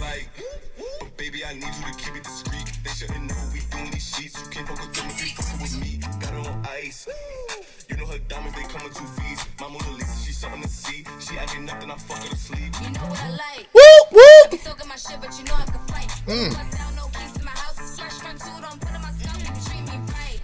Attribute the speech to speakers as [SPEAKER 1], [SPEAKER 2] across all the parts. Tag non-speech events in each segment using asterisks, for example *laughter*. [SPEAKER 1] like, baby, I need you to keep it discreet. They shouldn't know we doing these sheets. You can't fuck with them if you fucking with me. Got her on ice. You know her diamonds, they come in two V's. My Mona Lisa, she's something to see. She acting up, then I fuck her to sleep.
[SPEAKER 2] You know what I like.
[SPEAKER 3] Whoop, whoop.
[SPEAKER 2] Talking my shit, but you know I can fight. Bust down, no keys to my house. Fresh from two, don't put in my stomach. Treat me right.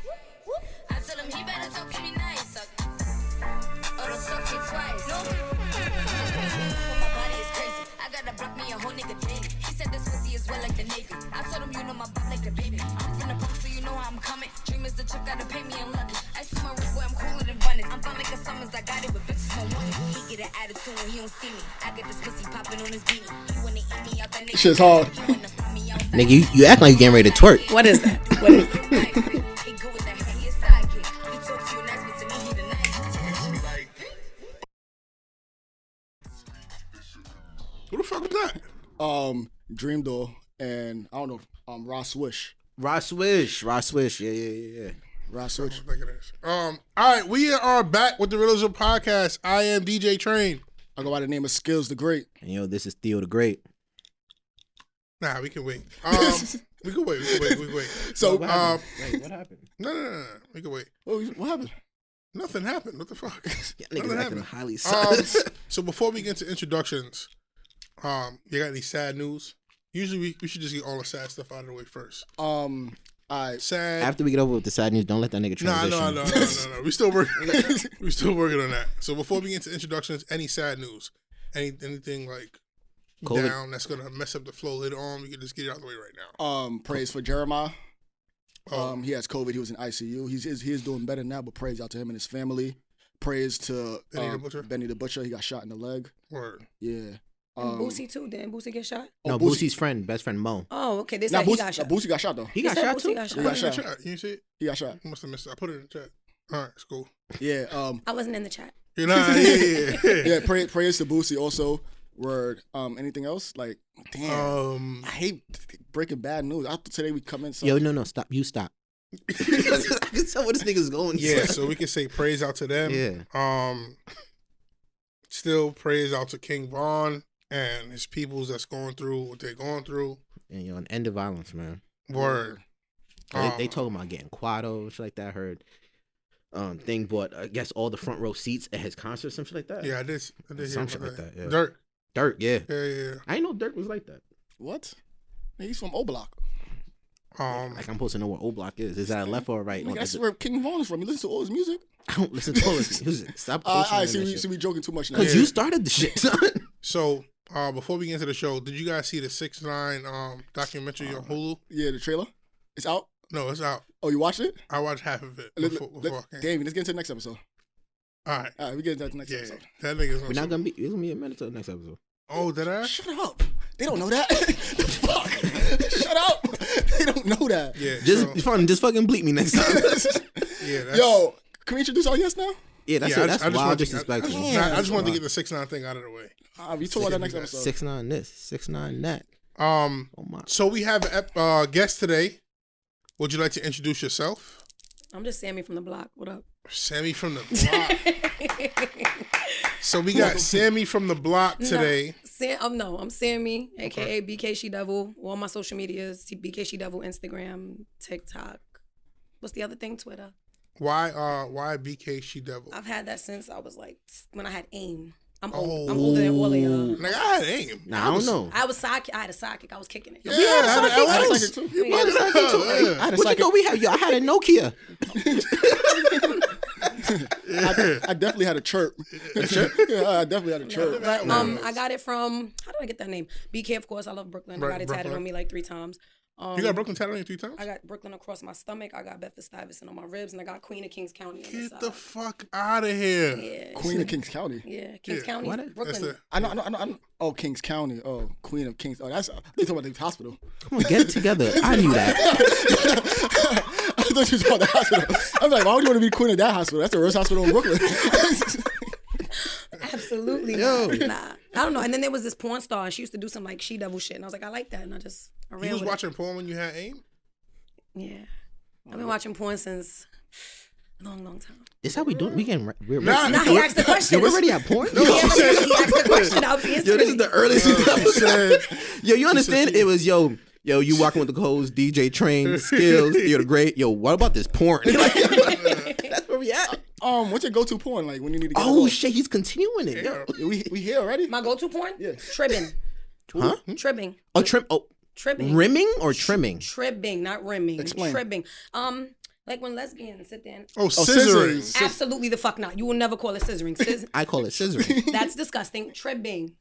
[SPEAKER 2] I tell him he better talk to me nice. Or don't talk to me twice. No. Well, my body is crazy. I gotta block me a whole nigga daily. He said this pussy is wet like the Navy. I told him you know my butt like the baby. I'm from the Bronx, so you know how I'm coming. Dream is the trip, gotta pay me in luggage. I see my wrist where I'm cooler than running. I'm fine like a summons, I got it, but bitches don't want it. He get an attitude when he don't see me. I get this pussy popping on his beanie. He wanna eat me out that nigga.
[SPEAKER 3] Shit's hard.
[SPEAKER 2] He wanna find me outside.
[SPEAKER 4] Nigga, you, you act like you getting ready to twerk.
[SPEAKER 3] What is that?
[SPEAKER 2] What is He good with that head, he a sidekick. He talks to you nice, but to me, he the nice.
[SPEAKER 1] She like,
[SPEAKER 5] Who the fuck was that?
[SPEAKER 3] Um, Dream Doll and I don't know. Um, Ross Swish.
[SPEAKER 4] Rod Swish. Rod Swish. Yeah, yeah, yeah, yeah.
[SPEAKER 3] Ross Swish.
[SPEAKER 5] Look at this. Um, all right, we are back with the Realism Podcast. I am DJ Train.
[SPEAKER 3] I go by the name of Skills the Great.
[SPEAKER 4] And yo, this is Theo the Great.
[SPEAKER 5] Nah, we can wait. Um,
[SPEAKER 4] *laughs*
[SPEAKER 5] we can wait. We can wait. We can wait.
[SPEAKER 3] So,
[SPEAKER 4] What
[SPEAKER 5] Um,
[SPEAKER 4] happened? Wait, what happened?
[SPEAKER 5] *laughs* no, no, no, no, no. We can wait.
[SPEAKER 3] oh, what happened?
[SPEAKER 5] Nothing happened. What the fuck?
[SPEAKER 4] Yeah,
[SPEAKER 5] Nothing
[SPEAKER 4] niggas acting
[SPEAKER 5] happened.
[SPEAKER 4] highly
[SPEAKER 5] Um,
[SPEAKER 4] sus.
[SPEAKER 5] *laughs* so before we get to introductions, um, you got any sad news? Usually we, we should just get all the sad stuff out of the way first.
[SPEAKER 3] Um, I
[SPEAKER 5] Sad.
[SPEAKER 4] After we get over with the sad news, don't let that nigga
[SPEAKER 5] no,
[SPEAKER 4] transition.
[SPEAKER 5] no, no, no, no, no. We
[SPEAKER 4] *laughs*
[SPEAKER 5] still working. *laughs* we still working on that. So before we get to introductions, any sad news? Any anything like
[SPEAKER 4] COVID.
[SPEAKER 5] down that's gonna mess up the flow later on? We can just get it out of the way right now.
[SPEAKER 3] um praise for Jeremiah.
[SPEAKER 5] Oh.
[SPEAKER 3] Um, he has COVID. He was in ICU. He's is he is doing better now, but praise out to him and his family. Praise to
[SPEAKER 5] Benny the
[SPEAKER 3] um,
[SPEAKER 5] Butcher?
[SPEAKER 3] Benny the Butcher. He got shot in the leg.
[SPEAKER 5] Word.
[SPEAKER 3] Yeah.
[SPEAKER 6] And
[SPEAKER 3] Um,
[SPEAKER 6] Boosie too. Didn't Boosie get shot?
[SPEAKER 3] oh,
[SPEAKER 4] No,
[SPEAKER 3] Boosie-
[SPEAKER 4] Boosie's friend, best friend Mo.
[SPEAKER 6] Oh, okay. They
[SPEAKER 3] Nah,
[SPEAKER 6] said he
[SPEAKER 3] Boosie,
[SPEAKER 6] got shot.
[SPEAKER 3] nah, Boosie got shot though.
[SPEAKER 4] He
[SPEAKER 6] They
[SPEAKER 4] got
[SPEAKER 6] said
[SPEAKER 4] shot
[SPEAKER 6] Boosie
[SPEAKER 4] too.
[SPEAKER 6] got
[SPEAKER 5] I
[SPEAKER 6] shot.
[SPEAKER 5] put it
[SPEAKER 3] got
[SPEAKER 5] in the
[SPEAKER 3] shot.
[SPEAKER 5] chat. You see it?
[SPEAKER 3] He got
[SPEAKER 5] *laughs*
[SPEAKER 3] shot.
[SPEAKER 5] I must have missed it. I put it in the chat. All right, it's cool.
[SPEAKER 3] Yeah. Um.
[SPEAKER 6] I wasn't in the chat.
[SPEAKER 5] You
[SPEAKER 4] *laughs*
[SPEAKER 5] know, yeah, yeah, yeah.
[SPEAKER 3] Yeah. Pray, praise to Boosie also. Word. Um. Anything else? Like, damn.
[SPEAKER 4] *laughs*
[SPEAKER 5] Um,
[SPEAKER 3] I hate breaking bad news. I, today we come in. So,
[SPEAKER 4] Yo, no, no, stop. You stop. *laughs* I can tell where this nigga's going.
[SPEAKER 5] yeah. So we can say praise out to them.
[SPEAKER 4] Yeah.
[SPEAKER 5] Um, still praise out to King Vaughn and his peoples that's going through what they're going through.
[SPEAKER 4] And yo, an end of violence, man.
[SPEAKER 5] Word.
[SPEAKER 4] They, they
[SPEAKER 5] Um,
[SPEAKER 4] told him about getting Quado, shit like that. I heard. Um, thing bought, I guess, all the front row seats at his concert, some shit like that.
[SPEAKER 5] Yeah, I did. I did hear
[SPEAKER 4] Some
[SPEAKER 5] about
[SPEAKER 4] shit
[SPEAKER 5] that.
[SPEAKER 4] like that, yeah.
[SPEAKER 5] Dirt.
[SPEAKER 4] Dirk, yeah.
[SPEAKER 5] Yeah, yeah.
[SPEAKER 4] I didn't know Dirk was like that.
[SPEAKER 3] what? He's from O Block.
[SPEAKER 5] yeah. Um,
[SPEAKER 4] Like I'm supposed to know where O Block is. Is that a left or a right?
[SPEAKER 3] Nigga,
[SPEAKER 4] Like,
[SPEAKER 3] that's
[SPEAKER 4] is it-
[SPEAKER 3] where King Vaughn is from. You listen to all his music.
[SPEAKER 4] *laughs* I don't listen to all this music.
[SPEAKER 5] *laughs*
[SPEAKER 4] Stop.
[SPEAKER 3] Uh, all
[SPEAKER 4] Because
[SPEAKER 3] right. See, we, see, we joking too much now.
[SPEAKER 4] you started the shit, *laughs* son.
[SPEAKER 5] so uh, before we get into the show, did you guys see the six nine um documentary
[SPEAKER 4] Uh-huh.
[SPEAKER 5] on Hulu?
[SPEAKER 3] Yeah. The trailer. It's out.
[SPEAKER 5] No, it's out.
[SPEAKER 3] Oh, you watched it?
[SPEAKER 5] I watched half of it
[SPEAKER 3] Let,
[SPEAKER 5] *laughs* before,
[SPEAKER 3] let-
[SPEAKER 5] before I
[SPEAKER 3] let-
[SPEAKER 5] came.
[SPEAKER 3] Damien, let's get into the next episode.
[SPEAKER 5] All right.
[SPEAKER 3] All right, we get into the next
[SPEAKER 5] Yeah,
[SPEAKER 3] episode.
[SPEAKER 5] that nigga's
[SPEAKER 4] We're
[SPEAKER 5] on.
[SPEAKER 4] not gonna be. It's gonna be a minute till the next episode.
[SPEAKER 5] Oh, did I?
[SPEAKER 3] Shut up. They don't know that. *laughs* the fuck. *laughs* Shut up. *laughs* They don't know that.
[SPEAKER 5] Yeah.
[SPEAKER 4] *laughs* Just
[SPEAKER 5] so-
[SPEAKER 4] fun. Just fucking bleep me next time. *laughs*
[SPEAKER 5] yeah.
[SPEAKER 3] *laughs*
[SPEAKER 5] That's,
[SPEAKER 3] Yo, can we introduce our guest now?
[SPEAKER 4] yeah, that's
[SPEAKER 5] yeah,
[SPEAKER 4] it. That's wild,
[SPEAKER 5] wanted to-
[SPEAKER 4] disrespectful.
[SPEAKER 5] I, I, just- I just wanted to get the six nine thing out of the way.
[SPEAKER 3] Uh, we talk about that next episode.
[SPEAKER 4] six nine this, six nine that.
[SPEAKER 5] Um,
[SPEAKER 4] Oh my.
[SPEAKER 5] so we have an ep- uh, guest today. Would you like to introduce yourself,
[SPEAKER 6] I'm just Sammy from the block. What up?
[SPEAKER 5] Sammy from the block? so we got Sammy from the block today.
[SPEAKER 6] Sam, um, no, I'm Sammy, aka BK She Devil. All my social medias: BK She Devil, Instagram, TikTok. What's the other thing? Twitter.
[SPEAKER 5] Why? Uh, why BK she devil?
[SPEAKER 6] I've had that since I was like when I had AIM. I'm old. I'm older than all of y'all.
[SPEAKER 5] Like Oh. I had aim.
[SPEAKER 4] Nah, I don't know.
[SPEAKER 6] I was sidekick. I had a sidekick. I was kicking it.
[SPEAKER 5] Yeah, I had an
[SPEAKER 3] I
[SPEAKER 5] LX.
[SPEAKER 3] was like,
[SPEAKER 5] You bugging out, yeah.
[SPEAKER 3] had a
[SPEAKER 4] What you
[SPEAKER 3] psychic-
[SPEAKER 4] know we have? Yo, I had a Nokia.
[SPEAKER 3] I, I definitely had a
[SPEAKER 5] *laughs*
[SPEAKER 3] chirp. *laughs* yeah, I definitely had a chirp.
[SPEAKER 6] But um, I got it from how did I get that name? BK, of course. I love Brooklyn.
[SPEAKER 5] Bro-
[SPEAKER 6] I got it tatted
[SPEAKER 5] Brooklyn.
[SPEAKER 6] on me like three times. Um,
[SPEAKER 5] You got Brooklyn tatted on you three times.
[SPEAKER 6] I got Brooklyn across my stomach. I got Bedford Stuyvesant on my ribs, and I got Queen of Kings County on this
[SPEAKER 5] Get
[SPEAKER 6] side.
[SPEAKER 5] the fuck out of here.
[SPEAKER 6] yeah,
[SPEAKER 3] Queen of Kings County.
[SPEAKER 6] yeah, Kings
[SPEAKER 5] Yeah.
[SPEAKER 6] County,
[SPEAKER 4] What?
[SPEAKER 5] That's
[SPEAKER 6] Brooklyn.
[SPEAKER 5] the
[SPEAKER 3] I know, I know, I know, I know. Oh, Kings County. Oh, Queen of Kings. Oh, that's. They talking about the hospital. *laughs*
[SPEAKER 4] Come on, get it together. I knew that.
[SPEAKER 5] *laughs*
[SPEAKER 3] I thought you was about the hospital. I'm like, why would you want to be queen of that hospital? That's the worst hospital in Brooklyn.
[SPEAKER 5] *laughs*
[SPEAKER 6] Absolutely, not. nah. I don't know. And then there was this porn star, and she used to do some like she devil shit, and I was like, I like that, and I just I ran
[SPEAKER 5] You was
[SPEAKER 6] with it.
[SPEAKER 5] watching porn when you had aim.
[SPEAKER 6] Yeah, I've been watching porn since Long, long time.
[SPEAKER 4] Is how we doing? We getting ra- we're
[SPEAKER 5] Nah,
[SPEAKER 6] *laughs* Now he asked the question.
[SPEAKER 4] Yo, we're already at porn.
[SPEAKER 6] He already-
[SPEAKER 4] *laughs*
[SPEAKER 6] he asked the question. I was
[SPEAKER 4] Yo, this is
[SPEAKER 6] answering.
[SPEAKER 4] the earliest. *laughs*
[SPEAKER 5] She said,
[SPEAKER 4] yo, you understand? It was yo, yo, you walking with the hoes, DJ Train, Skills, you're the great. Yo, what about this porn? *laughs* Like, that's where we at.
[SPEAKER 3] Um, what's your go-to porn like when you need to get?
[SPEAKER 4] Oh
[SPEAKER 3] off?
[SPEAKER 4] shit, he's continuing it. Yo.
[SPEAKER 3] we we here already?
[SPEAKER 6] My go-to porn?
[SPEAKER 3] Yeah.
[SPEAKER 6] Tribbing.
[SPEAKER 4] Huh?
[SPEAKER 6] Tribbing.
[SPEAKER 4] Oh, trim. Oh,
[SPEAKER 6] Tribbing.
[SPEAKER 4] rimming or trimming?
[SPEAKER 6] Tribbing, not rimming.
[SPEAKER 3] Explain.
[SPEAKER 6] Tribbing. Um, like when lesbians sit there. And,
[SPEAKER 5] "Oh, scissoring."
[SPEAKER 3] scissoring.
[SPEAKER 6] absolutely the fuck not. You will never call it scissoring. Scis-
[SPEAKER 4] I call it scissoring.
[SPEAKER 6] that's disgusting. Tribbing.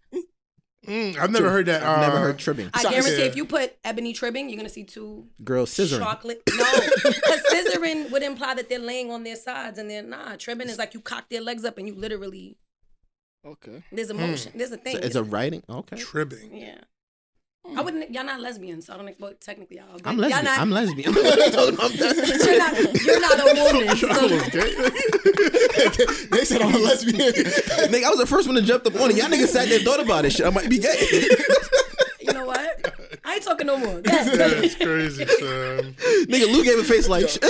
[SPEAKER 5] Mm, I've *laughs* never heard that.
[SPEAKER 4] I've never
[SPEAKER 5] uh,
[SPEAKER 4] heard trimming.
[SPEAKER 6] I
[SPEAKER 5] So-
[SPEAKER 6] guarantee
[SPEAKER 5] Yeah.
[SPEAKER 6] if you put ebony tribbing, you're gonna see two
[SPEAKER 4] Girl, scissoring.
[SPEAKER 6] chocolate. No, because scissoring would imply that they're laying on their sides, and they're not. Tribbing is like you cock their legs up and you literally
[SPEAKER 3] Okay. *laughs*
[SPEAKER 6] there's a motion, there's a thing.
[SPEAKER 4] So it's a writing. Okay.
[SPEAKER 5] tribbing.
[SPEAKER 6] yeah. I wouldn't. Y'all not lesbians, so I don't. Well, technically, y'all. but
[SPEAKER 4] I'm
[SPEAKER 6] y'all
[SPEAKER 4] lesbian.
[SPEAKER 6] not-
[SPEAKER 4] I'm lesbian. *laughs* I'm done.
[SPEAKER 6] *laughs* You're not, you're not a woman. so-
[SPEAKER 3] they said I'm a
[SPEAKER 6] *laughs*
[SPEAKER 3] lesbian.
[SPEAKER 6] Um,
[SPEAKER 4] Nigga, I was the first one to jump up on it. Y'all niggas sat there and thought about this shit. I might be gay. *laughs*
[SPEAKER 6] You know what? I ain't talking no more.
[SPEAKER 5] That's crazy,
[SPEAKER 6] *laughs*
[SPEAKER 5] son.
[SPEAKER 4] Nigga, Lou gave a face like shit.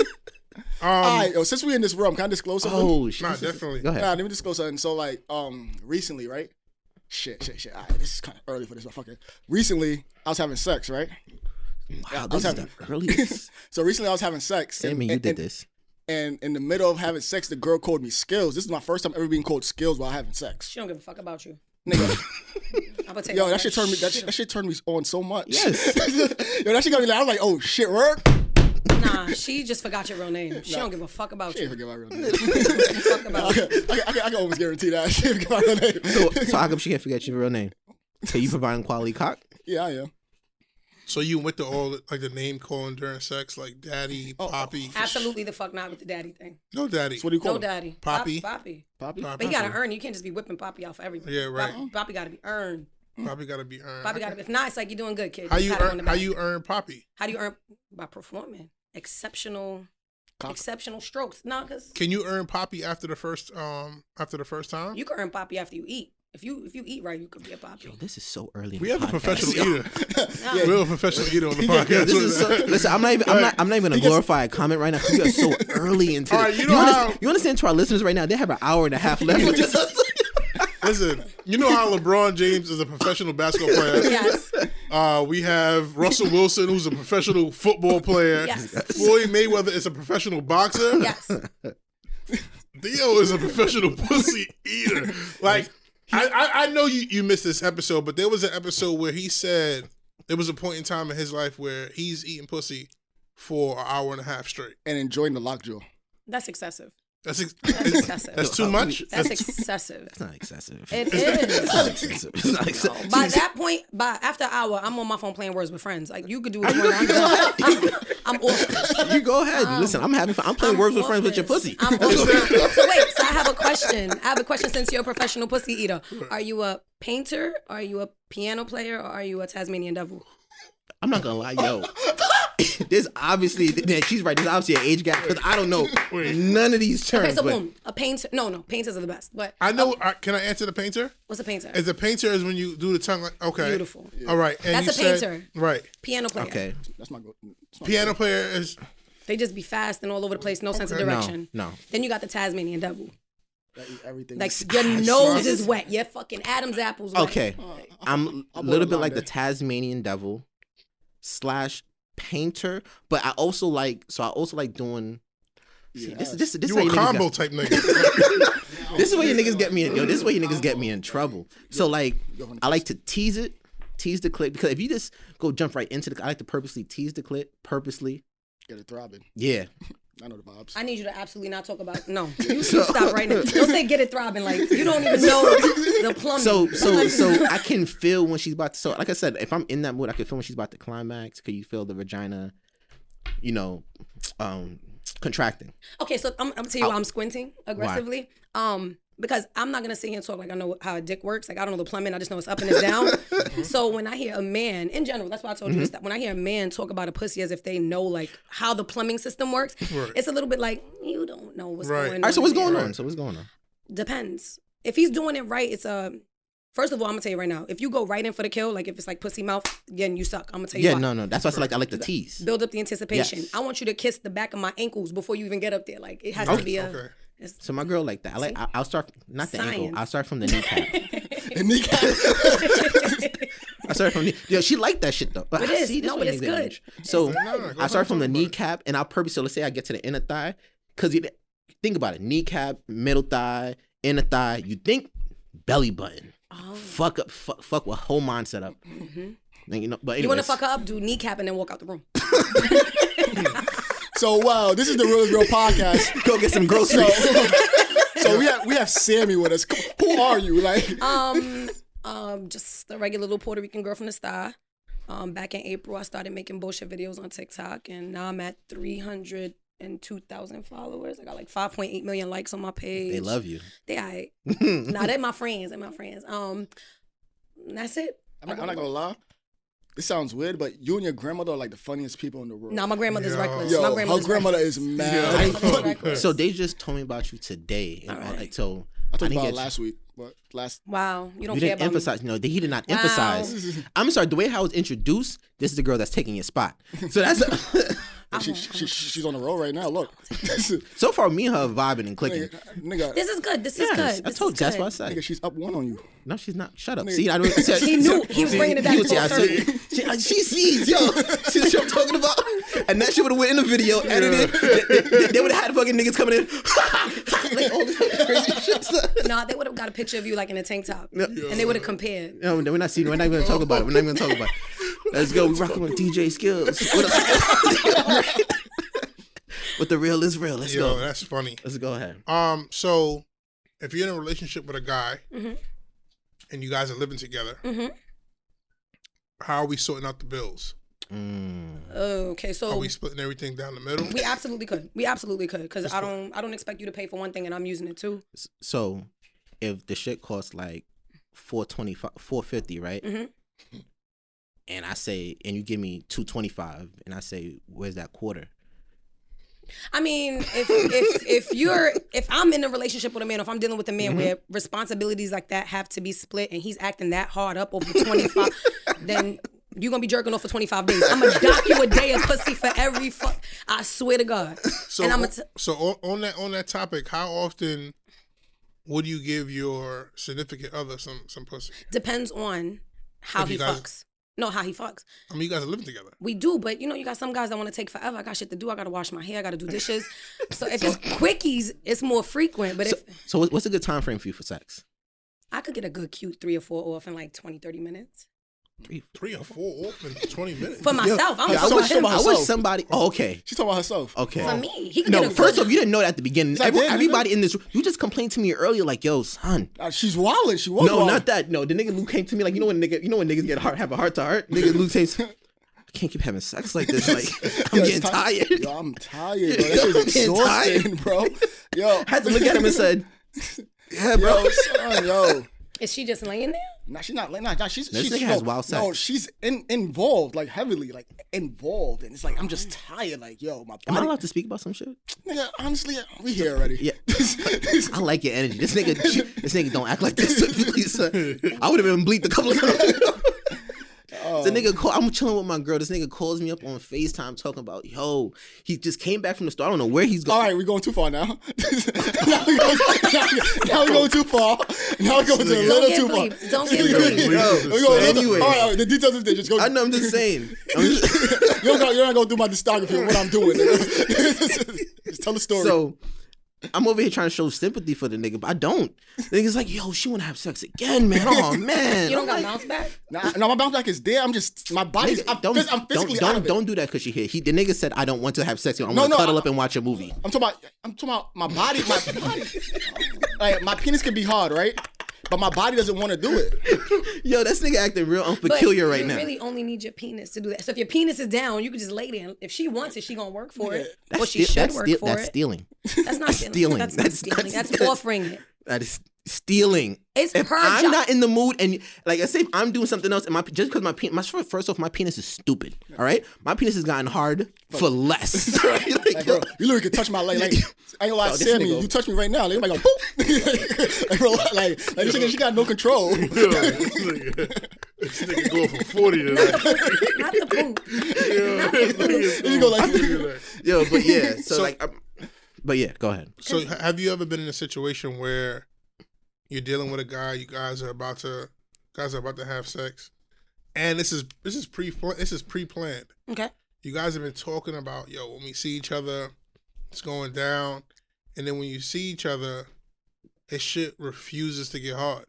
[SPEAKER 4] *laughs*
[SPEAKER 3] All
[SPEAKER 5] Um,
[SPEAKER 3] right, yo, since we in this room, can I disclose something?
[SPEAKER 4] Oh shit.
[SPEAKER 5] nah,
[SPEAKER 4] This is-
[SPEAKER 5] definitely.
[SPEAKER 4] Go
[SPEAKER 3] Nah,
[SPEAKER 4] ahead.
[SPEAKER 3] let me disclose something. So like, um, recently, right? Shit, shit, shit. All right, this is kind of early for this, but fuck it. Recently, I was having sex, right?
[SPEAKER 4] Wow, this is
[SPEAKER 3] I'm
[SPEAKER 4] the
[SPEAKER 3] sorry.
[SPEAKER 5] *laughs*
[SPEAKER 4] earliest.
[SPEAKER 3] So recently, I was having sex. and-
[SPEAKER 4] Sammy, you
[SPEAKER 3] and-
[SPEAKER 4] did
[SPEAKER 3] and-
[SPEAKER 4] this.
[SPEAKER 3] And in the middle of having sex, the girl called me Skills. This is my first time ever being called Skills while having sex.
[SPEAKER 6] She don't give a fuck about you.
[SPEAKER 4] *laughs*
[SPEAKER 3] Nigga,
[SPEAKER 6] I'm gonna take
[SPEAKER 3] yo,
[SPEAKER 6] it
[SPEAKER 3] that
[SPEAKER 6] back.
[SPEAKER 3] shit turned me. That, shit- that shit turned me on so much.
[SPEAKER 4] Yes.
[SPEAKER 3] *laughs*
[SPEAKER 4] *laughs*
[SPEAKER 3] yo, that shit got me like, I was like, oh shit, work.
[SPEAKER 6] *laughs* Nah, she just forgot your real name. She don't give a fuck about
[SPEAKER 3] Can't
[SPEAKER 6] you.
[SPEAKER 3] forget my real
[SPEAKER 4] *laughs*
[SPEAKER 3] name. *laughs* I, *laughs* can, I, can, I can almost guarantee that. *laughs* I can't forget my real name.
[SPEAKER 4] So, so how come she can't forget your real
[SPEAKER 5] *laughs*
[SPEAKER 4] name? So you providing quality cock?
[SPEAKER 3] *laughs* yeah, I am.
[SPEAKER 5] So you went to all like the name calling during sex, like daddy,
[SPEAKER 4] Oh,
[SPEAKER 5] poppy.
[SPEAKER 6] Absolutely the fuck not with the daddy thing.
[SPEAKER 5] No daddy.
[SPEAKER 3] So what do you call
[SPEAKER 6] No
[SPEAKER 3] him?
[SPEAKER 6] daddy.
[SPEAKER 5] Poppy.
[SPEAKER 6] Pop- Poppy.
[SPEAKER 3] Poppy?
[SPEAKER 5] Nah,
[SPEAKER 6] But you gotta
[SPEAKER 5] Poppy.
[SPEAKER 6] earn. You can't just be whipping Poppy off everybody.
[SPEAKER 5] Yeah, right.
[SPEAKER 6] Poppy, Poppy gotta be earned.
[SPEAKER 5] Poppy gotta be earned.
[SPEAKER 6] Poppy gotta be. If not, it's like you're doing good, kid.
[SPEAKER 5] How you
[SPEAKER 6] Pat him on
[SPEAKER 5] earn?
[SPEAKER 6] the
[SPEAKER 5] How
[SPEAKER 6] back.
[SPEAKER 5] you earn poppy?
[SPEAKER 6] How do you earn by performing exceptional,
[SPEAKER 3] Cock.
[SPEAKER 6] exceptional strokes? Nah, cause
[SPEAKER 5] Can you earn poppy after the first um after the first time?
[SPEAKER 6] you can earn Poppy after you eat. If you if you eat right, you could be a Poppy.
[SPEAKER 4] Yo, this is so early. in
[SPEAKER 5] we
[SPEAKER 4] the
[SPEAKER 5] have a
[SPEAKER 4] podcast,
[SPEAKER 5] professional
[SPEAKER 4] yo.
[SPEAKER 5] eater. Real professional eater on the
[SPEAKER 4] *laughs* Yo,
[SPEAKER 5] podcast.
[SPEAKER 4] this is
[SPEAKER 5] *laughs*
[SPEAKER 4] so, listen, I'm not even. I'm not. I'm not even gonna glorify a comment right now. 'cause We are
[SPEAKER 5] *laughs*
[SPEAKER 4] so early into.
[SPEAKER 5] All right,
[SPEAKER 4] this.
[SPEAKER 5] you know
[SPEAKER 4] understand,
[SPEAKER 5] how-
[SPEAKER 4] you understand to our listeners right now? They have an hour and a
[SPEAKER 5] *laughs*
[SPEAKER 4] half left. with us.
[SPEAKER 5] Listen, you know how LeBron James is a professional basketball
[SPEAKER 6] *laughs*
[SPEAKER 5] player. *laughs*
[SPEAKER 6] Yes.
[SPEAKER 5] Uh, we have Russell Wilson, who's a professional football player.
[SPEAKER 6] Yes.
[SPEAKER 5] Floyd Mayweather is a professional boxer.
[SPEAKER 6] Yes.
[SPEAKER 5] Theo is a professional pussy eater. Like, I, I, I know you, you missed this episode, but there was an episode where he said there was a point in time in his life where he's eating pussy for an hour and a half straight.
[SPEAKER 3] And enjoying the lockjaw.
[SPEAKER 6] That's excessive.
[SPEAKER 5] That's ex-
[SPEAKER 6] That's excessive.
[SPEAKER 5] that's too much. *laughs*
[SPEAKER 6] That's excessive.
[SPEAKER 4] It's not excessive.
[SPEAKER 6] It
[SPEAKER 4] It's not
[SPEAKER 6] is.
[SPEAKER 4] excessive. It's not excessive.
[SPEAKER 6] By that point, by after hour, I'm on my phone playing words with friends. Like you could do it when I'm done. *laughs* I'm, I'm off.
[SPEAKER 4] You go ahead. Listen, I'm having fun. I'm playing
[SPEAKER 6] Um, I'm
[SPEAKER 4] words with
[SPEAKER 6] off
[SPEAKER 4] friends with your
[SPEAKER 6] this.
[SPEAKER 4] pussy.
[SPEAKER 6] I'm off
[SPEAKER 4] *laughs*
[SPEAKER 6] this. so wait, so I have a question. I have a question since you're a professional pussy eater. Are you a painter? Are you a piano player? Or are you a Tasmanian devil?
[SPEAKER 4] I'm not gonna lie, yo. *coughs* There's obviously, man, she's right. There's obviously an age gap because I don't know none of these terms.
[SPEAKER 6] Okay, so
[SPEAKER 4] but
[SPEAKER 6] boom, a painter. No, no, painters are the best. But uh,
[SPEAKER 5] I know. I, can I answer the painter?
[SPEAKER 6] what's a painter?
[SPEAKER 5] As a painter is when you do the tongue. Like, okay,
[SPEAKER 6] Beautiful.
[SPEAKER 5] All right, and
[SPEAKER 6] That's
[SPEAKER 5] you
[SPEAKER 6] a
[SPEAKER 5] said-
[SPEAKER 6] painter.
[SPEAKER 5] Right,
[SPEAKER 6] Piano player.
[SPEAKER 4] Okay.
[SPEAKER 3] That's my go. that's my-
[SPEAKER 5] piano player is
[SPEAKER 6] They just be fast and all over the place, no sense of
[SPEAKER 5] Okay. No,
[SPEAKER 6] direction.
[SPEAKER 4] no.
[SPEAKER 6] Then you got the Tasmanian devil.
[SPEAKER 3] that eat everything.
[SPEAKER 6] Like your nose is wet. Your fucking Adam's apples. Wet.
[SPEAKER 4] Okay. I'm a
[SPEAKER 3] I'll
[SPEAKER 4] little bit
[SPEAKER 3] borderline
[SPEAKER 4] like the
[SPEAKER 3] there.
[SPEAKER 4] Tasmanian devil slash painter, but I also like, so I also like doing. See, this, this, this,
[SPEAKER 5] you
[SPEAKER 4] how
[SPEAKER 5] a
[SPEAKER 4] you niggas
[SPEAKER 5] combo
[SPEAKER 4] got-
[SPEAKER 5] type nigga.
[SPEAKER 6] *laughs*
[SPEAKER 4] this is where you niggas get me in. Yo, this is where you niggas get me in trouble. So like, I like to tease it, tease the clip because if you just go jump right into the, I like to purposely tease the clip, purposely.
[SPEAKER 3] Get it throbbing.
[SPEAKER 4] Yeah.
[SPEAKER 3] I know the vibes.
[SPEAKER 6] I need you to absolutely not talk
[SPEAKER 4] *laughs*
[SPEAKER 6] about no. You, you stop right now. Don't say get it throbbing like you don't even know the plumbing.
[SPEAKER 4] So
[SPEAKER 6] *laughs*
[SPEAKER 4] so so I can feel when she's about to. So like I said, if I'm in that mood, I can feel when she's about to climax. Cause you feel the vagina, you know, um, contracting.
[SPEAKER 6] okay, so I'm, I'm gonna tell you why I'm squinting aggressively. Um, because I'm not gonna sit here and talk like I know how a dick works. Like I don't know the plumbing. I just know it's up and it's down. so when I hear a man in general, that's why I told you this. That when I hear a man talk about a pussy as if they know like how the plumbing system works, it's a little bit like you don't know what's
[SPEAKER 5] Right.
[SPEAKER 6] going on.
[SPEAKER 4] All right. So what's
[SPEAKER 6] there.
[SPEAKER 4] going on? So what's going on?
[SPEAKER 6] Depends. If he's doing it right, it's a First of all, I'm gonna tell you right now, if you go right in for the kill, like if it's like pussy mouth, then you suck. I'm gonna tell you
[SPEAKER 4] Yeah,
[SPEAKER 6] why.
[SPEAKER 4] no, no. That's why I like I like the tease.
[SPEAKER 6] Build up the anticipation.
[SPEAKER 4] Yes.
[SPEAKER 6] I want you to kiss the back of my ankles before you even get up there. Like it has to be a
[SPEAKER 5] okay.
[SPEAKER 4] So my girl like that. I like I, I'll start not the
[SPEAKER 6] Science.
[SPEAKER 4] ankle. I'll start from the kneecap.
[SPEAKER 3] *laughs* And Nick-
[SPEAKER 4] I start from the yeah. She liked that shit though. But
[SPEAKER 6] It
[SPEAKER 4] I
[SPEAKER 6] is.
[SPEAKER 4] see this
[SPEAKER 6] No,
[SPEAKER 4] one
[SPEAKER 6] it is
[SPEAKER 4] nigga
[SPEAKER 6] good.
[SPEAKER 4] age. So
[SPEAKER 5] Nah, go
[SPEAKER 4] I
[SPEAKER 5] ahead,
[SPEAKER 4] start from
[SPEAKER 5] talk
[SPEAKER 4] the
[SPEAKER 5] about it.
[SPEAKER 4] kneecap, and I'll purposely so let's say I get to the inner thigh, cause you think about it: kneecap, middle thigh, inner thigh. You think belly button.
[SPEAKER 6] Oh.
[SPEAKER 4] Fuck up. Fuck, fuck with whole mindset up. Then, you know, but
[SPEAKER 6] Mm-hmm. you want to
[SPEAKER 4] anyways.
[SPEAKER 6] fuck her up, do kneecap, and then walk out the room.
[SPEAKER 3] so wow, this is the realest
[SPEAKER 6] *laughs*
[SPEAKER 3] real podcast.
[SPEAKER 4] *laughs* Go get some groceries.
[SPEAKER 3] So *laughs* we have we have Sammy with us. Who are you? Like
[SPEAKER 6] Um, *laughs* um, just a regular little Puerto Rican girl from the star. Um, back in April, I started making bullshit videos on TikTok, and now I'm at 302,000 followers. I got like 5.8 million likes on my page.
[SPEAKER 4] they love you. *laughs*
[SPEAKER 6] They alright. nah, they my friends. They my friends. Um, that's it.
[SPEAKER 3] I'm not, I'm not gonna lie. This sounds weird, but you and your grandmother are like the funniest people in the world.
[SPEAKER 6] Nah, my grandmother's
[SPEAKER 5] Yo.
[SPEAKER 6] reckless.
[SPEAKER 3] Yo,
[SPEAKER 6] my
[SPEAKER 3] her
[SPEAKER 6] grandmother's
[SPEAKER 3] grandmother
[SPEAKER 6] reckless.
[SPEAKER 3] is mad.
[SPEAKER 5] Yeah.
[SPEAKER 3] *laughs* I,
[SPEAKER 6] Grandmother's reckless.
[SPEAKER 4] So they just told me about you today, and all, like so.
[SPEAKER 3] I talked
[SPEAKER 4] didn't
[SPEAKER 3] about it
[SPEAKER 4] get-
[SPEAKER 3] last week, but last
[SPEAKER 6] wow, you don't
[SPEAKER 4] You
[SPEAKER 6] care
[SPEAKER 4] didn't
[SPEAKER 6] about me.
[SPEAKER 4] emphasize. No, they- he did not
[SPEAKER 6] *laughs*
[SPEAKER 4] emphasize. I'm sorry. The way how I was introduced, this is the girl that's taking your spot. So
[SPEAKER 6] *laughs*
[SPEAKER 4] that's *laughs*
[SPEAKER 3] she, she, she, she's on the road right now. Look, *laughs*
[SPEAKER 4] so far me and her vibing and clicking.
[SPEAKER 3] nigga,
[SPEAKER 6] This is good. This
[SPEAKER 4] Yes,
[SPEAKER 6] is good.
[SPEAKER 4] I
[SPEAKER 6] This
[SPEAKER 4] told you.
[SPEAKER 6] is
[SPEAKER 4] That's
[SPEAKER 6] good.
[SPEAKER 4] what I said.
[SPEAKER 3] nigga, she's up one on you.
[SPEAKER 4] No, she's not. Shut up. See, I don't. Said,
[SPEAKER 6] *laughs*
[SPEAKER 4] *laughs*
[SPEAKER 6] He knew. He was bringing it back
[SPEAKER 4] was-
[SPEAKER 6] full
[SPEAKER 4] I said-
[SPEAKER 6] circle.
[SPEAKER 4] she, I- she sees, yo. *laughs* She what I'm talking
[SPEAKER 6] *laughs*
[SPEAKER 4] about. And that shit would have went in the video, edited. They, would have had fucking niggas coming in. *laughs* like all this
[SPEAKER 6] *laughs*
[SPEAKER 4] crazy shit.
[SPEAKER 6] Nah, they would have got a picture of you like in a tank top, and they would have compared.
[SPEAKER 4] No, no, we're not seeing. We're not even gonna talk about it. We're not even gonna talk about it. Let's go. We rocking with DJ Skills. What up? *laughs* But the real is real. Let's
[SPEAKER 5] Yo,
[SPEAKER 4] go.
[SPEAKER 5] that's funny.
[SPEAKER 4] Let's go ahead.
[SPEAKER 5] Um, so if you're in a relationship with a guy
[SPEAKER 6] Mm-hmm.
[SPEAKER 5] and you guys are living together, how are we sorting out the bills?
[SPEAKER 4] Mm.
[SPEAKER 6] Oh, okay,
[SPEAKER 5] Are
[SPEAKER 6] so
[SPEAKER 5] we
[SPEAKER 6] we,
[SPEAKER 5] splitting everything down the middle?
[SPEAKER 6] absolutely could. We absolutely could because I don't. I don't expect you to pay for one thing and I'm using it too.
[SPEAKER 4] So, if the shit costs like 425 450 right?
[SPEAKER 6] Mm-hmm.
[SPEAKER 4] And I say, and you give me 225 and I say, where's that quarter?
[SPEAKER 6] I mean, if if if you're if I'm in a relationship with a man, if I'm dealing with a man
[SPEAKER 5] Mm-hmm.
[SPEAKER 6] where responsibilities like that have to be split, and he's acting that hard up over
[SPEAKER 5] *laughs*
[SPEAKER 6] 25, then you're gonna be jerking off for 25 days. I'm gonna dock you a day of pussy for every fuck. I swear to God.
[SPEAKER 5] *laughs* So,
[SPEAKER 6] and I'm
[SPEAKER 5] o-
[SPEAKER 6] gonna. T-
[SPEAKER 5] so on, on that on that topic, how often would you give your significant other some some pussy?
[SPEAKER 6] depends on how
[SPEAKER 5] If you
[SPEAKER 6] he
[SPEAKER 5] guys-
[SPEAKER 6] fucks. No, how he fucks.
[SPEAKER 5] I mean, you guys are living together.
[SPEAKER 6] We do, but you know, you got some guys that want to take forever. I got shit to do. I gotta wash my hair. I gotta
[SPEAKER 4] *laughs*
[SPEAKER 6] do dishes. so if it's quickies, it's more frequent. But
[SPEAKER 4] So,
[SPEAKER 6] if
[SPEAKER 4] so what- what's a good time frame for you for sex?
[SPEAKER 6] I could get a good cute three or four off in like 20, 30 minutes
[SPEAKER 5] Three or four off in twenty minutes.
[SPEAKER 6] for myself. Oh, I'm
[SPEAKER 4] Yeah, I,
[SPEAKER 6] so
[SPEAKER 4] wish,
[SPEAKER 3] talking
[SPEAKER 6] him.
[SPEAKER 3] about
[SPEAKER 4] I wish
[SPEAKER 3] herself.
[SPEAKER 4] somebody. Oh, okay.
[SPEAKER 3] She's talking about herself.
[SPEAKER 4] Okay.
[SPEAKER 6] For me, he could
[SPEAKER 4] No,
[SPEAKER 6] get a
[SPEAKER 4] first
[SPEAKER 6] good,
[SPEAKER 4] off, you didn't know that at the beginning.
[SPEAKER 3] I
[SPEAKER 4] Every-
[SPEAKER 3] did, nigga.
[SPEAKER 4] everybody in this room, you just complained to me earlier, like, yo, son.
[SPEAKER 3] Uh, she's wilding. She was
[SPEAKER 4] No,
[SPEAKER 3] wilding.
[SPEAKER 4] not that. No, the nigga Luke came to me like, you know when nigga, you know when niggas get heart have a heart
[SPEAKER 3] *laughs*
[SPEAKER 4] to heart. Nigga Luke says, I can't keep having sex like this. Like I'm
[SPEAKER 3] Yo,
[SPEAKER 4] getting
[SPEAKER 3] it's ti-
[SPEAKER 4] tired.
[SPEAKER 3] Yo, I'm *laughs* tired, bro. That shit's
[SPEAKER 4] I'm getting tired.
[SPEAKER 3] exhausting, bro. Yo,
[SPEAKER 4] I *laughs* had to look at him and said, "Yeah,
[SPEAKER 3] *laughs*
[SPEAKER 4] bro."
[SPEAKER 3] yo, son, yo.
[SPEAKER 6] is she just laying there?
[SPEAKER 3] Nah, she's not. Nah, nah she's
[SPEAKER 4] This
[SPEAKER 3] she's
[SPEAKER 4] nigga
[SPEAKER 3] yo,
[SPEAKER 4] has wild
[SPEAKER 3] No,
[SPEAKER 4] sex.
[SPEAKER 3] she's in, involved, like heavily, like involved, and it's like I'm just tired. Like, yo, my
[SPEAKER 4] Mm. Am I
[SPEAKER 3] body.
[SPEAKER 4] allowed to speak about some shit?
[SPEAKER 3] Nigga, honestly, we here already.
[SPEAKER 4] Yeah. I like your energy. This nigga, this nigga *laughs* don't act like this. Please, *laughs* son. I would have been bleeped a couple
[SPEAKER 3] *laughs*
[SPEAKER 4] of times.
[SPEAKER 3] Oh.
[SPEAKER 4] The nigga, call, I'm chilling with my girl. This nigga calls me up on Facetime talking about, yo, he just came back from the store. I don't know where he's going.
[SPEAKER 3] *laughs* All right, we're going too far now. *laughs* now we're going, now we- now we going too far. Now we're going to a
[SPEAKER 6] Don't
[SPEAKER 3] little
[SPEAKER 6] get
[SPEAKER 3] too far. *laughs*
[SPEAKER 6] bleeped. Don't get
[SPEAKER 5] Yo,
[SPEAKER 6] bleeped.
[SPEAKER 5] please,
[SPEAKER 3] We're going
[SPEAKER 4] Anyway.
[SPEAKER 3] anyway. All right, all right, the details of this. Just go.
[SPEAKER 4] I know. I'm just saying. I'm
[SPEAKER 3] *laughs*
[SPEAKER 4] just-
[SPEAKER 3] You're not, gonna- you're not going to do my discography of what I'm doing. *laughs* just tell the story.
[SPEAKER 4] So I'm over here trying to show sympathy for the nigga, but I don't. The nigga's like, yo, she wanna have sex again, man. Oh
[SPEAKER 3] *laughs*
[SPEAKER 4] man.
[SPEAKER 6] You don't
[SPEAKER 4] I'm
[SPEAKER 6] got
[SPEAKER 4] like,
[SPEAKER 6] bounce back.
[SPEAKER 3] Nah, no, my bounce back is there. I'm just my body's.
[SPEAKER 4] nigga,
[SPEAKER 3] I'm,
[SPEAKER 4] don't,
[SPEAKER 3] phys- I'm physically
[SPEAKER 4] don't,
[SPEAKER 3] out
[SPEAKER 4] don't,
[SPEAKER 3] of it.
[SPEAKER 4] don't do that because she here. He the nigga said I don't want to have sex. with you. I want to
[SPEAKER 3] no,
[SPEAKER 4] cuddle
[SPEAKER 3] I-
[SPEAKER 4] up and watch a movie.
[SPEAKER 3] I'm talking about. I'm talking about my body.
[SPEAKER 4] *laughs*
[SPEAKER 3] My body. like my penis can be hard, right? But my body doesn't want to do it.
[SPEAKER 4] Yo, this nigga acting real
[SPEAKER 6] But
[SPEAKER 4] unpeculiar right
[SPEAKER 6] you
[SPEAKER 4] now.
[SPEAKER 6] really only need your penis to do that. So if your penis is down, you can just lay there. If she wants it, she gonna work for it. Well, she
[SPEAKER 4] steal-
[SPEAKER 6] should
[SPEAKER 4] that's
[SPEAKER 6] work
[SPEAKER 4] steal-
[SPEAKER 6] for
[SPEAKER 4] that's
[SPEAKER 6] it.
[SPEAKER 4] stealing.
[SPEAKER 6] That's not stealing.
[SPEAKER 4] stealing.
[SPEAKER 6] That's not
[SPEAKER 4] That's-
[SPEAKER 6] stealing.
[SPEAKER 4] that's-
[SPEAKER 6] That's offering it.
[SPEAKER 4] That is stealing.
[SPEAKER 6] It's
[SPEAKER 4] if
[SPEAKER 6] her
[SPEAKER 4] I'm
[SPEAKER 6] job.
[SPEAKER 4] not in the mood, and like I say, if I'm doing something else, and my just because my penis, my first off, my penis is stupid. All right, my penis has gotten hard for less. *laughs* right? Like,
[SPEAKER 3] Like, bro, you literally could touch my leg. Like, I ain't gonna lie,
[SPEAKER 4] Yo, this
[SPEAKER 3] Sammy,
[SPEAKER 4] nigga-
[SPEAKER 3] you touch me right now. They might go boop. *laughs* like, bro, like, like, this nigga, she got no
[SPEAKER 4] *laughs*
[SPEAKER 3] control. *laughs*
[SPEAKER 5] Yo, this nigga this nigga going for
[SPEAKER 4] *laughs*
[SPEAKER 5] 40 tonight.
[SPEAKER 6] Not the poop.
[SPEAKER 5] Yo, this nigga's
[SPEAKER 3] You
[SPEAKER 5] going
[SPEAKER 3] go like-
[SPEAKER 5] for 40 tonight.
[SPEAKER 4] yo, but *laughs* yeah, so,
[SPEAKER 5] So-
[SPEAKER 4] like, I'm, but yeah, go ahead.
[SPEAKER 5] So, h- have you ever been in a situation where you're dealing with a guy, you guys are about to, guys are about to have sex, and this is this is pre this is pre planned.
[SPEAKER 6] Okay.
[SPEAKER 5] You guys have been talking about yo, when we see each other, it's going down, and then when you see each other, it shit refuses to get hard.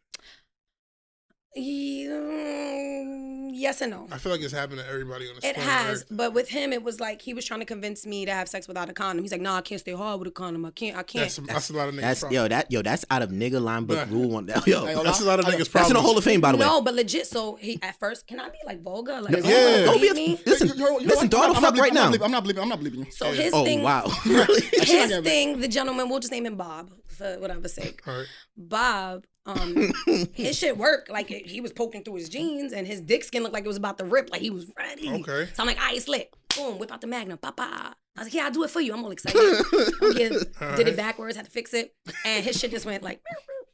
[SPEAKER 6] Yeah, mm, yes and no.
[SPEAKER 5] I feel like it's happened to everybody on this.
[SPEAKER 6] It
[SPEAKER 5] planet,
[SPEAKER 6] has,
[SPEAKER 5] right?
[SPEAKER 6] but with him, it was like he was trying to convince me to have sex without a condom. He's like, "No, I can't stay hard with a condom. I can't. I can't."
[SPEAKER 5] That's, that's, a lot of niggas.
[SPEAKER 4] That's
[SPEAKER 5] problem.
[SPEAKER 4] yo, that yo, that's out of nigga line book
[SPEAKER 5] Bruh.
[SPEAKER 4] rule one. *laughs* Yo,
[SPEAKER 3] Like,
[SPEAKER 5] that's a lot of
[SPEAKER 3] I-
[SPEAKER 5] niggas' problems.
[SPEAKER 4] that's in the Hall of Fame, by the way.
[SPEAKER 6] no, but legit. So he at first, can I be like vulgar? Like,
[SPEAKER 5] Yeah.
[SPEAKER 6] oh,
[SPEAKER 5] Don't
[SPEAKER 4] Don't be
[SPEAKER 6] believe
[SPEAKER 4] a,
[SPEAKER 6] me.
[SPEAKER 4] listen,
[SPEAKER 3] You know what- you know
[SPEAKER 4] listen,
[SPEAKER 3] what?
[SPEAKER 4] dog,
[SPEAKER 3] I'm
[SPEAKER 4] the
[SPEAKER 3] not
[SPEAKER 4] fuck
[SPEAKER 3] believing-
[SPEAKER 4] right now.
[SPEAKER 3] I'm not believing. I'm not believing. I'm not believing you.
[SPEAKER 6] So his
[SPEAKER 4] Oh
[SPEAKER 6] thing,
[SPEAKER 4] wow, *laughs*
[SPEAKER 3] Actually, I
[SPEAKER 6] his
[SPEAKER 3] can't-
[SPEAKER 6] thing. The gentleman, we'll just name him Bob for whatever sake.
[SPEAKER 5] All right.
[SPEAKER 6] Bob, um, his shit worked. Like it- he was poking through his jeans, and his dick skin looked like it was about to rip. Like he was ready.
[SPEAKER 5] Okay.
[SPEAKER 6] So I'm like, all right, slick. Boom, whip out the Magnum, papa. I was like, yeah, I'll do it for you. I'm all excited. Oh, yeah. Did it backwards, had to fix it, and his shit just went like.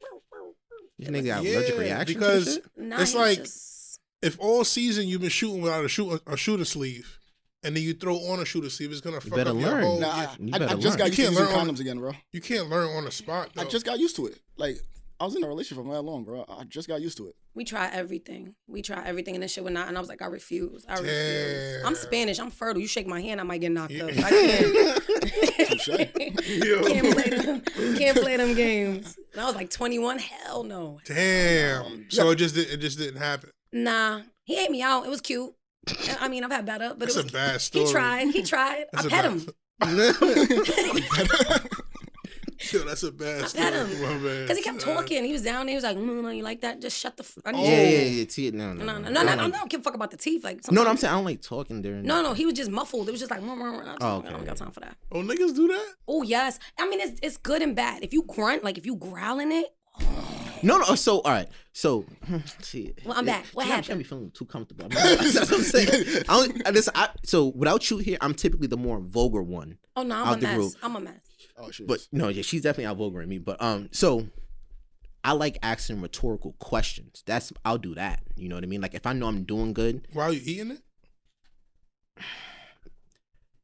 [SPEAKER 6] *laughs*
[SPEAKER 4] this nigga got allergic reaction
[SPEAKER 5] because
[SPEAKER 6] Nah,
[SPEAKER 5] it's
[SPEAKER 6] he was
[SPEAKER 5] like
[SPEAKER 6] just-
[SPEAKER 5] if all season you've been shooting without a shoot a shooter sleeve, and then you throw on a shooter sleeve, it's gonna fuck
[SPEAKER 4] better
[SPEAKER 5] up your
[SPEAKER 4] learn.
[SPEAKER 5] whole.
[SPEAKER 3] Nah, I,
[SPEAKER 4] You
[SPEAKER 3] I- I
[SPEAKER 4] better
[SPEAKER 3] just got
[SPEAKER 4] learn.
[SPEAKER 5] You
[SPEAKER 3] used to
[SPEAKER 5] can't
[SPEAKER 3] using
[SPEAKER 5] learn on-
[SPEAKER 3] condoms again, bro.
[SPEAKER 5] You can't learn on the spot. Though.
[SPEAKER 3] I just got used to it. Like, I was in a relationship for that long, bro. I just got used to it.
[SPEAKER 6] we try everything. We try everything, and this shit would not. And I was like, I refuse. I refuse.
[SPEAKER 5] Damn.
[SPEAKER 6] I'm Spanish. I'm fertile. You shake my hand, I might get knocked up. I can't.
[SPEAKER 5] *laughs*
[SPEAKER 6] can't play them. Can't play them games. And I was like 21. Hell no.
[SPEAKER 5] damn. So it just did, it just didn't happen.
[SPEAKER 6] Nah. He ate me out. It was cute. I mean, I've had better, but
[SPEAKER 5] That's
[SPEAKER 6] it was
[SPEAKER 5] a bad
[SPEAKER 6] He
[SPEAKER 5] story. *laughs*
[SPEAKER 6] tried. *laughs* He tried.
[SPEAKER 5] That's
[SPEAKER 6] I
[SPEAKER 5] a
[SPEAKER 6] pet
[SPEAKER 5] bad-
[SPEAKER 6] him.
[SPEAKER 5] Yo, that's a bad story,
[SPEAKER 6] Pet him.
[SPEAKER 5] my man.
[SPEAKER 6] Because he kept talking. He was down there. He was like, mm, no, you like that? Just shut the. F- I need
[SPEAKER 5] Oh.
[SPEAKER 4] Yeah, yeah, yeah. T- no, no,
[SPEAKER 6] No, no,
[SPEAKER 4] no,
[SPEAKER 6] no, no,
[SPEAKER 4] I don't
[SPEAKER 6] no,
[SPEAKER 4] like-
[SPEAKER 6] no. I don't give a fuck about the teeth. Like,
[SPEAKER 4] No, no, I'm saying I don't like talking during.
[SPEAKER 6] No, no, he was just muffled. It was just like, "Mwah, mwah, mwah." I, was
[SPEAKER 4] Oh,
[SPEAKER 6] like, I
[SPEAKER 4] okay.
[SPEAKER 6] don't got time for that.
[SPEAKER 5] Oh, niggas do that.
[SPEAKER 6] Oh yes, I mean it's it's good and bad. If you grunt, like if you growl in it,
[SPEAKER 4] no, no. So all right, so *laughs* see.
[SPEAKER 6] Well, I'm
[SPEAKER 4] yeah,
[SPEAKER 6] back. What
[SPEAKER 4] see, I'm
[SPEAKER 6] happened?
[SPEAKER 4] trying to be feeling too comfortable. I'm not- *laughs* That's what I'm saying. I don't, I, listen, I, so without you here, I'm typically the more vulgar one.
[SPEAKER 6] oh no, I'm
[SPEAKER 4] Out
[SPEAKER 6] a
[SPEAKER 4] the
[SPEAKER 6] mess.
[SPEAKER 4] group.
[SPEAKER 6] I'm a mess.
[SPEAKER 3] Oh shit.
[SPEAKER 4] But no, yeah, she's definitely out vulgaring me. But um, so I like asking rhetorical questions. That's I'll do that. You know what I mean? Like if I know I'm doing good,
[SPEAKER 5] While you eating it,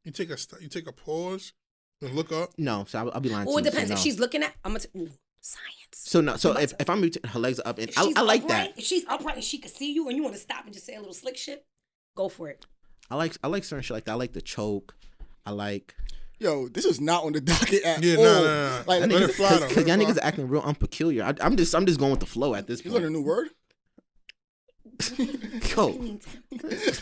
[SPEAKER 5] you take a st- you take a pause and look up.
[SPEAKER 4] no. So I'll, I'll be lying.
[SPEAKER 6] Well,
[SPEAKER 4] to
[SPEAKER 6] it
[SPEAKER 4] you, so
[SPEAKER 6] depends. If
[SPEAKER 4] no.
[SPEAKER 6] she's looking at, I'm gonna t- ooh, science.
[SPEAKER 4] so no. So if, if I'm her legs are up, and
[SPEAKER 6] If
[SPEAKER 4] I,
[SPEAKER 6] she's
[SPEAKER 4] I like
[SPEAKER 6] upright-
[SPEAKER 4] that.
[SPEAKER 6] If she's upright and she can see you, and you want to stop and just say a little slick shit, go for it.
[SPEAKER 4] I like I like certain shit like that. I like the choke. I like
[SPEAKER 3] Yo, this is not on the docket at
[SPEAKER 5] Yeah,
[SPEAKER 3] all.
[SPEAKER 5] nah, nah, nah.
[SPEAKER 3] Like, let
[SPEAKER 5] That nigga-
[SPEAKER 3] it fly
[SPEAKER 5] though.
[SPEAKER 4] because y'all
[SPEAKER 5] Let it
[SPEAKER 4] niggas
[SPEAKER 5] fly.
[SPEAKER 4] are acting real unpeculiar. I, I'm just I'm just going with the flow at this
[SPEAKER 3] You learn a
[SPEAKER 4] point.
[SPEAKER 3] new word?
[SPEAKER 4] Yo, *laughs*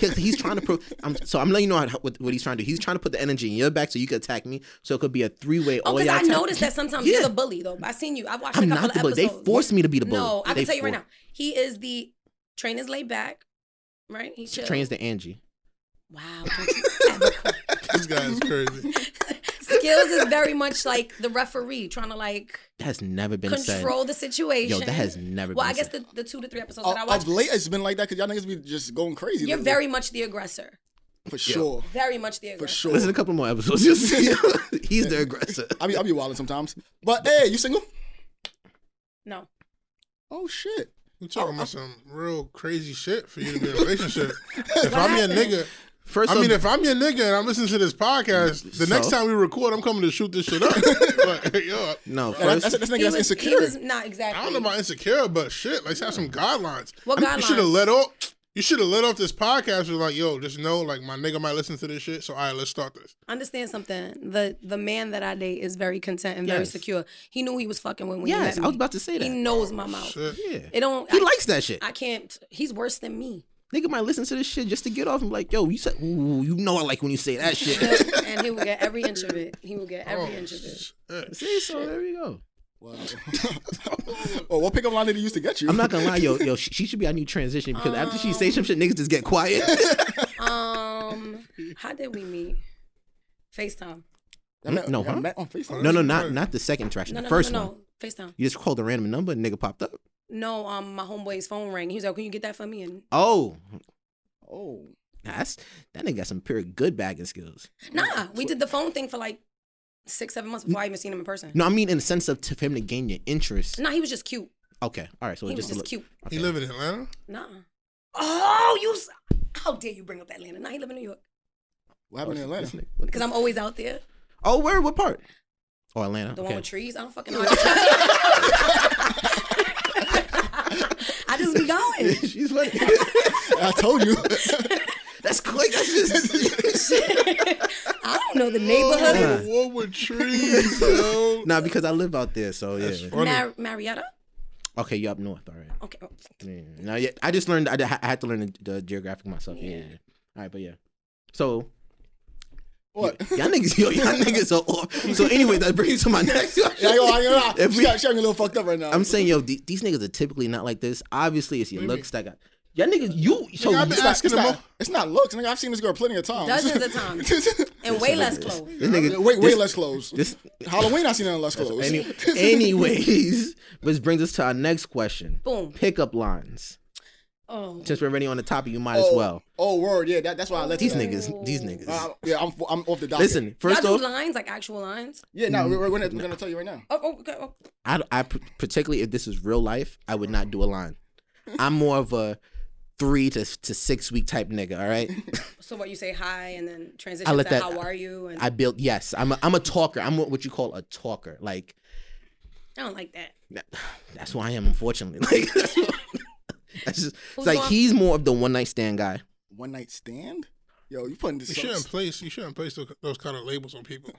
[SPEAKER 4] Cause he's trying to prove. I'm, so I'm letting you know how, what, what he's trying to do. He's trying to put the energy in your back so you can attack me. So it could be a three way.
[SPEAKER 6] Oh, because I noticed that sometimes
[SPEAKER 4] Yeah.
[SPEAKER 6] you're the bully though. I seen you. I've watched.
[SPEAKER 4] I'm
[SPEAKER 6] a couple
[SPEAKER 4] not the
[SPEAKER 6] of
[SPEAKER 4] bully. They
[SPEAKER 6] episodes.
[SPEAKER 4] forced me to be the bully.
[SPEAKER 6] No, I
[SPEAKER 4] They
[SPEAKER 6] can tell you right
[SPEAKER 4] for-
[SPEAKER 6] now. He is the train is laid back, right? He chill.
[SPEAKER 4] Trains to Angie.
[SPEAKER 6] Wow. don't you ever call-
[SPEAKER 5] This guy is
[SPEAKER 6] *laughs*
[SPEAKER 5] crazy.
[SPEAKER 6] Skills is very much like the referee trying to like
[SPEAKER 4] That has never been
[SPEAKER 6] control the situation.
[SPEAKER 4] Yo, that has never
[SPEAKER 6] Well,
[SPEAKER 4] been
[SPEAKER 6] I guess
[SPEAKER 4] said.
[SPEAKER 6] the, the two to three episodes
[SPEAKER 5] Oh,
[SPEAKER 3] Of,
[SPEAKER 6] that I
[SPEAKER 3] of
[SPEAKER 6] watched,
[SPEAKER 3] late, it's been like that because y'all niggas be just going crazy.
[SPEAKER 6] you're
[SPEAKER 3] lately.
[SPEAKER 6] very much the aggressor.
[SPEAKER 3] for sure,
[SPEAKER 6] Very much the
[SPEAKER 3] for
[SPEAKER 6] aggressor.
[SPEAKER 4] said.
[SPEAKER 3] sure.
[SPEAKER 4] Listen, a couple more episodes. You'll see. *laughs* he's the aggressor.
[SPEAKER 3] I be I be wilding sometimes. But hey, you single?
[SPEAKER 6] No.
[SPEAKER 3] Oh shit.
[SPEAKER 5] You talking about some real crazy shit for you to be in a relationship? if I'm your
[SPEAKER 6] happened?
[SPEAKER 5] nigga,
[SPEAKER 4] First,
[SPEAKER 5] I
[SPEAKER 4] off-
[SPEAKER 5] mean, if I'm your nigga and I'm listening to this podcast, the next
[SPEAKER 4] So?
[SPEAKER 5] time we record, I'm coming to shoot
[SPEAKER 4] *laughs*
[SPEAKER 5] this shit up. Like, *laughs* yo,
[SPEAKER 3] Yeah,
[SPEAKER 4] no,
[SPEAKER 3] that's,
[SPEAKER 4] first,
[SPEAKER 3] that's, that's nigga that's
[SPEAKER 6] He was,
[SPEAKER 3] insecure.
[SPEAKER 6] he was not exactly.
[SPEAKER 5] I don't know about insecure, but shit, let's have some guidelines.
[SPEAKER 6] What
[SPEAKER 5] I mean, You should have
[SPEAKER 6] guidelines?
[SPEAKER 5] let off. You should have let off this podcast with like, yo, just know, like, my nigga might listen to this shit. So, all right, let's start this.
[SPEAKER 6] Understand something. The the man that I date is very content and very
[SPEAKER 4] Yes.
[SPEAKER 6] secure. He knew he was fucking with when
[SPEAKER 4] yes,
[SPEAKER 6] he met
[SPEAKER 4] I was
[SPEAKER 6] me.
[SPEAKER 4] about to say
[SPEAKER 6] He
[SPEAKER 4] that.
[SPEAKER 6] knows my mouth.
[SPEAKER 5] Shit.
[SPEAKER 4] Yeah,
[SPEAKER 6] It don't.
[SPEAKER 4] he
[SPEAKER 6] I,
[SPEAKER 4] likes that shit.
[SPEAKER 6] I can't. He's worse
[SPEAKER 5] *laughs*
[SPEAKER 6] than me.
[SPEAKER 4] Nigga might listen to this shit just to get off. I'm like, yo, you said, ooh, you know I like when you say that
[SPEAKER 6] *laughs*
[SPEAKER 4] shit. *laughs*
[SPEAKER 6] and he will get every inch of it. He will get every
[SPEAKER 5] Oh,
[SPEAKER 6] inch of it.
[SPEAKER 5] shit.
[SPEAKER 4] See, so there you go.
[SPEAKER 3] Wow. *laughs* oh, what pickup line did he used to get you?
[SPEAKER 4] I'm not gonna lie, yo, yo, she, she should be our new transition because after she say some shit, niggas just get quiet.
[SPEAKER 6] *laughs*
[SPEAKER 4] *laughs*
[SPEAKER 6] Um, how did we meet? FaceTime.
[SPEAKER 3] I met-
[SPEAKER 4] No,
[SPEAKER 3] I
[SPEAKER 4] huh?
[SPEAKER 3] met on Facebook.
[SPEAKER 4] no, no, not not the second interaction,
[SPEAKER 6] No,
[SPEAKER 4] the
[SPEAKER 6] no,
[SPEAKER 4] first
[SPEAKER 6] no, no,
[SPEAKER 4] one.
[SPEAKER 6] no. FaceTime.
[SPEAKER 4] You just called a random number and nigga popped up.
[SPEAKER 6] No, um, my homeboy's phone rang. He was like, "Can you get that for me?" And
[SPEAKER 4] Oh,
[SPEAKER 3] Oh,
[SPEAKER 4] that's that nigga got some pure good bagging skills.
[SPEAKER 6] nah, we did the phone thing for like six, seven months before I even seen him in person.
[SPEAKER 4] No, I mean in the sense of to, for him to gain your interest.
[SPEAKER 6] Nah, he was just cute.
[SPEAKER 4] Okay, all right. So
[SPEAKER 6] He
[SPEAKER 4] it
[SPEAKER 6] was
[SPEAKER 4] just,
[SPEAKER 6] just
[SPEAKER 4] look-
[SPEAKER 6] cute.
[SPEAKER 4] okay.
[SPEAKER 5] He live in Atlanta.
[SPEAKER 6] Nah. Oh, you. s- How dare you bring up Atlanta? Nah, he live in New York.
[SPEAKER 3] what happened in
[SPEAKER 4] This
[SPEAKER 3] Atlanta?
[SPEAKER 4] nigga- what
[SPEAKER 6] Because I'm always out there.
[SPEAKER 4] the- Oh, where? What part? Oh, Atlanta.
[SPEAKER 6] The
[SPEAKER 4] okay. *laughs*
[SPEAKER 6] one with trees. I don't fucking know. I just be going. *laughs*
[SPEAKER 4] She's funny. *laughs*
[SPEAKER 3] I told you.
[SPEAKER 4] That's quick. That's
[SPEAKER 6] *laughs*
[SPEAKER 4] just *laughs*
[SPEAKER 6] I don't know the neighborhood.
[SPEAKER 5] What
[SPEAKER 3] *laughs*
[SPEAKER 5] with trees, yo?
[SPEAKER 4] nah, because I live out there. So yeah.
[SPEAKER 5] funny.
[SPEAKER 6] Mar- Marietta.
[SPEAKER 4] Okay, you up north. All right.
[SPEAKER 6] Okay. oh,
[SPEAKER 4] Yeah. Now, yeah, I just learned. I, d- I had to learn the, the geographic myself. Yeah. All right, but yeah. So
[SPEAKER 3] What?
[SPEAKER 4] y'all niggas, *laughs* yo, y'all niggas are off. So anyway, that brings me to my *laughs* next.
[SPEAKER 3] Yeah, yo, I ain't gonna lie.
[SPEAKER 4] If
[SPEAKER 3] She
[SPEAKER 4] we-
[SPEAKER 3] got, she got me a little fucked up right now.
[SPEAKER 4] I'm saying, yo, the- these niggas are typically not like this. Obviously, it's your looks that got y'all niggas. You so you-
[SPEAKER 5] Nigga, I've been
[SPEAKER 3] it's, not,
[SPEAKER 5] asking
[SPEAKER 3] it's,
[SPEAKER 5] him
[SPEAKER 3] not,
[SPEAKER 5] all-
[SPEAKER 3] it's not looks. Nigga, I've seen this girl plenty of times.
[SPEAKER 6] Dozens
[SPEAKER 3] *laughs*
[SPEAKER 6] of times. And way less clothes.
[SPEAKER 4] this nigga,
[SPEAKER 3] Wait, way
[SPEAKER 4] this-
[SPEAKER 3] less clothes.
[SPEAKER 4] This,
[SPEAKER 3] Halloween, I seen nothing less clothes. *laughs*
[SPEAKER 4] any, anyways, which brings us to our next question.
[SPEAKER 6] Boom.
[SPEAKER 4] Pickup lines.
[SPEAKER 6] Oh.
[SPEAKER 4] Since we're already on the topic, you might as
[SPEAKER 3] oh,
[SPEAKER 4] well.
[SPEAKER 3] Oh, word. Yeah, that, that's why I let
[SPEAKER 4] These
[SPEAKER 3] you
[SPEAKER 4] niggas, these niggas.
[SPEAKER 3] Uh, yeah, I'm, I'm off the docket.
[SPEAKER 4] Listen,
[SPEAKER 6] Y'all
[SPEAKER 4] first
[SPEAKER 6] do
[SPEAKER 4] off,
[SPEAKER 6] lines like actual lines.
[SPEAKER 3] Yeah,
[SPEAKER 5] Mm-hmm.
[SPEAKER 3] no, we're, we're, gonna, we're gonna tell you right now.
[SPEAKER 6] Oh, oh, okay. Oh.
[SPEAKER 4] I, I p- particularly if this is real life, I would not do a line. I'm more of a three to to six week type nigga. All right,
[SPEAKER 6] So what you say hi and then transition
[SPEAKER 4] I let
[SPEAKER 6] to
[SPEAKER 4] that-
[SPEAKER 6] how are you and I,
[SPEAKER 4] I built. Yes, I'm a, I'm a talker. I'm what you call a talker. Like
[SPEAKER 6] don't like that.
[SPEAKER 4] that's who I am. Unfortunately, *laughs* like that's, what- that's just it's
[SPEAKER 6] Who's
[SPEAKER 4] like
[SPEAKER 6] going-
[SPEAKER 4] he's more of the one night stand guy.
[SPEAKER 3] One night stand? Yo, you putting this
[SPEAKER 5] You shouldn't place. You shouldn't place those, those kind of labels
[SPEAKER 4] *laughs*
[SPEAKER 5] on people.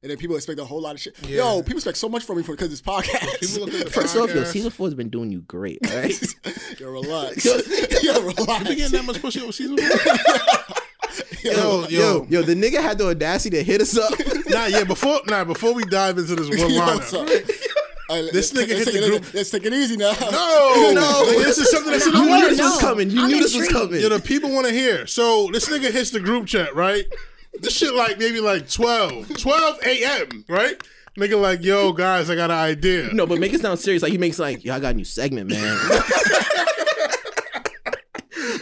[SPEAKER 3] And then people expect a whole lot of shit.
[SPEAKER 5] Yeah.
[SPEAKER 3] Yo, people expect so much from me because of this podcast.
[SPEAKER 5] People look
[SPEAKER 3] *laughs*
[SPEAKER 5] at *laughs* the
[SPEAKER 4] First off, your
[SPEAKER 5] podcast.
[SPEAKER 4] season four has been doing you great. All right,
[SPEAKER 3] Yo, relax. *laughs* Yo,
[SPEAKER 5] You been
[SPEAKER 3] relax.
[SPEAKER 5] getting that much pussy on
[SPEAKER 4] *laughs*
[SPEAKER 5] season one? *laughs* yo,
[SPEAKER 4] yo,
[SPEAKER 5] yo.
[SPEAKER 4] yo, the nigga had the audacity to hit us
[SPEAKER 5] *laughs*
[SPEAKER 4] up.
[SPEAKER 5] Nah, yeah. Before, nah, before we dive into
[SPEAKER 4] *laughs*
[SPEAKER 5] this one
[SPEAKER 3] Yo,
[SPEAKER 5] line.
[SPEAKER 3] what's up? All right, let's
[SPEAKER 5] This
[SPEAKER 3] take-
[SPEAKER 5] nigga
[SPEAKER 3] let's
[SPEAKER 5] hit
[SPEAKER 3] take
[SPEAKER 5] the
[SPEAKER 3] it-
[SPEAKER 5] group.
[SPEAKER 3] Let's take it easy now.
[SPEAKER 4] *laughs*
[SPEAKER 5] No, no. this is something that's in the
[SPEAKER 4] you
[SPEAKER 6] I
[SPEAKER 4] knew
[SPEAKER 6] wanna
[SPEAKER 4] this
[SPEAKER 5] works.
[SPEAKER 4] was
[SPEAKER 6] know.
[SPEAKER 4] coming. You
[SPEAKER 6] I'm
[SPEAKER 4] knew this was
[SPEAKER 6] intrigued.
[SPEAKER 4] coming.
[SPEAKER 5] Yeah, the people want to hear. So this nigga hits the group chat, right? This shit like maybe like 12, 12 a.m., right? Nigga like, yo, guys, I got an
[SPEAKER 4] *laughs*
[SPEAKER 5] idea.
[SPEAKER 4] No, but make it sound serious. Like he makes like, yo, I got a new segment, *laughs* man.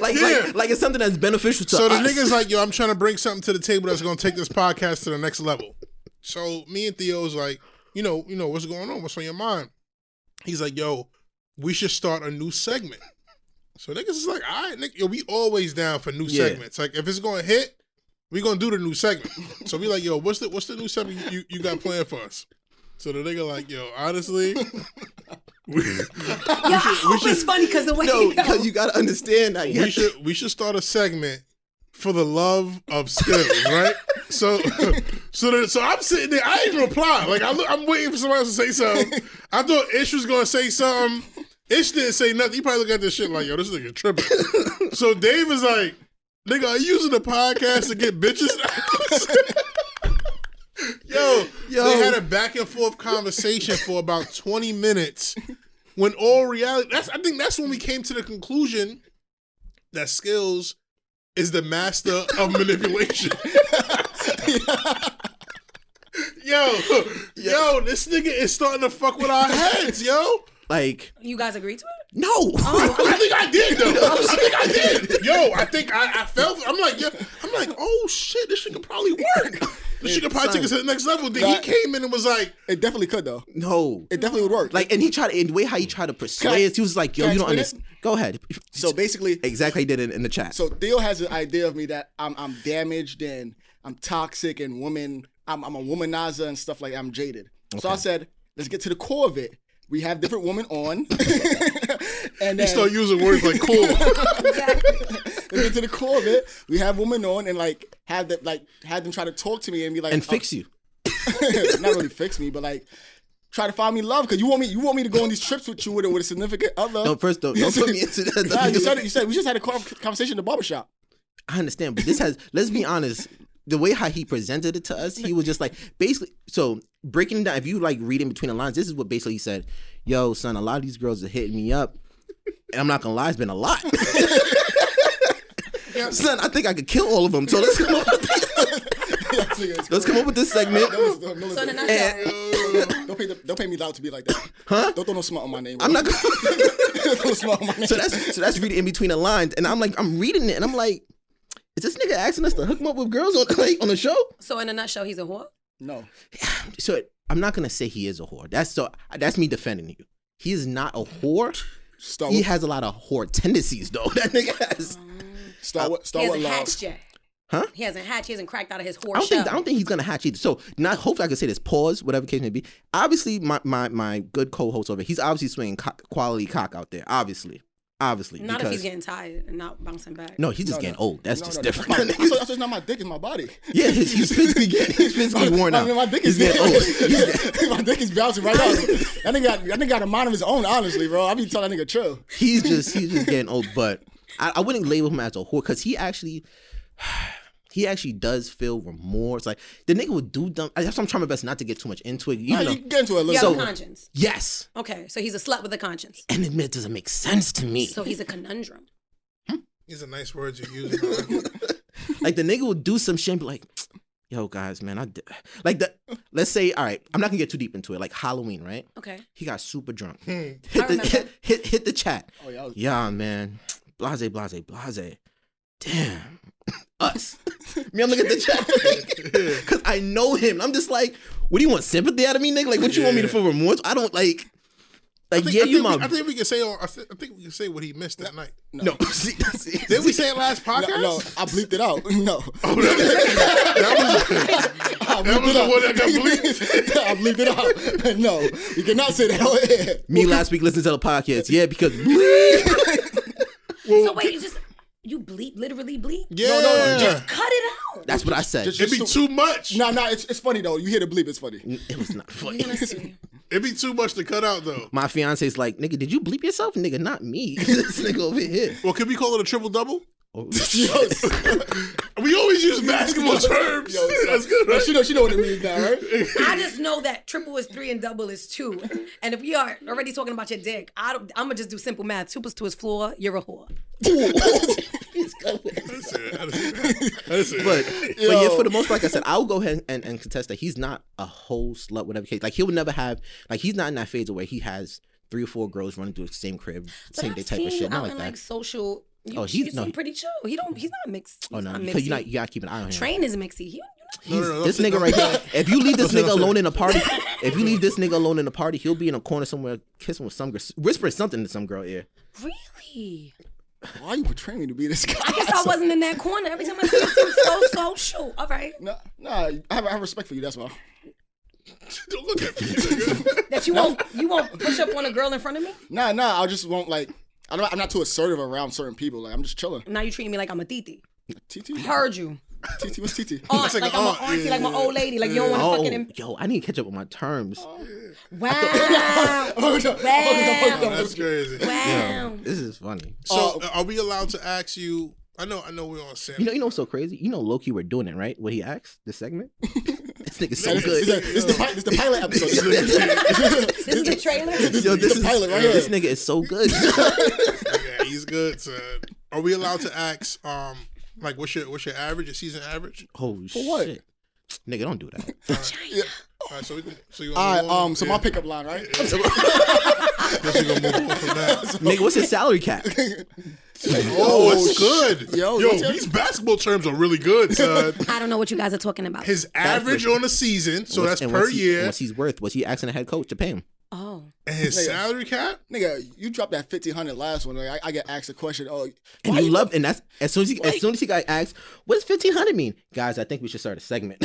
[SPEAKER 4] like,
[SPEAKER 5] Yeah.
[SPEAKER 4] like, like it's something that's beneficial to
[SPEAKER 5] So the
[SPEAKER 4] us.
[SPEAKER 5] nigga's
[SPEAKER 4] *laughs*
[SPEAKER 5] like, yo, I'm trying to bring something to the table that's gonna take this podcast to the next level. So me and Theo's like, you know, you know, what's going on? What's on your mind? He's like, yo, we should start a new segment. So niggas is like, all right, nigga, yo, we always down for new
[SPEAKER 4] Yeah.
[SPEAKER 5] segments. Like if it's gonna hit, we gonna do the new segment. so we like, yo, what's the what's the new segment you, you got planned for us? So the nigga like, yo, honestly, *laughs*
[SPEAKER 6] Yeah, I hope it's funny because the way
[SPEAKER 4] no, *laughs*
[SPEAKER 6] you
[SPEAKER 4] because you gotta understand that.
[SPEAKER 5] we should we should start a segment for the love of skills, right? So, *laughs* so the, so I'm sitting there. I didn't reply. Like I'm, I'm waiting for somebody else to say something. I thought Ish was gonna say something. Ish didn't say nothing. He probably looked at this shit like, yo, this nigga tripping. so Dave is like, nigga, are you using the podcast to get bitches? *laughs* yo,
[SPEAKER 4] Yo.
[SPEAKER 5] they had a back and forth conversation for about 20 minutes. When all reality, that's I think that's when we came to the conclusion that skills is the master of manipulation. *laughs* yo, yo, this nigga is starting to fuck with our heads, yo.
[SPEAKER 4] like,
[SPEAKER 6] you guys agree to it?
[SPEAKER 4] no. Oh.
[SPEAKER 5] I think I did though.
[SPEAKER 3] *laughs*
[SPEAKER 5] I think I did. Yo, I think I, I felt. I'm like, yo, I'm like, oh shit, this shit could probably work. This shit could probably take us to the next level. Then he
[SPEAKER 3] That-
[SPEAKER 5] came in and was like,
[SPEAKER 3] It definitely could though.
[SPEAKER 4] *laughs* no.
[SPEAKER 3] It definitely would work.
[SPEAKER 4] Like, and he tried to, and the way how he tried to
[SPEAKER 3] Can I-
[SPEAKER 4] persuade us, he was like, yo,
[SPEAKER 3] can I
[SPEAKER 4] you
[SPEAKER 3] explain
[SPEAKER 4] don't understand. Go ahead.
[SPEAKER 3] so basically,
[SPEAKER 4] Exactly, he did it in the chat.
[SPEAKER 3] so Theo has an idea of me that I'm I'm damaged and I'm toxic and woman I'm I'm a womanizer and stuff like I'm jaded. So I said, let's get to the core of it. We have different women on,
[SPEAKER 4] *laughs*
[SPEAKER 3] and then
[SPEAKER 5] he started using words
[SPEAKER 3] *laughs*
[SPEAKER 5] like cool.
[SPEAKER 3] let's get to the core of it. We have women on and like have them like have them try to talk to me and be like
[SPEAKER 4] and
[SPEAKER 3] oh,
[SPEAKER 4] fix you.
[SPEAKER 3] *laughs* not really fix me, but like try to find me love because you want me you want me to go on these trips with you with, a- with a significant other.
[SPEAKER 4] No, first, don't,
[SPEAKER 3] *laughs*
[SPEAKER 4] don't put me into that.
[SPEAKER 3] Nah, you said it, you said we just had a con- conversation in the
[SPEAKER 4] *laughs*
[SPEAKER 3] barbershop.
[SPEAKER 4] I understand, but this has. let's be honest. The way how he presented it to us, he was just like basically. So breaking it down, if you like reading between the lines, this is what basically he said. Yo, son, a lot of these girls are hitting me up, and I'm not gonna lie, it's been a lot. son, I think I could kill all of them. So let's go. Let's come up with this segment.
[SPEAKER 6] So in a
[SPEAKER 3] don't,
[SPEAKER 6] nutshell,
[SPEAKER 3] don't, pay the, don't pay me loud to be like that.
[SPEAKER 4] *coughs* Huh?
[SPEAKER 3] Don't throw no smut on my name.
[SPEAKER 4] I'm not. Gonna, *laughs*
[SPEAKER 3] *laughs* don't throw no smut on my name.
[SPEAKER 4] so that's so that's reading in between the lines, and I'm like, I'm reading it, and I'm like, is this nigga asking us to hook him up with girls on like, on the show?
[SPEAKER 6] so in a nutshell, he's a whore.
[SPEAKER 3] no.
[SPEAKER 4] So I'm not gonna say he is a whore. That's so that's me defending you. He is not a whore.
[SPEAKER 3] Start
[SPEAKER 4] He
[SPEAKER 3] with,
[SPEAKER 4] has a lot of whore tendencies, though. *laughs* That nigga has.
[SPEAKER 3] start with,
[SPEAKER 6] He
[SPEAKER 3] start with
[SPEAKER 6] hasn't
[SPEAKER 3] love.
[SPEAKER 6] hatched yet.
[SPEAKER 4] Huh?
[SPEAKER 6] He hasn't hatched. He hasn't cracked out of his whore
[SPEAKER 4] I don't
[SPEAKER 6] shell.
[SPEAKER 4] think I don't think he's gonna hatch either. So not hopefully I can say this. Pause, whatever case may be. Obviously, my my my good co-host over, he's obviously swinging co- quality cock out there. Obviously, obviously.
[SPEAKER 6] Not if
[SPEAKER 4] because-
[SPEAKER 6] he's getting tired and not bouncing back.
[SPEAKER 4] No, he's just
[SPEAKER 3] No,
[SPEAKER 4] getting
[SPEAKER 3] no.
[SPEAKER 4] old. That's
[SPEAKER 3] No,
[SPEAKER 4] just
[SPEAKER 3] no,
[SPEAKER 4] different. *laughs*
[SPEAKER 3] That's, my, that's, that's just not my dick. It's my body.
[SPEAKER 4] yeah, he's, he's physically getting
[SPEAKER 3] *laughs*
[SPEAKER 4] he's physically worn
[SPEAKER 3] I
[SPEAKER 4] out.
[SPEAKER 3] mean, my dick
[SPEAKER 4] he's
[SPEAKER 3] is
[SPEAKER 4] getting old. He's
[SPEAKER 3] *laughs*
[SPEAKER 4] get-
[SPEAKER 3] my dick is bouncing right now. That nigga, got, that nigga got a mind of his own. Honestly, bro, I be telling that nigga chill.
[SPEAKER 4] he's just he's just getting old. But I, I wouldn't label him as a whore because he actually *sighs* he actually does feel remorse. Like the nigga would do dumb. That's why I'm trying my best not to get too much into it. You
[SPEAKER 3] Nah,
[SPEAKER 4] know.
[SPEAKER 3] you get into it a
[SPEAKER 6] He
[SPEAKER 3] little.
[SPEAKER 6] has
[SPEAKER 4] So-
[SPEAKER 6] a conscience.
[SPEAKER 4] yes,
[SPEAKER 6] Okay, so he's a slut with a conscience.
[SPEAKER 4] and it doesn't make sense to me.
[SPEAKER 6] So *laughs* he's a conundrum.
[SPEAKER 5] These are nice words you use. *laughs* man.
[SPEAKER 4] like the nigga will do some shit and be like, yo guys, man, I did. like the let's say, all right, I'm not gonna get too deep into it. Like Halloween, right?
[SPEAKER 6] Okay.
[SPEAKER 4] He got super drunk. *laughs*
[SPEAKER 5] Hmm.
[SPEAKER 4] hit,
[SPEAKER 6] I
[SPEAKER 4] the,
[SPEAKER 6] remember.
[SPEAKER 4] hit, hit hit the chat.
[SPEAKER 3] Oh, yeah, I was-
[SPEAKER 4] Yeah, man. Blase, blase, blase. Damn. *laughs* Us. me, I'm
[SPEAKER 5] *laughs*
[SPEAKER 4] looking at the chat. *laughs* Cause I know him. I'm just like, what do you want? Sympathy out of me, nigga? Like what you want me to
[SPEAKER 5] Yeah.
[SPEAKER 4] feel remorse? I don't like like
[SPEAKER 5] I think-
[SPEAKER 4] yeah,
[SPEAKER 5] I
[SPEAKER 4] you
[SPEAKER 5] think
[SPEAKER 4] my
[SPEAKER 5] we- I think we can say. all- I, thi- I think we can say what he missed that night.
[SPEAKER 4] no. *laughs* see, see,
[SPEAKER 5] Did we say it last podcast?
[SPEAKER 3] No, no, I bleeped it out. *laughs* No,
[SPEAKER 4] Oh,
[SPEAKER 3] *laughs* I
[SPEAKER 5] That
[SPEAKER 3] bleeped
[SPEAKER 5] was
[SPEAKER 3] it
[SPEAKER 5] the
[SPEAKER 3] out.
[SPEAKER 5] one
[SPEAKER 3] *laughs*
[SPEAKER 5] that got bleeped.
[SPEAKER 3] I bleeped it out. *laughs* No, you cannot say that. *laughs* on air.
[SPEAKER 4] *laughs* me last week listening to the podcast. Yeah,
[SPEAKER 5] *laughs*
[SPEAKER 4] because
[SPEAKER 6] so wait, you just you bleep literally bleep.
[SPEAKER 5] Yeah,
[SPEAKER 3] No, no,
[SPEAKER 6] Just cut it
[SPEAKER 4] *laughs*
[SPEAKER 6] out.
[SPEAKER 4] that's what I said.
[SPEAKER 3] Just-
[SPEAKER 5] it'd be too much.
[SPEAKER 3] Nah, nah, it's, it's funny though. You hear the bleep, it's funny.
[SPEAKER 4] It was not
[SPEAKER 6] We're
[SPEAKER 4] funny.
[SPEAKER 6] gonna see.
[SPEAKER 5] It'd be too much to cut out though.
[SPEAKER 4] *laughs* My fiance's like, nigga, did you bleep yourself? Nigga, not me. *laughs* this nigga over
[SPEAKER 5] *laughs*
[SPEAKER 4] here.
[SPEAKER 5] Well, can we call it a triple double?
[SPEAKER 4] Oh,
[SPEAKER 5] We always use basketball terms.
[SPEAKER 3] Yo, it's-
[SPEAKER 5] *laughs* That's good.
[SPEAKER 3] But
[SPEAKER 5] Right?
[SPEAKER 3] she know, she know what it means now, right?
[SPEAKER 6] I just know that triple is three and double is two. And if we are already talking about your dick, I don't, I'm gonna just do simple math. Two plus two is four. You're a whore.
[SPEAKER 4] he's going.
[SPEAKER 5] That's it. That's it.
[SPEAKER 3] *laughs*
[SPEAKER 5] That's it. *laughs*
[SPEAKER 4] But, but yeah, for the most part, like I said, I'll go ahead and, and contest that he's not a whole slut, whatever case. Like he'll never have like he's not in that phase where he has three or four girls running through the same crib,
[SPEAKER 6] But
[SPEAKER 4] same
[SPEAKER 6] I've
[SPEAKER 4] day type
[SPEAKER 6] seen
[SPEAKER 4] of shit.
[SPEAKER 6] You out
[SPEAKER 4] Not like
[SPEAKER 6] in
[SPEAKER 4] that.
[SPEAKER 6] like social. You,
[SPEAKER 4] Oh,
[SPEAKER 6] oh,
[SPEAKER 4] he's-
[SPEAKER 6] he's
[SPEAKER 4] no, he-
[SPEAKER 6] pretty chill. He don't. He's not mixed.
[SPEAKER 4] oh
[SPEAKER 6] he's
[SPEAKER 4] no,
[SPEAKER 6] not
[SPEAKER 4] because
[SPEAKER 6] mixy.
[SPEAKER 4] you not you gotta keep an eye on him.
[SPEAKER 6] Train is mixy. He, you
[SPEAKER 5] no, no,
[SPEAKER 6] know,
[SPEAKER 5] no,
[SPEAKER 4] He's- this
[SPEAKER 5] don't say-
[SPEAKER 4] nigga right here. If you leave this
[SPEAKER 5] Don't say-
[SPEAKER 4] nigga
[SPEAKER 5] don't say.
[SPEAKER 4] alone in a party, if you leave this nigga alone in a party, he'll be in a corner somewhere kissing with some girl, whispering something to some girl ear.
[SPEAKER 6] really.
[SPEAKER 3] Why you portraying me to be this guy? *laughs*
[SPEAKER 6] I guess I wasn't in that corner. Every time I see you, you
[SPEAKER 4] *laughs*
[SPEAKER 6] so social. All right,
[SPEAKER 3] Nah, nah I, have, I have respect for you. That's why.
[SPEAKER 5] *laughs* Don't look at me. nigga.
[SPEAKER 6] that you won't you won't push up on a girl in front of me.
[SPEAKER 3] *laughs* Nah, nah, I just won't like. I don't, I'm not too assertive around certain people. Like I'm just chilling.
[SPEAKER 6] Now you treating me like I'm a titi.
[SPEAKER 3] TT,
[SPEAKER 6] Heard you.
[SPEAKER 3] TT, what's *laughs* TT?
[SPEAKER 5] like
[SPEAKER 6] Aunt, like,
[SPEAKER 5] an
[SPEAKER 6] I'm
[SPEAKER 5] aunt,
[SPEAKER 6] an auntie, like my old lady. Like you don't want to
[SPEAKER 4] Oh,
[SPEAKER 6] fucking. Oh, Im-
[SPEAKER 4] yo, I need to catch up with my terms.
[SPEAKER 6] wow.
[SPEAKER 4] *laughs*
[SPEAKER 3] Oh, no, oh, no, oh, no.
[SPEAKER 5] That's crazy.
[SPEAKER 6] Wow.
[SPEAKER 4] This is funny.
[SPEAKER 3] Oh.
[SPEAKER 5] So, uh, are we allowed to ask you? I know, I know, we're on Sam.
[SPEAKER 4] You know, you know what's so crazy? You know, Loki, we're doing it right. What he asked this segment. *laughs* this nigga's so
[SPEAKER 3] It's, it's,
[SPEAKER 4] good.
[SPEAKER 3] it's the, pi- it's the pilot episode.
[SPEAKER 5] *laughs*
[SPEAKER 6] This is the trailer.
[SPEAKER 4] Yo, this
[SPEAKER 3] the pilot right
[SPEAKER 4] This
[SPEAKER 3] here.
[SPEAKER 4] nigga is so good.
[SPEAKER 5] yeah, he's good. Son. Are we allowed to ask? Um, like, what's your what's your average, your season average?
[SPEAKER 4] Holy
[SPEAKER 3] what?
[SPEAKER 4] shit, nigga, don't do that.
[SPEAKER 5] All right, so we can. So you
[SPEAKER 3] All right, um, so my
[SPEAKER 5] *laughs*
[SPEAKER 3] pickup line, right?
[SPEAKER 5] Guess we're gonna move on from
[SPEAKER 4] *laughs*
[SPEAKER 5] that.
[SPEAKER 3] *laughs*
[SPEAKER 4] nigga, what's his salary cap?
[SPEAKER 5] Oh, it's good. Yo,
[SPEAKER 3] Yo, what's your-
[SPEAKER 5] these basketball terms are really good.
[SPEAKER 3] *laughs*
[SPEAKER 5] Son.
[SPEAKER 6] I don't know what you guys are talking about.
[SPEAKER 5] His average on the season, so
[SPEAKER 4] What's-
[SPEAKER 5] that's
[SPEAKER 4] and
[SPEAKER 5] per
[SPEAKER 4] what's He, and
[SPEAKER 5] year,
[SPEAKER 4] what's he's worth? What's he asking the head coach to pay him?
[SPEAKER 6] oh.
[SPEAKER 3] *laughs*
[SPEAKER 5] and his salary cap.
[SPEAKER 3] Nigga, you dropped that fifteen hundred last one. Like, I, I get asked a question. Oh, *laughs*
[SPEAKER 4] And you love, and that's as soon as he, as soon as he got asked, what does fifteen hundred mean, guys? I think we should start a segment.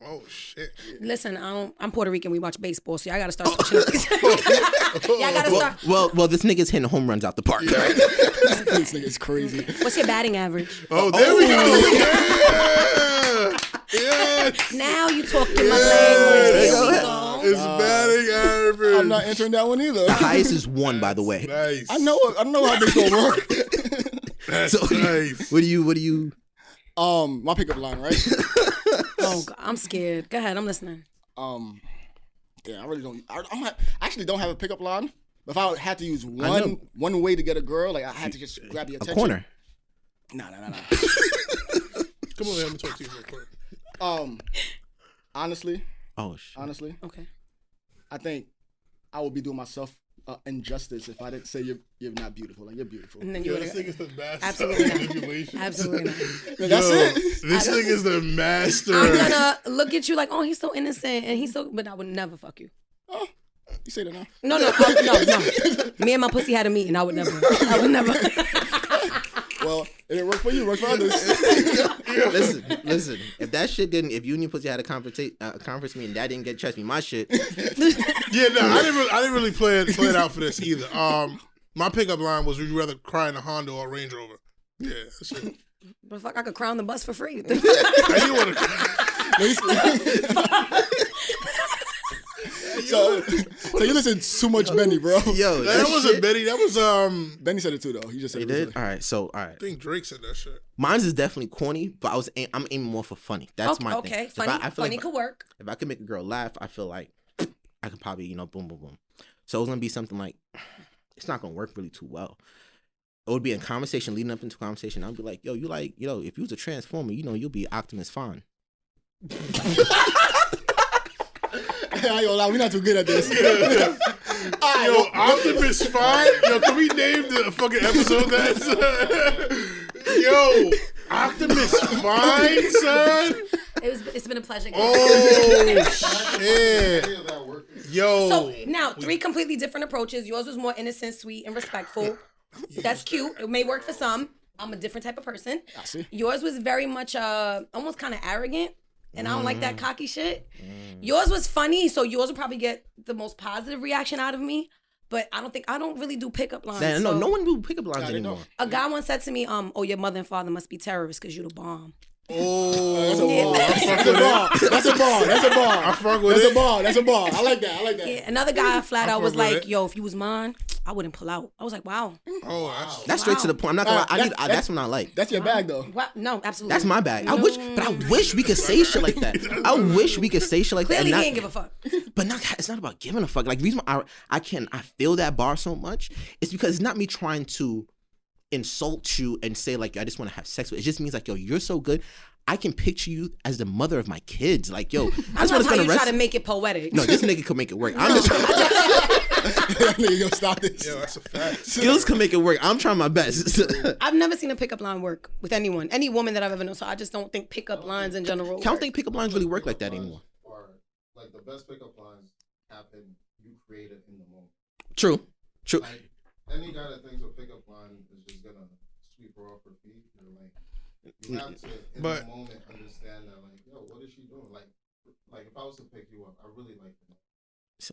[SPEAKER 5] Oh shit.
[SPEAKER 6] Listen, I don't, I'm Puerto Rican. We watch baseball, so y'all gotta *laughs* start switching. up. y'all gotta start.
[SPEAKER 4] well, well, this nigga's hitting home runs out the park.
[SPEAKER 3] this nigga is
[SPEAKER 5] *laughs*
[SPEAKER 3] crazy.
[SPEAKER 6] What's your batting average?
[SPEAKER 5] Oh, there we go. *laughs* Yeah. yeah.
[SPEAKER 6] Now you talking my language. Here we go.
[SPEAKER 5] It's batting average.
[SPEAKER 3] I'm not entering that one either.
[SPEAKER 4] Highest is one, by the way.
[SPEAKER 5] nice.
[SPEAKER 3] I know. I know how this gonna work.
[SPEAKER 5] That's
[SPEAKER 4] So,
[SPEAKER 5] *laughs* nice.
[SPEAKER 4] what do you? What do you?
[SPEAKER 3] Um, my pickup line, right?
[SPEAKER 6] Oh, God, I'm scared. Go ahead, I'm listening.
[SPEAKER 3] Um, yeah, I really don't. I, I'm not, I actually don't have a pickup line. But if I had to use
[SPEAKER 4] know.
[SPEAKER 3] one one way to get a girl, like I had to just grab the
[SPEAKER 4] A
[SPEAKER 3] attention.
[SPEAKER 4] corner.
[SPEAKER 3] Nah, nah, nah, nah.
[SPEAKER 5] Come over here. I'm gonna talk to you real quick.
[SPEAKER 3] Um, honestly,
[SPEAKER 4] Oh shit.
[SPEAKER 3] honestly,
[SPEAKER 6] Okay.
[SPEAKER 3] I think I would be doing myself uh, injustice if I didn't say you're you're not beautiful. Like you're beautiful.
[SPEAKER 6] And then
[SPEAKER 5] Yo,
[SPEAKER 6] you
[SPEAKER 5] this
[SPEAKER 6] would
[SPEAKER 5] nigga's the master
[SPEAKER 6] Absolutely
[SPEAKER 5] of
[SPEAKER 6] not. *laughs*
[SPEAKER 5] manipulation.
[SPEAKER 6] absolutely not.
[SPEAKER 3] That's
[SPEAKER 5] Yo,
[SPEAKER 3] it.
[SPEAKER 5] *laughs* This nigga's
[SPEAKER 3] *laughs*
[SPEAKER 5] the master.
[SPEAKER 6] I'm gonna look at you like, oh, he's so innocent and he's so, but I would never fuck you.
[SPEAKER 3] You say that now.
[SPEAKER 6] No, no, I, no, no. Me and my pussy had a meeting. I would never. I would *laughs* never.
[SPEAKER 3] Well, it didn't work for you. It worked for *laughs* others.
[SPEAKER 4] *laughs* Listen, listen. If that shit didn't, if you and your pussy had a conference, uh, a conference meeting, that didn't get trust me. My shit.
[SPEAKER 5] Yeah, no, I didn't. Really, I didn't really play it, play it out for this either. Um, my pickup line was: Would you rather cry in a Honda or a Range Rover? Yeah, that's it.
[SPEAKER 6] but fuck, I could crown the bus for free.
[SPEAKER 5] Now you
[SPEAKER 3] *laughs*
[SPEAKER 5] want to?
[SPEAKER 3] so, so you listen too much Benny, *laughs* bro.
[SPEAKER 4] Yo,
[SPEAKER 5] That
[SPEAKER 4] that was
[SPEAKER 5] wasn't Betty. That was um.
[SPEAKER 3] Benny said it too, though. He just said
[SPEAKER 4] You
[SPEAKER 3] it.
[SPEAKER 4] did
[SPEAKER 3] Did?
[SPEAKER 4] all right. So all right,
[SPEAKER 5] I think Drake said that shit.
[SPEAKER 4] mine's is definitely corny, but I was aim- I'm aiming more for funny. That's
[SPEAKER 6] okay,
[SPEAKER 4] my thing.
[SPEAKER 6] okay.
[SPEAKER 4] If
[SPEAKER 6] funny,
[SPEAKER 4] I, I feel
[SPEAKER 6] funny
[SPEAKER 4] like
[SPEAKER 6] could work.
[SPEAKER 4] if I could make a girl laugh, I feel like *sniffs* I could probably you know boom boom boom. So it's gonna be something like *sniffs* it's not gonna work really too well. It would be a conversation leading up into a conversation. I'd be like, yo, you like, yo, if you was a transformer, you know, you'll be Optimus Fine.
[SPEAKER 3] *laughs* I ain't gonna lie, we're not too good at
[SPEAKER 4] *laughs*
[SPEAKER 3] this.
[SPEAKER 5] Yo, Optimus Fine. Yo, can we name the fucking episode that? *laughs* Yo, Optimus Fine, son.
[SPEAKER 6] It was, it's been a pleasure.
[SPEAKER 5] Oh shit. Yo.
[SPEAKER 6] So now, three completely different approaches. Yours was more innocent, sweet, and respectful. That's cute. It may work for some. I'm a different type of person. I
[SPEAKER 3] see.
[SPEAKER 6] Yours was very much uh, almost kind of arrogant, and I don't like that cocky shit. Yours was funny, so yours would probably get the most positive reaction out of me. But I don't think I don't really do pickup lines.
[SPEAKER 4] Nah, no,
[SPEAKER 6] so-
[SPEAKER 4] no one do pickup lines
[SPEAKER 3] Nah, they
[SPEAKER 4] anymore.
[SPEAKER 3] don't.
[SPEAKER 6] A guy once said to me, "Um, oh, your mother and father must be terrorists because you the bomb."
[SPEAKER 5] oh.
[SPEAKER 3] That's a bar. That's a bar. That's a bar.
[SPEAKER 5] I fuck with
[SPEAKER 3] That's
[SPEAKER 5] it.
[SPEAKER 3] a bar. That's a bar. I like that. I like that.
[SPEAKER 6] Yeah, another guy flat out was
[SPEAKER 5] fuck with
[SPEAKER 6] like,
[SPEAKER 5] it.
[SPEAKER 6] "Yo, if you was mine, I wouldn't pull out." I was like, "Wow,
[SPEAKER 3] *laughs*
[SPEAKER 5] Oh, wow.
[SPEAKER 4] That's straight to the point. I'm not gonna.
[SPEAKER 3] Nah,
[SPEAKER 4] lie. I
[SPEAKER 3] that-
[SPEAKER 4] need. I,
[SPEAKER 3] that-
[SPEAKER 4] that's what I like.
[SPEAKER 3] That's your bag, though.
[SPEAKER 6] what? No, absolutely.
[SPEAKER 4] That's my bag. I wish, but I wish we could say shit like that. I wish we could say shit like
[SPEAKER 6] Clearly,
[SPEAKER 4] that.
[SPEAKER 6] he
[SPEAKER 4] and
[SPEAKER 6] didn't give
[SPEAKER 4] not-
[SPEAKER 6] a fuck.
[SPEAKER 4] But not, it's not about giving a fuck. Like the reason why I, I can I feel that bar so much is because it's not me trying to insult you and say like I just want to have sex with. It just means like yo, you're so good. I can picture you as the mother of my kids. Like
[SPEAKER 6] *laughs*
[SPEAKER 4] yo, I
[SPEAKER 6] That's
[SPEAKER 4] just want to
[SPEAKER 6] how
[SPEAKER 4] spend
[SPEAKER 6] you
[SPEAKER 4] the rest.
[SPEAKER 6] try to make it
[SPEAKER 4] *laughs*
[SPEAKER 6] poetic.
[SPEAKER 4] no, this nigga could make it work. I'm just trying.
[SPEAKER 3] Nigga, yo, stop this.
[SPEAKER 5] Yo, that's a fact.
[SPEAKER 4] skills could make it work. I'm trying my
[SPEAKER 6] *laughs*
[SPEAKER 4] best. I
[SPEAKER 6] I've never seen a pickup line work with anyone, any woman that I've ever known. So I just don't think pickup lines in general.
[SPEAKER 4] don't
[SPEAKER 6] work.
[SPEAKER 4] think pickup lines really work like that anymore.
[SPEAKER 7] Or like the best pickup lines happen, you create it in the moment.
[SPEAKER 4] True. True.
[SPEAKER 7] Like any guy that thinks a pickup line is just gonna sweep her off her feet, you're like, you have to in
[SPEAKER 5] But-
[SPEAKER 7] the moment understand that, like, yo, what is she doing? Like, like if I was to pick you up, I really like you.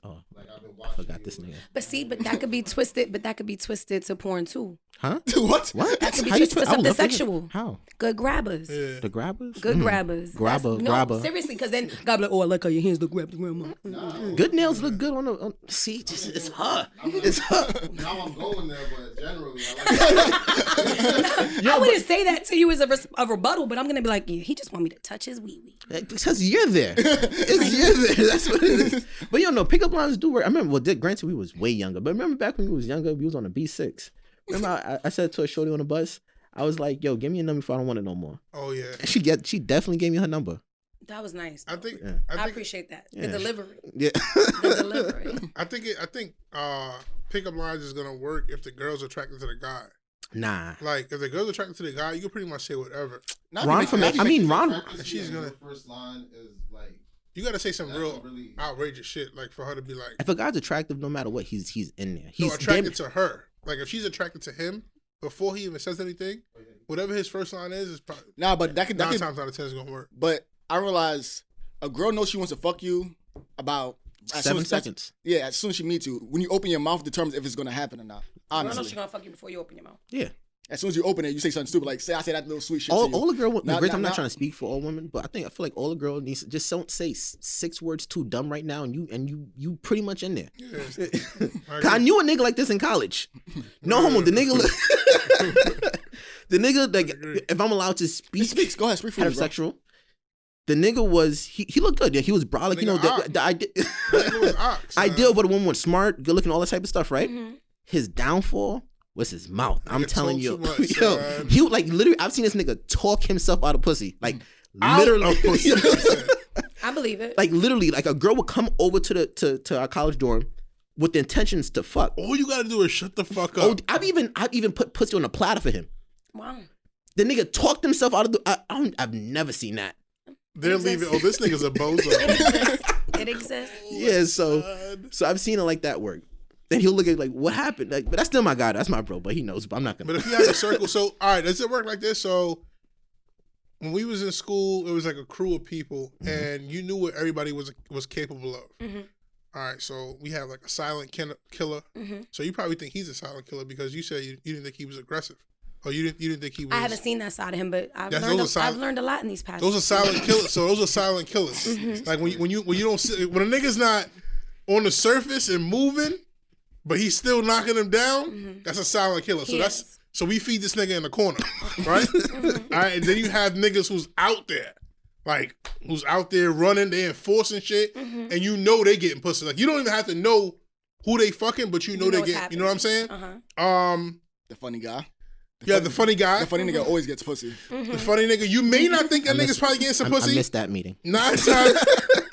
[SPEAKER 4] Oh,
[SPEAKER 7] Like I've been
[SPEAKER 4] I
[SPEAKER 7] watching.
[SPEAKER 4] forgot
[SPEAKER 7] you.
[SPEAKER 4] this nigga.
[SPEAKER 6] But see, but that could be twisted. But that could be twisted to porn too. *laughs*
[SPEAKER 4] Huh?
[SPEAKER 3] What?
[SPEAKER 4] What?
[SPEAKER 6] That could be
[SPEAKER 4] How you twi-
[SPEAKER 6] twisted to
[SPEAKER 4] I would
[SPEAKER 6] something
[SPEAKER 4] love to-
[SPEAKER 6] sexual.
[SPEAKER 4] How?
[SPEAKER 6] Good grabbers.
[SPEAKER 5] Yeah.
[SPEAKER 4] The grabbers?
[SPEAKER 6] Good
[SPEAKER 4] Mm.
[SPEAKER 6] grabbers.
[SPEAKER 4] Grabber,
[SPEAKER 6] That's- no,
[SPEAKER 4] grabber.
[SPEAKER 6] Seriously, because then God be like, oh, I like how your hands look grabbed grandma.
[SPEAKER 4] Good nails look good on the. On, see, just, it's her. It's her.
[SPEAKER 7] Now I'm going there, but generally,
[SPEAKER 5] *laughs*
[SPEAKER 7] I like
[SPEAKER 6] I wouldn't say that to you as a, res- a rebuttal, but I'm gonna be like, yeah, he just want me to touch his wee wee.
[SPEAKER 4] Because you're there. It's you're there. *laughs* That's what it is. But you know, pickup lines do work. I remember, well, Dick, granted, we was way younger, but remember back when we was younger, we was on a B6. Remember, I, I said to a shorty on the bus, I was like, yo, give me your number if I don't want it no more.
[SPEAKER 5] Oh yeah.
[SPEAKER 4] And she get, she definitely gave me her number.
[SPEAKER 6] That was nice.
[SPEAKER 5] I
[SPEAKER 6] though.
[SPEAKER 5] think
[SPEAKER 4] Yeah.
[SPEAKER 5] I
[SPEAKER 6] I,
[SPEAKER 5] think
[SPEAKER 6] appreciate that.
[SPEAKER 4] Yeah.
[SPEAKER 6] The delivery.
[SPEAKER 4] Yeah. *laughs*
[SPEAKER 6] The
[SPEAKER 5] *laughs*
[SPEAKER 6] delivery.
[SPEAKER 5] I think it, I think uh pickup lines is gonna work if the girl's attracted to the guy.
[SPEAKER 4] nah.
[SPEAKER 5] Like if the girl's attracted to the guy, you can pretty much say whatever.
[SPEAKER 4] Ron from, I mean, Ron.
[SPEAKER 7] practice.
[SPEAKER 5] She's
[SPEAKER 7] She's
[SPEAKER 5] gonna-
[SPEAKER 7] gonna. first line is like,
[SPEAKER 5] You gotta say some
[SPEAKER 7] that's
[SPEAKER 5] real
[SPEAKER 7] really.
[SPEAKER 5] outrageous shit, like for her to be like
[SPEAKER 4] If a guy's attractive, no matter what, he's he's in there.
[SPEAKER 5] no,
[SPEAKER 4] He's damn,
[SPEAKER 5] attracted to her. Like if she's attracted to him before he even says anything, whatever his first line is, is probably
[SPEAKER 3] Nah, but that could. That
[SPEAKER 5] nine
[SPEAKER 3] could
[SPEAKER 5] times out of ten is
[SPEAKER 4] *laughs*
[SPEAKER 5] gonna work.
[SPEAKER 3] but I realize a girl knows she wants to fuck you about as soon
[SPEAKER 4] seven
[SPEAKER 3] as-
[SPEAKER 4] seconds.
[SPEAKER 3] Yeah, as soon as she meets you, when you open your mouth, determines if it's gonna happen or not.
[SPEAKER 6] I don't know
[SPEAKER 3] Honestly,
[SPEAKER 6] she's gonna fuck you before you open your mouth.
[SPEAKER 4] Yeah.
[SPEAKER 3] as soon as you open it, you say something stupid like, "Say I say that little sweet shit."
[SPEAKER 4] all,
[SPEAKER 3] to you.
[SPEAKER 4] all a girl. wa-
[SPEAKER 3] Nah,
[SPEAKER 4] Grizz,
[SPEAKER 3] nah,
[SPEAKER 4] I'm not
[SPEAKER 3] nah.
[SPEAKER 4] trying to speak for all women, but I think I feel like all a girl needs to just don't say s- six words too dumb right now, and you and you you pretty much in there.
[SPEAKER 5] Yeah. I
[SPEAKER 4] 'Cause I
[SPEAKER 5] agree.
[SPEAKER 4] knew a nigga like this in college. No homo. The nigga, look- the nigga like if I'm allowed to speak,
[SPEAKER 3] He speaks. Go ahead, speak for me, bro.
[SPEAKER 4] heterosexual. The nigga was he, he looked good. Yeah, he was broad. Like you know
[SPEAKER 5] Nigga
[SPEAKER 4] the,
[SPEAKER 5] ox.
[SPEAKER 4] the idea.
[SPEAKER 5] That nigga was ox,
[SPEAKER 4] ideal
[SPEAKER 5] son.
[SPEAKER 4] for the woman was smart, good looking, all that type of stuff, right? His downfall was his mouth. I'm
[SPEAKER 5] Nigga
[SPEAKER 4] telling
[SPEAKER 5] talk
[SPEAKER 4] you,
[SPEAKER 5] too
[SPEAKER 4] *laughs*
[SPEAKER 5] much,
[SPEAKER 4] yo,
[SPEAKER 5] son.
[SPEAKER 4] he would, like literally. I've seen this nigga talk himself out of pussy, like literally,
[SPEAKER 5] Out of
[SPEAKER 4] *laughs*
[SPEAKER 5] pussy.
[SPEAKER 6] I believe it.
[SPEAKER 4] like literally, like a girl would come over to the to, to our college dorm with the intentions to fuck.
[SPEAKER 5] All you gotta do is shut the fuck
[SPEAKER 4] Oh,
[SPEAKER 5] up.
[SPEAKER 4] I've even I've even put pussy on a platter for him.
[SPEAKER 6] wow.
[SPEAKER 4] The nigga talked himself out of the. I, I don't, I've never seen that.
[SPEAKER 5] They're leaving. Oh, this nigga's a
[SPEAKER 4] *laughs*
[SPEAKER 5] bozo.
[SPEAKER 6] It exists.
[SPEAKER 5] Oh
[SPEAKER 4] Yeah, so so I've seen it like that work. And he'll look at it like, what happened? Like, but that's still my guy. That's my bro. But he knows. But I'm not gonna.
[SPEAKER 5] But if you have a circle, so all right, does it work like this? So when we was in school, it was like a crew of people, and you knew what everybody was was capable of. All right, so we have like a silent kin- killer. So you probably think he's a silent killer because you said you, you didn't think he was aggressive, or you didn't you didn't think he was.
[SPEAKER 6] I haven't seen that side of him, but I've
[SPEAKER 5] That's-
[SPEAKER 6] learned. A,
[SPEAKER 5] those are
[SPEAKER 6] I've
[SPEAKER 5] sil-
[SPEAKER 6] learned a lot in these past.
[SPEAKER 5] Those are silent killers. So those are silent killers.
[SPEAKER 6] Mm-hmm.
[SPEAKER 5] Like when you, when you when you don't see, when a nigga's not on the surface and moving, but he's still knocking them down. That's a silent killer. So
[SPEAKER 6] Mm-hmm. He
[SPEAKER 5] that's
[SPEAKER 6] is. Mm-hmm.
[SPEAKER 5] so we feed this nigga in the
[SPEAKER 6] *laughs*
[SPEAKER 5] corner, right? All right, and then you have niggas who's out there. Like who's out there running, they enforcing shit,
[SPEAKER 6] Mm-hmm.
[SPEAKER 5] and you know they getting pussy. Like you don't even have to know who they fucking, but you know,
[SPEAKER 6] know
[SPEAKER 5] they
[SPEAKER 6] what's
[SPEAKER 5] get. You know what I'm saying?
[SPEAKER 6] Uh huh.
[SPEAKER 5] Um,
[SPEAKER 3] The funny guy.
[SPEAKER 5] yeah, the funny guy,
[SPEAKER 3] The funny nigga always gets pussy.
[SPEAKER 5] the funny nigga. You may not think that nigga's probably getting some
[SPEAKER 4] I,
[SPEAKER 5] pussy.
[SPEAKER 4] I missed that meeting.
[SPEAKER 3] *laughs*
[SPEAKER 5] Nine times,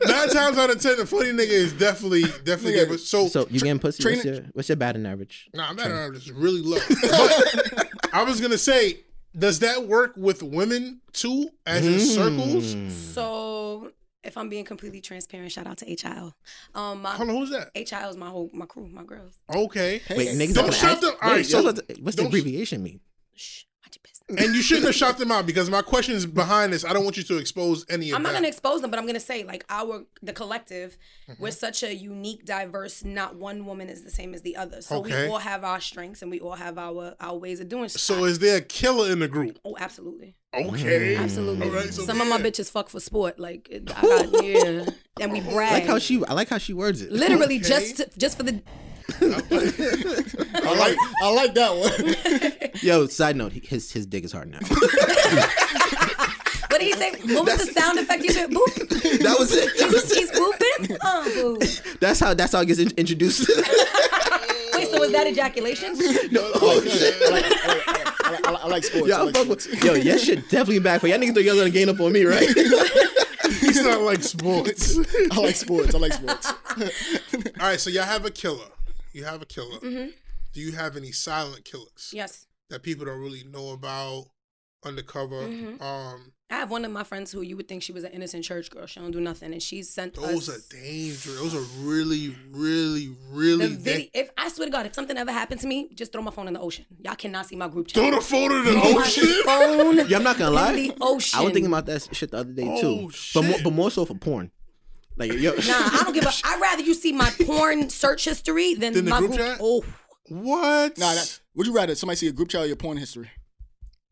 [SPEAKER 5] nine times out of ten, the funny nigga is definitely, definitely.
[SPEAKER 3] Nigga,
[SPEAKER 5] gay, but so,
[SPEAKER 4] So you getting pussy?
[SPEAKER 3] train
[SPEAKER 4] What's
[SPEAKER 3] it-
[SPEAKER 4] your, what's your batting average?
[SPEAKER 5] nah, I'm not just
[SPEAKER 3] *laughs*
[SPEAKER 5] really low. But I was gonna say, does that work with women too, as
[SPEAKER 4] Hmm.
[SPEAKER 3] Hmm.
[SPEAKER 5] in circles?
[SPEAKER 6] So if I'm being completely transparent, shout out to HIL. Um, my
[SPEAKER 5] Hold on, who's that?
[SPEAKER 6] HIL is my whole my crew, my girls.
[SPEAKER 5] Okay,
[SPEAKER 4] Wait, niggas.
[SPEAKER 5] don't
[SPEAKER 4] gotta
[SPEAKER 5] shut
[SPEAKER 4] ask-
[SPEAKER 5] them- all
[SPEAKER 4] wait,
[SPEAKER 5] right, so
[SPEAKER 4] y'all gotta- what's the
[SPEAKER 5] don't-
[SPEAKER 4] abbreviation mean?
[SPEAKER 6] Shh, watch your business.
[SPEAKER 5] and you shouldn't have shot them out because my question is behind this. I don't want you to expose any of
[SPEAKER 6] I'm not
[SPEAKER 5] that.
[SPEAKER 6] gonna expose them, but I'm gonna say like our the collective, we're
[SPEAKER 5] Mm-hmm.
[SPEAKER 6] such a unique, diverse. Not one woman is the same as the other. So
[SPEAKER 5] Okay.
[SPEAKER 6] we all have our strengths and we all have our our ways of doing stuff.
[SPEAKER 5] so is there a killer in the group?
[SPEAKER 6] oh, absolutely,
[SPEAKER 5] Okay,
[SPEAKER 6] absolutely.
[SPEAKER 5] All right, so
[SPEAKER 6] Some of my
[SPEAKER 5] yeah.
[SPEAKER 6] bitches fuck for sport, like it- I got, yeah, and we brag.
[SPEAKER 4] I like how she. I like how she words it.
[SPEAKER 6] *laughs* Literally just to, just for the
[SPEAKER 3] I like I like that one.
[SPEAKER 6] *laughs*
[SPEAKER 4] Yo, side note, his his dick is hard
[SPEAKER 5] *laughs*
[SPEAKER 4] now.
[SPEAKER 6] what did he say? What was the sound effect you did? Boop.
[SPEAKER 4] that was it. That was it.
[SPEAKER 5] *laughs*
[SPEAKER 6] He's, he's booping. Oh, boo.
[SPEAKER 4] That's how. That's how it gets in- introduced.
[SPEAKER 5] Oh,
[SPEAKER 6] Wait, so is that ejaculation?
[SPEAKER 4] no, oh,
[SPEAKER 3] I
[SPEAKER 4] shit.
[SPEAKER 3] like, I like, I like, I like, I like sports. I
[SPEAKER 4] *laughs* Yo, I
[SPEAKER 3] like
[SPEAKER 4] fuck
[SPEAKER 3] sports.
[SPEAKER 4] with, yo, yeah, shit definitely back for y'all niggas. Thought y'all gonna gain up on me,
[SPEAKER 6] *laughs*
[SPEAKER 4] right?
[SPEAKER 5] *laughs* He's not like sports.
[SPEAKER 3] I like sports. I like sports.
[SPEAKER 5] All right, so y'all have a killer. You have a killer.
[SPEAKER 4] Mm-hmm.
[SPEAKER 5] Do you have any silent killers?
[SPEAKER 6] Yes.
[SPEAKER 5] that people don't really know about undercover.
[SPEAKER 4] Mm-hmm.
[SPEAKER 5] Um,
[SPEAKER 6] I have one of my friends who you would think she was an innocent church girl. She don't do nothing, and she sent
[SPEAKER 5] those
[SPEAKER 6] us
[SPEAKER 5] are dangerous. Those are really, really, really.
[SPEAKER 6] the video.
[SPEAKER 5] da-
[SPEAKER 6] If I swear to God, if something ever happened to me, just throw my phone in the ocean. Y'all cannot see my group chat.
[SPEAKER 5] Throw the phone
[SPEAKER 4] *laughs*
[SPEAKER 5] in the
[SPEAKER 6] My
[SPEAKER 5] ocean.
[SPEAKER 6] phone.
[SPEAKER 4] Yeah, I'm not gonna lie.
[SPEAKER 6] In the ocean.
[SPEAKER 4] I was thinking about that shit the other day too.
[SPEAKER 5] Oh,
[SPEAKER 4] But more,
[SPEAKER 5] shit.
[SPEAKER 4] but more so for porn. Like yo,
[SPEAKER 6] Nah, I don't give a. I'd rather you see my porn search history than
[SPEAKER 5] Than the
[SPEAKER 6] my
[SPEAKER 5] group
[SPEAKER 6] group.
[SPEAKER 5] chat?
[SPEAKER 6] Oh,
[SPEAKER 5] What?
[SPEAKER 3] Nah, that, would you rather somebody see a group chat or your porn history?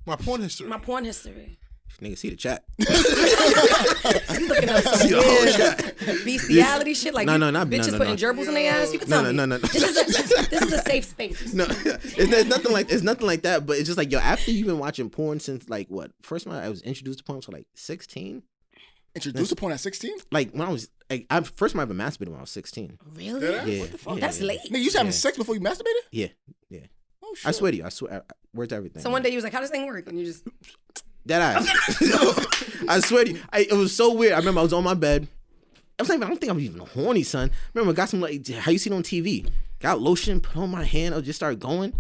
[SPEAKER 5] my porn history.
[SPEAKER 6] my porn history.
[SPEAKER 4] nigga, see the
[SPEAKER 6] *laughs*
[SPEAKER 4] chat. *laughs*
[SPEAKER 6] Looking up some
[SPEAKER 4] See the whole
[SPEAKER 6] weird
[SPEAKER 4] chat.
[SPEAKER 6] bestiality shit. Like
[SPEAKER 4] No,
[SPEAKER 6] you-
[SPEAKER 4] no, not- no,
[SPEAKER 6] bitches
[SPEAKER 4] no,
[SPEAKER 6] putting
[SPEAKER 4] no.
[SPEAKER 6] gerbils in their ass. You can
[SPEAKER 4] No, no,
[SPEAKER 6] tell me.
[SPEAKER 4] no, no, no.
[SPEAKER 6] This is a this is a safe
[SPEAKER 4] *laughs*
[SPEAKER 6] space.
[SPEAKER 4] No, it's, it's nothing like it's nothing like that. But it's just like yo, after you've been watching porn since like what? First time I was introduced to porn was like 16.
[SPEAKER 3] Introduce the porn at 16?
[SPEAKER 4] Like when I was like, I first time I ever masturbated when I was 16.
[SPEAKER 6] Really?
[SPEAKER 4] Yeah, yeah,
[SPEAKER 6] That's
[SPEAKER 4] yeah.
[SPEAKER 6] late.
[SPEAKER 3] Nigga, you was having sex before you masturbated?
[SPEAKER 4] Yeah, yeah.
[SPEAKER 3] Oh, shit.
[SPEAKER 4] I swear to you, I swear, I, I worked everything.
[SPEAKER 6] So one day you was like, "How does this thing work?" And you just
[SPEAKER 4] That *laughs* ass. I swear to you, I, it was so weird. I remember I was on my bed. I was like, I don't think I'm even horny, son. Remember, I got some like how you see it on TV. Got lotion, put on my hand, I just started going.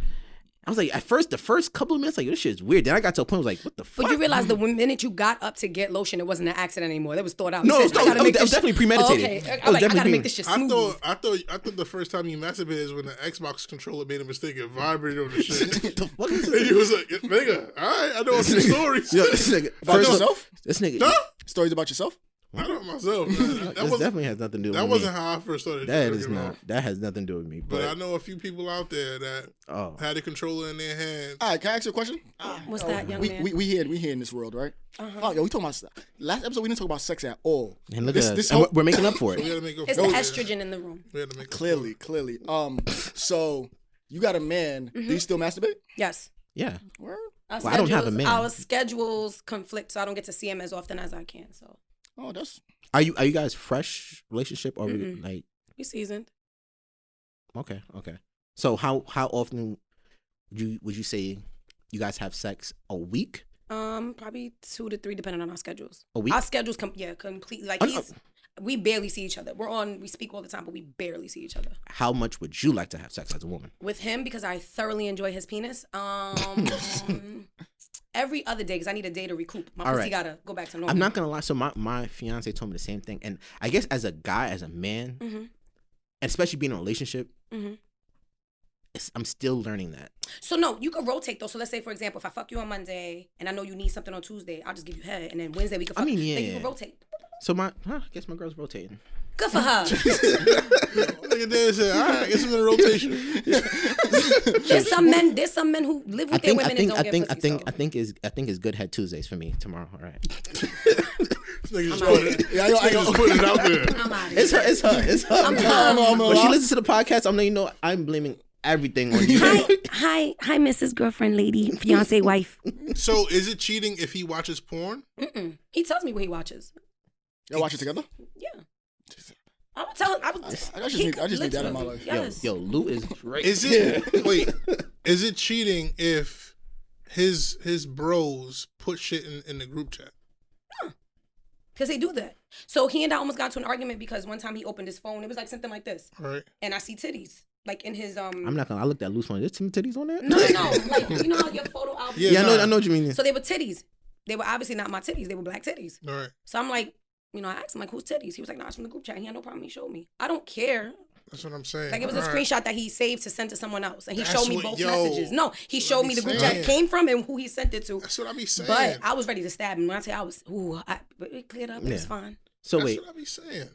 [SPEAKER 4] I was like, at first, the first couple of minutes, like, this shit is weird. Then I got to a point, I was like, what the fuck?
[SPEAKER 6] But you realize the minute you got up to get lotion, it wasn't an accident anymore. That was thought out.
[SPEAKER 4] No,
[SPEAKER 6] You
[SPEAKER 4] it was
[SPEAKER 6] "I
[SPEAKER 4] thought-
[SPEAKER 6] gotta
[SPEAKER 4] it
[SPEAKER 6] make
[SPEAKER 4] was- it
[SPEAKER 6] this
[SPEAKER 4] was
[SPEAKER 6] shit-
[SPEAKER 4] definitely
[SPEAKER 6] Oh,
[SPEAKER 4] premeditated.
[SPEAKER 6] okay.
[SPEAKER 4] It was
[SPEAKER 6] I'm like, I gotta
[SPEAKER 4] definitely
[SPEAKER 6] make this shit
[SPEAKER 5] I
[SPEAKER 6] smooth.
[SPEAKER 5] thought, Oh, I thought, I thought the first time you masturbated is when the Xbox controller made a mistake and vibrated on
[SPEAKER 4] *laughs*
[SPEAKER 5] the shit. *laughs*
[SPEAKER 4] the fuck is
[SPEAKER 5] and you was like, nigga, all right, I know all some stories.
[SPEAKER 4] *laughs* Yo, this nigga.
[SPEAKER 3] About
[SPEAKER 4] First off,
[SPEAKER 3] yourself?
[SPEAKER 4] this nigga.
[SPEAKER 5] Huh?
[SPEAKER 3] Stories about yourself?
[SPEAKER 5] *laughs* I know myself. man. That
[SPEAKER 4] This
[SPEAKER 5] was
[SPEAKER 4] definitely has nothing to do
[SPEAKER 5] that
[SPEAKER 4] with
[SPEAKER 5] wasn't
[SPEAKER 4] me.
[SPEAKER 5] how I first started.
[SPEAKER 4] That
[SPEAKER 5] jerking
[SPEAKER 4] is not.
[SPEAKER 5] off.
[SPEAKER 4] That has nothing to do with me.
[SPEAKER 5] But I
[SPEAKER 4] But,
[SPEAKER 5] know a few people out there that
[SPEAKER 4] oh,
[SPEAKER 5] had the controller in their hand.
[SPEAKER 3] All right, can I ask you a question?
[SPEAKER 6] What's that, young
[SPEAKER 3] we,
[SPEAKER 6] Oh, man? Uh-huh.
[SPEAKER 3] we, we here we here in this world, right? Fuck, yo, we talking about s- last episode. We didn't talk about sex at all.
[SPEAKER 4] and look
[SPEAKER 3] this,
[SPEAKER 4] at us.
[SPEAKER 3] this
[SPEAKER 4] And
[SPEAKER 3] whole,
[SPEAKER 4] we're- we're making up for
[SPEAKER 5] We
[SPEAKER 4] it.
[SPEAKER 5] had to make up.
[SPEAKER 6] it's the
[SPEAKER 5] for it.
[SPEAKER 6] estrogen in the room.
[SPEAKER 5] We had to make up for it.
[SPEAKER 3] clearly, clearly. Um, so you got a man?
[SPEAKER 6] Mm-hmm.
[SPEAKER 3] Do you still masturbate?
[SPEAKER 6] Yes.
[SPEAKER 4] Yeah.
[SPEAKER 3] Word?
[SPEAKER 6] Our
[SPEAKER 4] Well, I don't have a
[SPEAKER 6] schedules-
[SPEAKER 4] man.
[SPEAKER 6] Our schedules conflict, so I don't get to see him as often as I can. So
[SPEAKER 3] Oh, that's
[SPEAKER 4] Are you are you guys fresh relationship or we
[SPEAKER 6] Mm-mm.
[SPEAKER 4] like
[SPEAKER 6] we seasoned.
[SPEAKER 4] okay okay? So how how often Would you would you say you guys have sex a week?
[SPEAKER 6] Um, probably two to three, depending on our schedules.
[SPEAKER 4] A week?
[SPEAKER 6] Our schedules, com- yeah, completely. Like
[SPEAKER 4] Oh, no.
[SPEAKER 6] he's, we barely see each other. We're on, we speak all the time, but we barely see each other.
[SPEAKER 4] How much would you like to have sex as a woman?
[SPEAKER 6] With him, because I thoroughly enjoy his penis.
[SPEAKER 4] *laughs*
[SPEAKER 6] Um, every other day, because I need a day to recoup. My
[SPEAKER 4] All
[SPEAKER 6] pussy
[SPEAKER 4] right.
[SPEAKER 6] gotta go back to normal.
[SPEAKER 4] I'm not gonna lie. So my my fiance told me the same thing, and I guess as a guy, as a man,
[SPEAKER 6] Mhm.
[SPEAKER 4] especially being in a relationship,
[SPEAKER 6] Mhm.
[SPEAKER 4] it's, I'm still learning that.
[SPEAKER 6] So no, you can rotate though. So let's say, for example, if I fuck you on Monday and I know you need something on Tuesday, I'll just give you head, and then Wednesday we can.
[SPEAKER 4] I
[SPEAKER 6] Fuck.
[SPEAKER 4] mean, yeah,
[SPEAKER 6] Then you
[SPEAKER 4] yeah.
[SPEAKER 6] can rotate.
[SPEAKER 4] So my, huh, I guess my girl's rotating.
[SPEAKER 6] Good
[SPEAKER 4] *laughs*
[SPEAKER 6] for her.
[SPEAKER 5] Look at this. All right, I guess I'm in
[SPEAKER 4] *laughs*
[SPEAKER 5] a rotation.
[SPEAKER 6] there's some men. There's some men who live with
[SPEAKER 4] I
[SPEAKER 6] their
[SPEAKER 4] think, I
[SPEAKER 6] women
[SPEAKER 4] think, I
[SPEAKER 6] and don't
[SPEAKER 4] think,
[SPEAKER 6] get
[SPEAKER 4] I
[SPEAKER 6] pussy.
[SPEAKER 4] think, I think is, I think is good head Tuesdays for me tomorrow. All right,
[SPEAKER 6] *laughs*
[SPEAKER 5] This nigga just putting it-
[SPEAKER 3] Yeah, I know, I
[SPEAKER 5] this nigga
[SPEAKER 3] know.
[SPEAKER 5] just putting it out there.
[SPEAKER 6] so. I'm out
[SPEAKER 4] it's her, it's her, it's her.
[SPEAKER 3] I'm, I'm,
[SPEAKER 4] when she
[SPEAKER 3] I'm,
[SPEAKER 4] listens to the podcast, I'm letting you know I'm blaming everything on you.
[SPEAKER 6] hi, hi, hi, Mrs. Girlfriend, lady, fiance, wife.
[SPEAKER 3] *laughs*
[SPEAKER 5] So is it cheating if he watches porn?
[SPEAKER 6] Mm-mm. He tells me what he watches.
[SPEAKER 3] y'all watch it together?
[SPEAKER 6] Yeah. I would tell him. I, would, I
[SPEAKER 3] I just need- I just need that in my life.
[SPEAKER 4] yo,
[SPEAKER 6] Yes.
[SPEAKER 4] yo, Lou is great.
[SPEAKER 5] Is it *laughs* wait? Is it cheating if his his bros put shit in, in the group chat?
[SPEAKER 6] Because they do that. So he and I almost got into an argument because one time he opened his phone. It was like something like this.
[SPEAKER 5] Right.
[SPEAKER 6] And I see titties. Like in his. um.
[SPEAKER 4] I'm not gonna. I looked at Lou's phone. There's some titties on there.
[SPEAKER 6] *laughs*
[SPEAKER 3] *laughs*
[SPEAKER 6] no, no, no.
[SPEAKER 4] *laughs*
[SPEAKER 6] Like, you know how your photo album.
[SPEAKER 5] Yeah.
[SPEAKER 4] yeah, I know,
[SPEAKER 5] nah.
[SPEAKER 4] I know what you mean.
[SPEAKER 6] So they were titties. They were obviously not my titties. They were black titties.
[SPEAKER 5] All right.
[SPEAKER 6] So I'm like, you know, I asked him, like, whose titties? He was like, nah, it's from the group chat. He had no problem. He showed me. I don't care.
[SPEAKER 5] That's what I'm saying.
[SPEAKER 6] Like it was a
[SPEAKER 5] All right.
[SPEAKER 6] screenshot that he saved to send to someone else, and he
[SPEAKER 5] That's
[SPEAKER 6] showed me
[SPEAKER 5] what-
[SPEAKER 6] both
[SPEAKER 5] yo,
[SPEAKER 6] messages. No, he showed
[SPEAKER 5] I'm
[SPEAKER 6] me the group
[SPEAKER 5] saying.
[SPEAKER 6] chat it came from and who he sent it to.
[SPEAKER 5] That's what I be saying.
[SPEAKER 6] But I was ready to stab him. When I say I was, ooh, I, but it cleared up. It's
[SPEAKER 4] Yeah.
[SPEAKER 6] fine.
[SPEAKER 4] So
[SPEAKER 5] That's
[SPEAKER 4] wait,
[SPEAKER 5] what I be saying.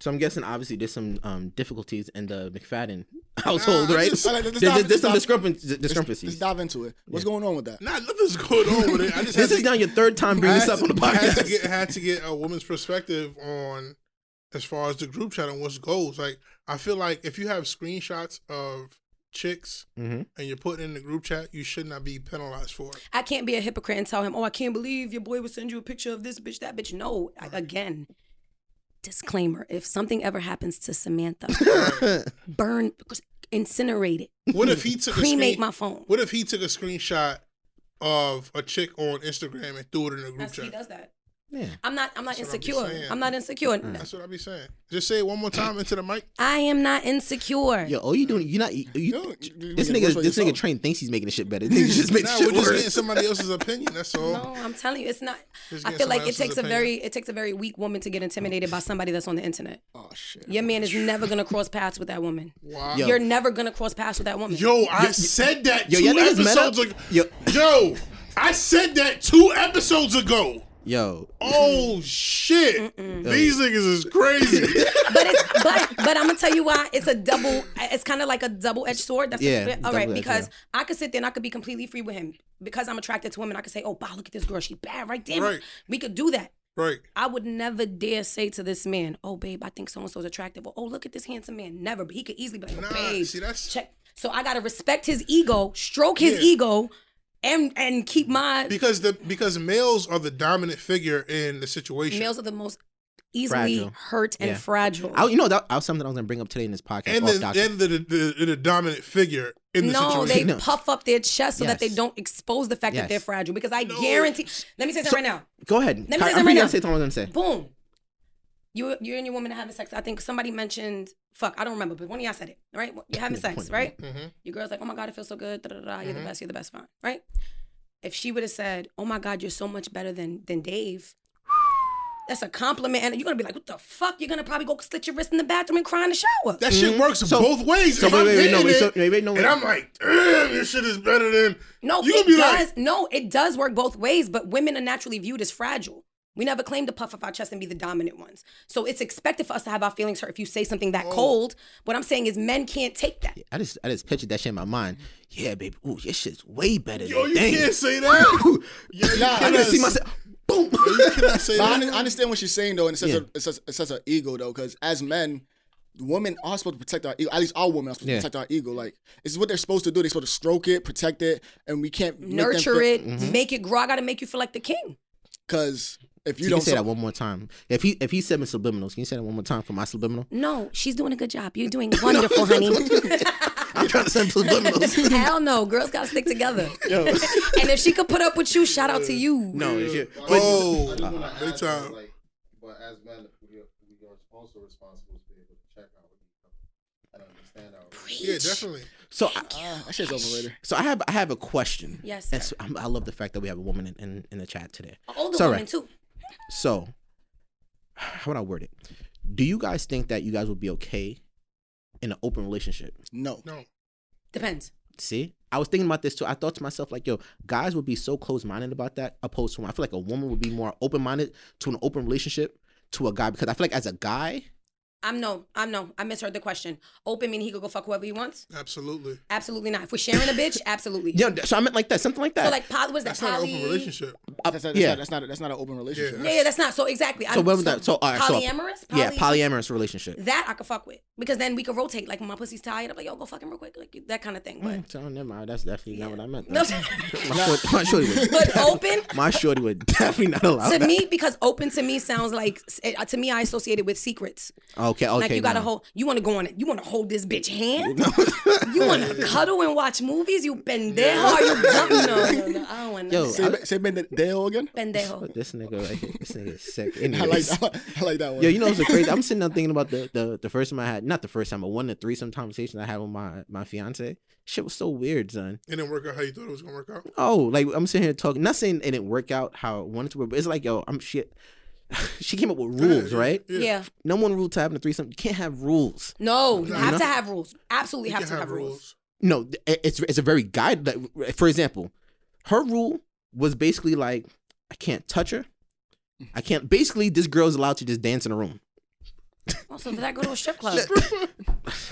[SPEAKER 4] so I'm guessing obviously there's some um, difficulties in the McFadden household,
[SPEAKER 5] Nah, I
[SPEAKER 4] right?
[SPEAKER 5] just-
[SPEAKER 3] I like-
[SPEAKER 4] There-
[SPEAKER 3] let's
[SPEAKER 4] there-
[SPEAKER 3] dive-
[SPEAKER 4] there's some
[SPEAKER 3] let's dive-
[SPEAKER 4] discrepan-
[SPEAKER 3] Let's, let's
[SPEAKER 4] discrepancies.
[SPEAKER 3] dive into it. What's going on with that?
[SPEAKER 5] Nah, nothing's *laughs* going on with it. I just
[SPEAKER 4] This
[SPEAKER 5] had
[SPEAKER 4] is
[SPEAKER 5] to-
[SPEAKER 4] now your third time
[SPEAKER 5] I
[SPEAKER 4] bringing this
[SPEAKER 5] had
[SPEAKER 4] up on
[SPEAKER 5] to-
[SPEAKER 4] the
[SPEAKER 5] I *laughs* had to
[SPEAKER 4] podcast.
[SPEAKER 5] get, had to get a woman's perspective on as far as the group chat and what's goals. Like I feel like if you have screenshots of chicks
[SPEAKER 4] Mhm.
[SPEAKER 5] and you're putting in the group chat, you should not be penalized for it.
[SPEAKER 6] I can't be a hypocrite and tell him, oh, I can't believe your boy would send you a picture of this bitch, that bitch. No, I, again, disclaimer: if something ever happens to Samantha,
[SPEAKER 5] *laughs*
[SPEAKER 6] burn, incinerate it,
[SPEAKER 5] What
[SPEAKER 4] *laughs*
[SPEAKER 5] if he took a
[SPEAKER 6] cremate
[SPEAKER 5] screen-
[SPEAKER 6] my phone.
[SPEAKER 5] What if he took a screenshot of a chick on Instagram and threw it in the group
[SPEAKER 6] That's, he
[SPEAKER 5] chat?
[SPEAKER 6] does that.
[SPEAKER 4] Yeah.
[SPEAKER 6] I'm not. I'm not
[SPEAKER 5] That's what I'm
[SPEAKER 6] insecure.
[SPEAKER 5] saying. Mm.
[SPEAKER 6] I'm, not insecure.
[SPEAKER 5] That's what I be saying. Just say
[SPEAKER 4] *laughs*
[SPEAKER 5] it one more time into the mic.
[SPEAKER 6] I am not insecure.
[SPEAKER 4] Yo, all you doing? You're not. You,
[SPEAKER 3] Yo, you-
[SPEAKER 4] this
[SPEAKER 3] you
[SPEAKER 4] nigga,
[SPEAKER 3] work for
[SPEAKER 4] this nigga
[SPEAKER 3] yourself.
[SPEAKER 4] train thinks he's making this shit better. Nigga just makes
[SPEAKER 5] Nah,
[SPEAKER 4] shit
[SPEAKER 5] we're just
[SPEAKER 4] worse.
[SPEAKER 5] getting somebody else's opinion.
[SPEAKER 6] *laughs*
[SPEAKER 5] That's all.
[SPEAKER 6] No, I'm telling you, it's not.
[SPEAKER 5] Just
[SPEAKER 6] I
[SPEAKER 5] get
[SPEAKER 6] feel like
[SPEAKER 5] somebody
[SPEAKER 6] it takes
[SPEAKER 5] else's
[SPEAKER 6] a very it takes a very weak woman to get intimidated by somebody that's on the internet.
[SPEAKER 3] Oh shit.
[SPEAKER 6] Your man is never gonna cross paths with that woman.
[SPEAKER 5] Wow.
[SPEAKER 4] Yo.
[SPEAKER 6] You're never gonna cross paths with that woman.
[SPEAKER 5] Yo, I said that
[SPEAKER 4] yo,
[SPEAKER 5] two
[SPEAKER 4] y'all niggas met
[SPEAKER 5] episodes
[SPEAKER 4] up?
[SPEAKER 5] ago. Yo.
[SPEAKER 4] Yo.
[SPEAKER 5] I said that two episodes ago.
[SPEAKER 4] Yo,
[SPEAKER 5] Oh shit! These niggas is
[SPEAKER 4] *laughs*
[SPEAKER 5] crazy.
[SPEAKER 6] but it's but but I'm gonna tell you why it's a double. It's kind of like a double edged sword. That's
[SPEAKER 4] Yeah,
[SPEAKER 6] all right.
[SPEAKER 4] double-edged,
[SPEAKER 6] Because I could sit there and I could be completely free with him because I'm attracted to women. I could say, oh wow, look at this girl, she's bad, right? Damn,
[SPEAKER 5] Right.
[SPEAKER 6] it. we could do that.
[SPEAKER 5] right.
[SPEAKER 6] I would never dare say to this man, "Oh, babe, I think so and so's attractive." Or, "Oh, look at this handsome man." Never, but he could easily be like, "Oh,
[SPEAKER 5] Nah,
[SPEAKER 6] "Babe,
[SPEAKER 5] see, that's-
[SPEAKER 6] check." So I gotta respect his ego, stroke his ego, and and keep my
[SPEAKER 5] Because the because males are the dominant figure in the situation.
[SPEAKER 6] males are the most easily
[SPEAKER 4] Fragile.
[SPEAKER 6] hurt and
[SPEAKER 4] Yeah.
[SPEAKER 6] fragile.
[SPEAKER 4] I, you know that, that was something I was gonna bring up today in this podcast.
[SPEAKER 5] and
[SPEAKER 4] off
[SPEAKER 5] then
[SPEAKER 4] doc-
[SPEAKER 5] and the, the, the, the dominant figure in the
[SPEAKER 6] no, they
[SPEAKER 5] situation.
[SPEAKER 4] No.
[SPEAKER 6] puff up their chest so that they
[SPEAKER 4] Yes.
[SPEAKER 6] don't expose the fact that
[SPEAKER 4] Yes.
[SPEAKER 6] they're fragile. Because I guarantee. Let me say something right now.
[SPEAKER 4] Go ahead.
[SPEAKER 6] me
[SPEAKER 4] Ky-
[SPEAKER 6] say
[SPEAKER 4] I'm
[SPEAKER 6] something right
[SPEAKER 4] gonna
[SPEAKER 6] now.
[SPEAKER 4] say something I was gonna say.
[SPEAKER 6] boom. You you and your woman are having sex. I think somebody mentioned fuck. I don't remember, but one of y'all said it. Right? You're having sex, right? Your girl's like, oh my god, it feels so good. Da, da, da, da. You're the best. You're the best. Fine, right? If she would have said, oh my god, you're so much better than than Dave. That's a compliment, and you're gonna be like, "What the fuck?" You're gonna probably go slit your wrist in the bathroom and cry in the shower.
[SPEAKER 5] That shit works
[SPEAKER 4] So-
[SPEAKER 5] both ways.
[SPEAKER 4] so
[SPEAKER 5] If
[SPEAKER 4] wait,
[SPEAKER 5] I'm
[SPEAKER 4] wait, wait, no,
[SPEAKER 5] hitting
[SPEAKER 4] wait,
[SPEAKER 5] it,
[SPEAKER 4] so- wait, wait, no,
[SPEAKER 5] And
[SPEAKER 4] wait.
[SPEAKER 5] I'm like, damn, this shit is better than.
[SPEAKER 6] no,
[SPEAKER 5] you gonna
[SPEAKER 6] it
[SPEAKER 5] be
[SPEAKER 6] does.
[SPEAKER 5] like,
[SPEAKER 6] no, it does work both ways, but women are naturally viewed as fragile. We never claim to puff up our chest and be the dominant ones. So it's expected for us to have our feelings hurt if you say something
[SPEAKER 5] Oh.
[SPEAKER 6] that cold. What I'm saying is men can't take that.
[SPEAKER 4] I just, I just pictured that shit in my mind. Yeah, baby. Ooh, this shit's way better.
[SPEAKER 5] yo,
[SPEAKER 4] than
[SPEAKER 5] Oh, you
[SPEAKER 4] dang.
[SPEAKER 5] can't
[SPEAKER 4] *laughs*
[SPEAKER 5] say that.
[SPEAKER 4] Oh,
[SPEAKER 5] *laughs* Yo, you
[SPEAKER 3] Nah, I
[SPEAKER 4] I
[SPEAKER 5] cannot
[SPEAKER 4] can
[SPEAKER 3] *laughs*
[SPEAKER 4] see
[SPEAKER 5] s-
[SPEAKER 4] myself. Boom. *laughs*
[SPEAKER 5] You cannot say
[SPEAKER 3] But I,
[SPEAKER 5] that.
[SPEAKER 3] under- I understand what she's saying though, and it's such
[SPEAKER 4] Yeah.
[SPEAKER 3] a it's such, it's such an ego though, because as men, women are supposed to protect our ego. At least our women are supposed
[SPEAKER 4] Yeah.
[SPEAKER 3] to protect our ego. Like it's what they're supposed to do. They're supposed to stroke it, protect it, and we can't
[SPEAKER 6] Nurture it,
[SPEAKER 5] Mm-hmm.
[SPEAKER 6] make it grow. I gotta make you feel like the king.
[SPEAKER 3] Because if you
[SPEAKER 4] You
[SPEAKER 3] don't
[SPEAKER 4] can say that one more time. If he if he said my
[SPEAKER 5] *laughs*
[SPEAKER 4] subliminals, can you say that one more time for my subliminal? Oh,
[SPEAKER 6] No, she's doing a good job. You're doing wonderful, honey.
[SPEAKER 4] *laughs* I'm trying to send
[SPEAKER 5] *laughs*
[SPEAKER 6] *laughs*
[SPEAKER 4] subliminals.
[SPEAKER 6] Hell no, girls gotta stick together.
[SPEAKER 4] Yo.
[SPEAKER 6] *laughs* and if she could put up with you, shout out to you.
[SPEAKER 4] No, it's your-
[SPEAKER 7] Well, I just-
[SPEAKER 5] Oh,
[SPEAKER 7] I just wanna add
[SPEAKER 5] big
[SPEAKER 7] to that,
[SPEAKER 5] time.
[SPEAKER 7] like, but as men, we are, we are also responsible to be able to check out with each other and understand our
[SPEAKER 5] Yeah, definitely.
[SPEAKER 4] So, I,
[SPEAKER 6] Uh,
[SPEAKER 3] That shit's overrated.
[SPEAKER 4] so I have I have a question.
[SPEAKER 6] Yes,
[SPEAKER 4] And
[SPEAKER 6] sir.
[SPEAKER 4] so- I'm- I love the fact that we have a woman in, in, in the chat today.
[SPEAKER 6] An Older
[SPEAKER 4] It's all
[SPEAKER 6] woman
[SPEAKER 4] right.
[SPEAKER 6] too.
[SPEAKER 4] So, how would I word it? Do you guys think that you guys would be okay in an open relationship?
[SPEAKER 3] No.
[SPEAKER 5] No,
[SPEAKER 6] Depends.
[SPEAKER 4] See, I was thinking about this too. I thought to myself, like, yo, guys would be so close minded about that, opposed to I feel like a woman would be more open minded to an open relationship to a guy because I feel like as a guy,
[SPEAKER 6] I'm no, I'm no. I misheard the question. Open meaning he could go fuck whoever he wants?
[SPEAKER 5] absolutely.
[SPEAKER 6] Absolutely not. If we're sharing a bitch, absolutely.
[SPEAKER 4] yeah. So I meant like that, something like that.
[SPEAKER 6] So like poly was that
[SPEAKER 5] That's not an
[SPEAKER 6] poly?
[SPEAKER 5] open relationship.
[SPEAKER 4] I-
[SPEAKER 3] That's not, that's,
[SPEAKER 4] Uh, yeah.
[SPEAKER 3] not, that's, not, that's not an open relationship.
[SPEAKER 6] Yeah, yeah, that's not. So exactly.
[SPEAKER 4] so what was that? So all right, so-
[SPEAKER 6] polyamorous?
[SPEAKER 4] yeah,
[SPEAKER 6] Poly-
[SPEAKER 4] polyamorous relationship.
[SPEAKER 6] That I could fuck with because then we could rotate. Like when my pussy's tired, I'm like, yo, go fuck him real quick, like that kind of thing. But
[SPEAKER 4] Mm, So never mind. That's definitely not what I meant.
[SPEAKER 6] *laughs* No.
[SPEAKER 4] my, shorty, *laughs* my shorty would.
[SPEAKER 6] but open
[SPEAKER 4] My shorty would definitely not allow
[SPEAKER 6] to
[SPEAKER 4] that.
[SPEAKER 6] me because open to me sounds like it- to me I associate it with secrets.
[SPEAKER 4] okay, okay.
[SPEAKER 6] like you got to
[SPEAKER 4] now.
[SPEAKER 6] hold, you want to go on it, you want to hold this bitch hand, you want to cuddle and watch movies. You pendejo, you dumb. No, no, no, I don't want
[SPEAKER 4] Yo, *laughs*
[SPEAKER 6] no
[SPEAKER 3] Say, say Benedeo again.
[SPEAKER 6] pendejo.
[SPEAKER 4] This nigga right here. This nigga is sick.
[SPEAKER 3] *laughs*
[SPEAKER 4] Anyways.
[SPEAKER 3] I like, I like, I like that one.
[SPEAKER 4] Yo, you know it's a crazy. I'm sitting there thinking about the, the the first time I had, not the first time, but one of the threesome conversations I had with my my fiance. Shit was so weird, son.
[SPEAKER 5] It didn't work out how you thought it was gonna work out.
[SPEAKER 4] Oh, like I'm sitting here talking. Not saying it didn't work out how I wanted to, work, but it's like, yo, I'm shit. *laughs* she came up with rules, right?
[SPEAKER 6] Yeah.
[SPEAKER 4] No one rule to having a threesome. You can't have rules.
[SPEAKER 6] No, you have
[SPEAKER 4] No.
[SPEAKER 6] to have rules. Absolutely
[SPEAKER 5] You
[SPEAKER 6] have
[SPEAKER 5] can
[SPEAKER 6] to have rules.
[SPEAKER 4] No, th- it- it's it's a very guide. Like, for example, her rule was basically like, I can't touch her. I can't. Basically, this girl's allowed to just dance in a room.
[SPEAKER 6] Oh, so did I go to a strip club?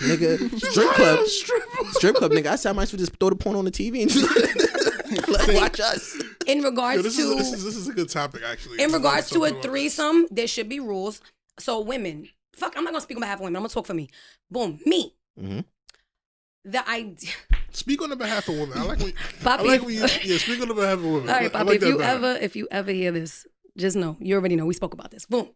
[SPEAKER 4] nigga. Strip club, strip club, nigga. I said I might as well just throw the porn on the TV and just *laughs* like, watch us.
[SPEAKER 6] In regards
[SPEAKER 5] Yo, this,
[SPEAKER 6] to
[SPEAKER 5] is, this is this is a good topic actually.
[SPEAKER 6] in regards to a
[SPEAKER 5] Something about
[SPEAKER 6] threesome, there should be rules. So women, fuck, I'm not gonna speak on behalf of women. I'm gonna talk for me. Boom, me.
[SPEAKER 5] Mm-hmm.
[SPEAKER 4] Mhm.
[SPEAKER 6] The *laughs* idea,
[SPEAKER 5] that. Speak on the behalf of women. I like when I
[SPEAKER 6] Poppy.
[SPEAKER 5] like when you yeah. Speak on the behalf of women.
[SPEAKER 6] all right,
[SPEAKER 5] I
[SPEAKER 6] Poppy.
[SPEAKER 5] like
[SPEAKER 6] if
[SPEAKER 5] that
[SPEAKER 6] you
[SPEAKER 5] better.
[SPEAKER 6] ever, if you ever hear this, just know you already know we spoke about this. Boom.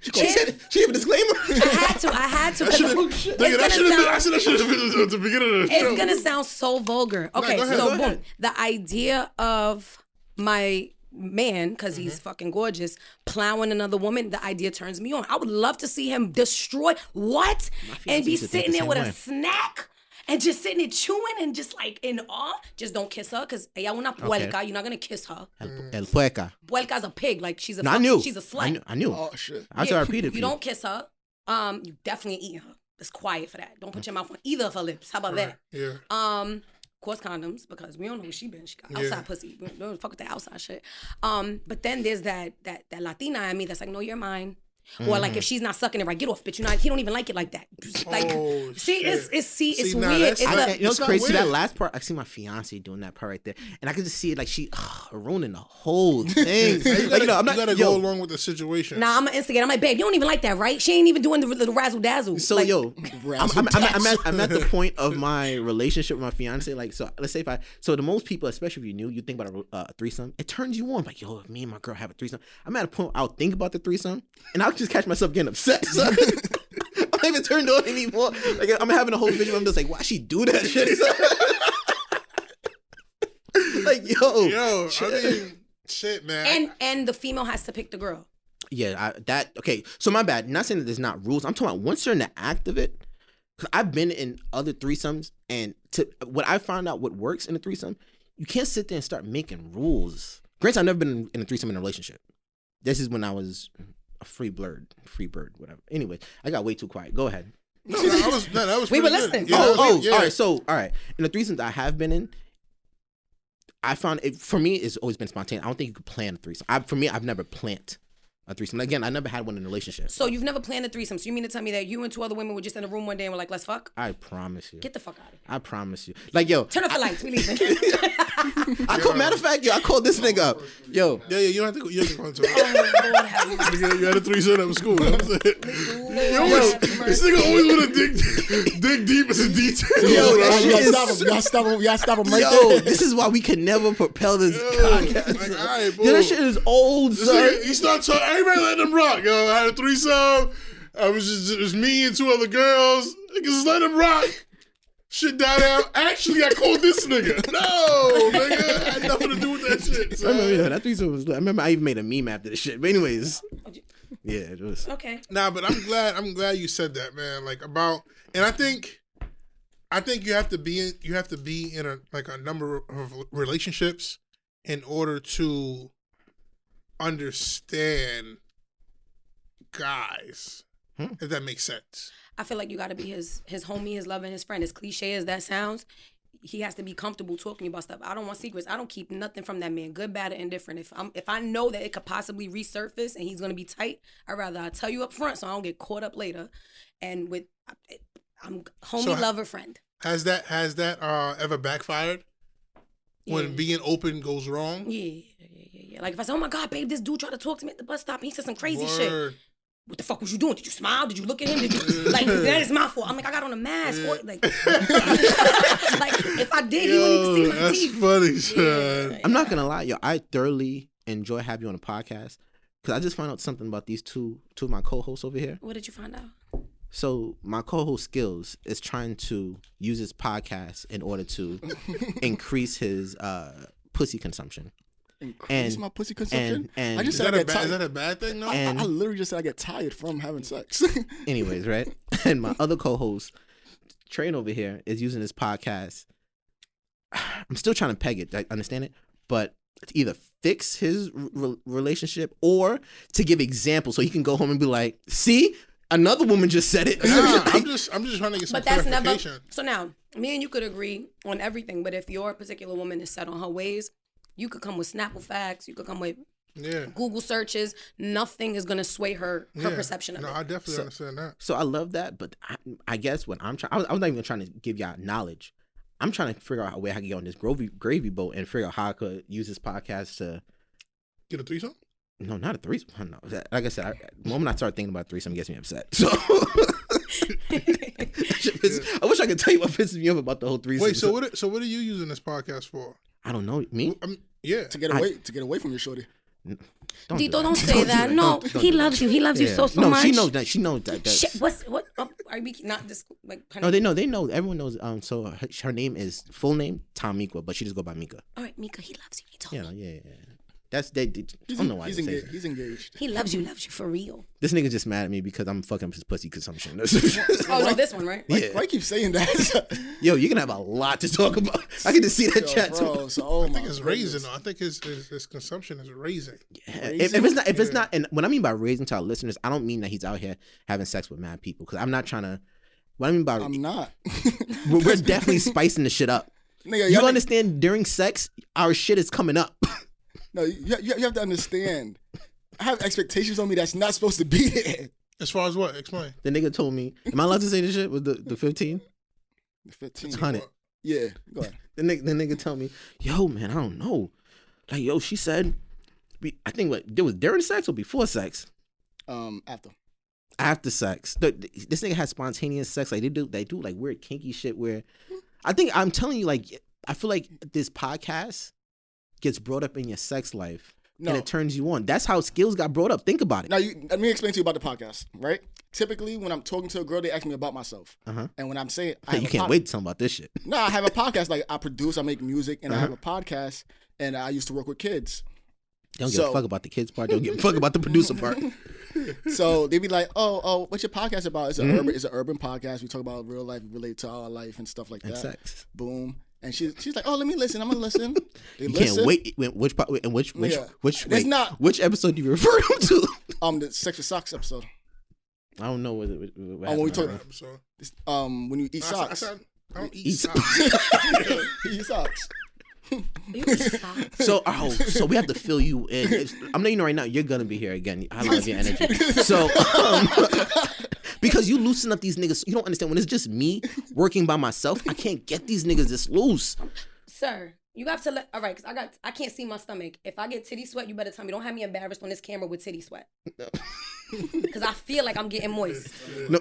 [SPEAKER 4] She said she gave a disclaimer.
[SPEAKER 6] I *laughs* had to. I had to.
[SPEAKER 5] That
[SPEAKER 6] 'cause
[SPEAKER 5] should have
[SPEAKER 6] it's
[SPEAKER 5] nigga, that
[SPEAKER 6] gonna
[SPEAKER 5] should have been,
[SPEAKER 6] sound-
[SPEAKER 5] I should have been at the beginning of the show.
[SPEAKER 6] It's gonna sound so vulgar. Okay,
[SPEAKER 5] go ahead,
[SPEAKER 6] so
[SPEAKER 5] go
[SPEAKER 6] boom. The idea of my man, because
[SPEAKER 4] Mm-hmm.
[SPEAKER 6] he's fucking gorgeous, plowing another woman, the idea turns me on. I would love to see him destroy what? And be
[SPEAKER 4] used to think
[SPEAKER 6] sitting
[SPEAKER 4] the
[SPEAKER 6] there with
[SPEAKER 4] same
[SPEAKER 6] a
[SPEAKER 4] way.
[SPEAKER 6] snack. And just sitting there chewing and just like in awe. Just don't kiss her because ella una puerca. You're not gonna kiss her.
[SPEAKER 4] El, el puerca.
[SPEAKER 6] Puerca's a pig. Like she's a
[SPEAKER 4] No, I
[SPEAKER 6] fuck-
[SPEAKER 4] knew.
[SPEAKER 6] she's a
[SPEAKER 4] I
[SPEAKER 6] slut.
[SPEAKER 4] knew. I knew.
[SPEAKER 3] Oh shit.
[SPEAKER 4] I was
[SPEAKER 6] Yeah,
[SPEAKER 4] yeah, repeated.
[SPEAKER 6] You don't kiss her. Um, you definitely ain't eating her. It's quiet for that. Don't put your mouth on either of her lips. How about that?
[SPEAKER 5] Yeah.
[SPEAKER 6] Um, of course, condoms because we don't know where she been. She got outside pussy. We don't- don't fuck with the outside shit. Um, but then there's that that that Latina in me that's like, no, you're mine. Or
[SPEAKER 5] Mm-hmm.
[SPEAKER 6] like if she's not sucking it right, get off, bitch. You know he don't even like it like that. Like,
[SPEAKER 5] Oh,
[SPEAKER 6] see, it's
[SPEAKER 5] shit.
[SPEAKER 6] it's see, it's
[SPEAKER 5] See, nah,
[SPEAKER 6] weird.
[SPEAKER 5] that's-
[SPEAKER 6] It's
[SPEAKER 4] I,
[SPEAKER 6] a-
[SPEAKER 4] you know what's
[SPEAKER 5] It's not
[SPEAKER 4] crazy? See That
[SPEAKER 5] weird.
[SPEAKER 4] last part, I see my fiance doing that part right there, and I could just see it like she ugh, ruining the whole thing.
[SPEAKER 5] Hey, you
[SPEAKER 4] like,
[SPEAKER 5] gotta,
[SPEAKER 4] you know, I'm not
[SPEAKER 5] you gotta
[SPEAKER 4] yo,
[SPEAKER 5] go along with the situation.
[SPEAKER 6] Nah, I'm an instigator. I'm like, babe, you don't even like that, right? She ain't even doing the little razzle dazzle.
[SPEAKER 4] So
[SPEAKER 6] like,
[SPEAKER 4] yo, I'm, I'm, I'm, I'm, at, I'm at the point of my relationship with my fiance. Like, so let's say if I, so the most people, especially if you're new, you think about a uh, threesome, it turns you on. Like, yo, if me and my girl have a threesome, I'm at a point where I'll think about the threesome, and I'll just catch myself getting upset. So *laughs* I'm not even turned on anymore. Like, I'm having a whole vision. where I'm just like, why she do that shit? So- *laughs* like, yo,
[SPEAKER 5] Yo, I mean, shit, man.
[SPEAKER 6] and and the female has to pick the girl.
[SPEAKER 4] Yeah, I, that okay. So my bad. Not saying that there's not rules. I'm talking about once you're in the act of it. Cause I've been in other threesomes, and to what I found out what works in a threesome, you can't sit there and start making rules. Granted, I've never been in, in a threesome in a relationship. This is when I was a free blurred, free bird, whatever. Anyway, I got way too quiet. Go ahead.
[SPEAKER 5] no, no, I was, no, that
[SPEAKER 6] *laughs*
[SPEAKER 5] was
[SPEAKER 6] We
[SPEAKER 5] pretty
[SPEAKER 6] were
[SPEAKER 5] good.
[SPEAKER 6] listening.
[SPEAKER 5] Yeah,
[SPEAKER 4] oh,
[SPEAKER 5] that
[SPEAKER 4] oh,
[SPEAKER 5] was- yeah.
[SPEAKER 4] all right. So, all right. In the threesomes I have been in, I found it for me. It's always been spontaneous. I don't think you could plan a threesome. I, for me, I've never planned a threesome. Again, I never had one in a relationship.
[SPEAKER 6] So you've never planned a threesome. So you mean to tell me that you and two other women were just in a room one day and were like, let's fuck?
[SPEAKER 4] I promise you.
[SPEAKER 6] Get the fuck out of here.
[SPEAKER 4] I promise you. Like yo,
[SPEAKER 6] Turn off the lights.
[SPEAKER 5] *laughs*
[SPEAKER 6] We leaving. *laughs*
[SPEAKER 4] I call, matter of fact, yo, I called this nigga up. Yo,
[SPEAKER 5] Yeah, yeah, you don't have to go. You don't have to
[SPEAKER 6] Oh,
[SPEAKER 5] go into it. Nigga, you had a threesome at school. That was it. You always, this nigga always want to dig, dig deep into details.
[SPEAKER 4] Yo,
[SPEAKER 5] bro.
[SPEAKER 4] that shit
[SPEAKER 3] Y'all
[SPEAKER 4] is-
[SPEAKER 3] stop him. Y'all stop him. Y'all stop him right
[SPEAKER 4] yo,
[SPEAKER 3] there.
[SPEAKER 4] this is why we can never propel this podcast.
[SPEAKER 5] like, all right,
[SPEAKER 4] Yo,
[SPEAKER 5] boo.
[SPEAKER 4] that shit is old,
[SPEAKER 5] This
[SPEAKER 4] son.
[SPEAKER 5] nigga, he started talking. Everybody let them rock. Yo, I had a threesome. I was just it was me and two other girls. Niggas, just let them rock. Shit die down. Actually, I called this nigga. No, nigga, I had nothing to do with that shit.
[SPEAKER 4] I remember
[SPEAKER 5] Son.
[SPEAKER 4] yeah, that threesome was. I remember I even made a meme after this shit. But anyways, yeah, it was.
[SPEAKER 6] Okay.
[SPEAKER 5] Nah, but I'm glad. I'm glad you said that, man. Like about, and I think, I think you have to be in. You have to be in a like a number of relationships in order to understand guys. If that makes sense.
[SPEAKER 6] I feel like you got to be his his homie, his lover, and his friend. As cliche as that sounds, he has to be comfortable talking about stuff. I don't want secrets. I don't keep nothing from that man, good, bad, or indifferent. If I'm if I know that it could possibly resurface and he's gonna be tight, I'd rather I tell you up front so I don't get caught up later. And with I'm homie,
[SPEAKER 5] So how-
[SPEAKER 6] lover, friend.
[SPEAKER 5] Has that has that uh ever backfired? When
[SPEAKER 6] Yeah.
[SPEAKER 5] being open goes wrong.
[SPEAKER 6] Yeah, yeah, yeah, yeah, yeah. Like if I say, oh my god, babe, this dude tried to talk to me at the bus stop and he said some crazy shit. *laughs*
[SPEAKER 5] Word.
[SPEAKER 6] What the fuck was you doing? Did you smile? Did you look at
[SPEAKER 5] *laughs*
[SPEAKER 6] him? Did you like that is my fault. I'm like, I got on a mask. Or, like, like if I did,
[SPEAKER 5] *laughs*
[SPEAKER 6] he wouldn't even see my
[SPEAKER 5] that's
[SPEAKER 6] teeth.
[SPEAKER 5] funny, son.
[SPEAKER 4] I'm not gonna lie, yo. I thoroughly enjoy having you on a podcast because I just found out something about these two two of my co-hosts over here.
[SPEAKER 6] What did you find out?
[SPEAKER 4] So my co-host skills is trying to use his podcast in order
[SPEAKER 5] *laughs*
[SPEAKER 4] to increase his uh pussy consumption.
[SPEAKER 3] Increase
[SPEAKER 4] And-
[SPEAKER 3] my pussy consumption.
[SPEAKER 4] and- and-
[SPEAKER 3] I just
[SPEAKER 5] Is
[SPEAKER 3] said
[SPEAKER 5] that,
[SPEAKER 3] I
[SPEAKER 5] a
[SPEAKER 3] get
[SPEAKER 5] bad, is
[SPEAKER 3] tired.
[SPEAKER 5] that a bad thing?
[SPEAKER 3] I,
[SPEAKER 5] No.
[SPEAKER 3] I
[SPEAKER 4] And
[SPEAKER 3] literally just said I get tired from having sex. *laughs*
[SPEAKER 4] anyways, right? *laughs* And my other co-host Train over here is using his podcast. *sighs* I'm still trying to peg it. I understand it, but to either fix his re- relationship or to give examples so he can go home and be like, "See, another woman just said it." *laughs*
[SPEAKER 5] Nah, I'm just I'm just trying to get some
[SPEAKER 6] But that's never.
[SPEAKER 5] clarification.
[SPEAKER 6] So now, me and you could agree on everything, but if your particular woman is set on her ways, you could come with Snapple facts. You could come with
[SPEAKER 5] Yeah.
[SPEAKER 6] Google searches. Nothing is gonna sway her her
[SPEAKER 5] yeah.
[SPEAKER 6] perception of
[SPEAKER 5] No,
[SPEAKER 6] it.
[SPEAKER 5] I
[SPEAKER 6] *laughs*
[SPEAKER 5] definitely understand that.
[SPEAKER 4] So I love that, but I, I guess what I'm trying, I was, I was not even trying to give y'all knowledge. I'm trying to figure out a way I can get on this gravy gravy boat and figure out how I could use this podcast to
[SPEAKER 5] Get a threesome?
[SPEAKER 4] no, not a threesome. No, That- like I said, I, the moment I start thinking about threesome, it gets me upset. *laughs* So That shit pisses- I wish I could tell you what pisses me off about the whole threesome.
[SPEAKER 5] Wait, so what are- so what are you using this podcast for?
[SPEAKER 4] I don't know me.
[SPEAKER 5] i yeah.
[SPEAKER 3] to get away, to get away from your shorty.
[SPEAKER 4] Don't
[SPEAKER 6] Dito,
[SPEAKER 4] that.
[SPEAKER 6] don't say
[SPEAKER 4] do
[SPEAKER 6] that.
[SPEAKER 4] Don't-
[SPEAKER 6] No,
[SPEAKER 4] don't do
[SPEAKER 6] he
[SPEAKER 4] that.
[SPEAKER 6] loves you. He loves you
[SPEAKER 4] Yeah.
[SPEAKER 6] so so
[SPEAKER 4] no,
[SPEAKER 6] much.
[SPEAKER 4] she knows that. She knows that. that-
[SPEAKER 6] Shit, what's what? Oh, are we not this like? Honey,
[SPEAKER 4] No, they know. They know. Everyone knows. Um, so her, her name is full name Tamika, but she just go by Mika.
[SPEAKER 6] all right, Mika, he loves you. He told
[SPEAKER 4] Yeah,
[SPEAKER 6] me
[SPEAKER 4] yeah, yeah. That's they. they I
[SPEAKER 3] He's,
[SPEAKER 4] don't know why
[SPEAKER 3] he's,
[SPEAKER 4] they say
[SPEAKER 3] engaged,
[SPEAKER 4] that.
[SPEAKER 3] he's engaged.
[SPEAKER 6] he loves you, loves you for real.
[SPEAKER 4] This nigga just mad at me because I'm fucking his pussy consumption. *laughs*
[SPEAKER 6] Oh no, this one right?
[SPEAKER 4] yeah.
[SPEAKER 3] Why you keep saying
[SPEAKER 4] *laughs*
[SPEAKER 3] that?
[SPEAKER 4] Yo, you're gonna have a lot to talk about. I can just see that
[SPEAKER 3] Yo,
[SPEAKER 4] chat.
[SPEAKER 3] bro, so, oh
[SPEAKER 5] I
[SPEAKER 3] my
[SPEAKER 5] think it's raising. though. I think his, his his consumption is raising.
[SPEAKER 4] If, if it's not, if it's not, and what I mean by raising to our listeners, I don't mean that he's out here having sex with mad people because I'm not trying to. What I mean by
[SPEAKER 3] I'm not.
[SPEAKER 4] we're,
[SPEAKER 3] *laughs*
[SPEAKER 4] we're definitely spicing the shit up.
[SPEAKER 3] Nigga,
[SPEAKER 4] You
[SPEAKER 3] y'all-
[SPEAKER 4] understand? During sex, our shit is coming up. *laughs*
[SPEAKER 3] No, you, you, you have to understand. I have expectations on me that's not supposed to be there. *laughs*
[SPEAKER 5] As far as what? Explain.
[SPEAKER 4] the nigga told me, "Am I allowed to say this shit with the the 15
[SPEAKER 3] Fifteen.
[SPEAKER 4] hundred?
[SPEAKER 3] Yeah, go ahead.
[SPEAKER 4] The nigga, the nigga tell me, yo, man, I don't know. Like, yo, she said, be- I think what there was during sex or before sex,
[SPEAKER 3] Um, after.
[SPEAKER 4] after sex. Th- th- This nigga had spontaneous sex. Like they do, they do like weird kinky shit. Where I think I'm telling you, like, I feel like this podcast gets brought up in your sex life,
[SPEAKER 3] No.
[SPEAKER 4] and it turns you on. That's how skills got brought up. Think about it.
[SPEAKER 3] Now, you, let me explain to you about the podcast, right? Typically, when I'm talking to a girl, they ask me about myself,
[SPEAKER 4] Uh-huh.
[SPEAKER 3] and when I'm
[SPEAKER 4] *laughs*
[SPEAKER 3] saying, I
[SPEAKER 4] Hey,
[SPEAKER 3] have
[SPEAKER 4] you
[SPEAKER 3] a
[SPEAKER 4] can't
[SPEAKER 3] pod-
[SPEAKER 4] wait to tell about this shit.
[SPEAKER 3] No, I have a podcast. Like I produce, I make music, and I have a
[SPEAKER 4] Uh-huh.
[SPEAKER 3] podcast. And I used to work with kids,
[SPEAKER 4] They don't give
[SPEAKER 3] So-
[SPEAKER 4] a fuck about the kids part. They don't give a fuck about the
[SPEAKER 3] *laughs*
[SPEAKER 4] producer part. *laughs*
[SPEAKER 3] so they'd be like, "Oh, oh, what's your podcast about?" It's an
[SPEAKER 4] Mm-hmm.
[SPEAKER 3] urban, it's an urban podcast. We talk about real life, relate to our life, and stuff like
[SPEAKER 4] And
[SPEAKER 3] that.
[SPEAKER 4] sex.
[SPEAKER 3] Boom. And she's she's like, "Oh, let me listen. I'm gonna
[SPEAKER 4] *laughs*
[SPEAKER 3] listen." They
[SPEAKER 4] You
[SPEAKER 3] listen.
[SPEAKER 4] can't wait. when- Which part? And which which
[SPEAKER 3] Yeah.
[SPEAKER 4] which
[SPEAKER 3] That's
[SPEAKER 4] wait,
[SPEAKER 3] not-
[SPEAKER 4] which episode do you refer him to? *laughs*
[SPEAKER 3] Um, the sex with socks episode.
[SPEAKER 4] I don't know what. what, what
[SPEAKER 3] Oh, when we
[SPEAKER 4] happened.
[SPEAKER 3] talk-
[SPEAKER 5] Right, so
[SPEAKER 3] It's, um, when you eat
[SPEAKER 5] I, said- I,
[SPEAKER 3] *laughs* socks,
[SPEAKER 5] said, I don't eat
[SPEAKER 4] Eat
[SPEAKER 5] socks.
[SPEAKER 3] you eat socks.
[SPEAKER 6] You stop.
[SPEAKER 4] So, oh, so we have to fill you in. It's- I'm letting you know right now, you're gonna be here again. I love your energy. So, um, *laughs* because you loosen up these niggas, you don't understand. When it's just me working by myself, I can't get these niggas this loose.
[SPEAKER 6] sir. You have to let all right, cause I got I can't see my stomach. If I get titty sweat, you better tell me. Don't have me embarrassed on this camera with titty sweat. Cause I feel like I'm
[SPEAKER 4] *laughs*
[SPEAKER 6] getting moist.
[SPEAKER 4] No,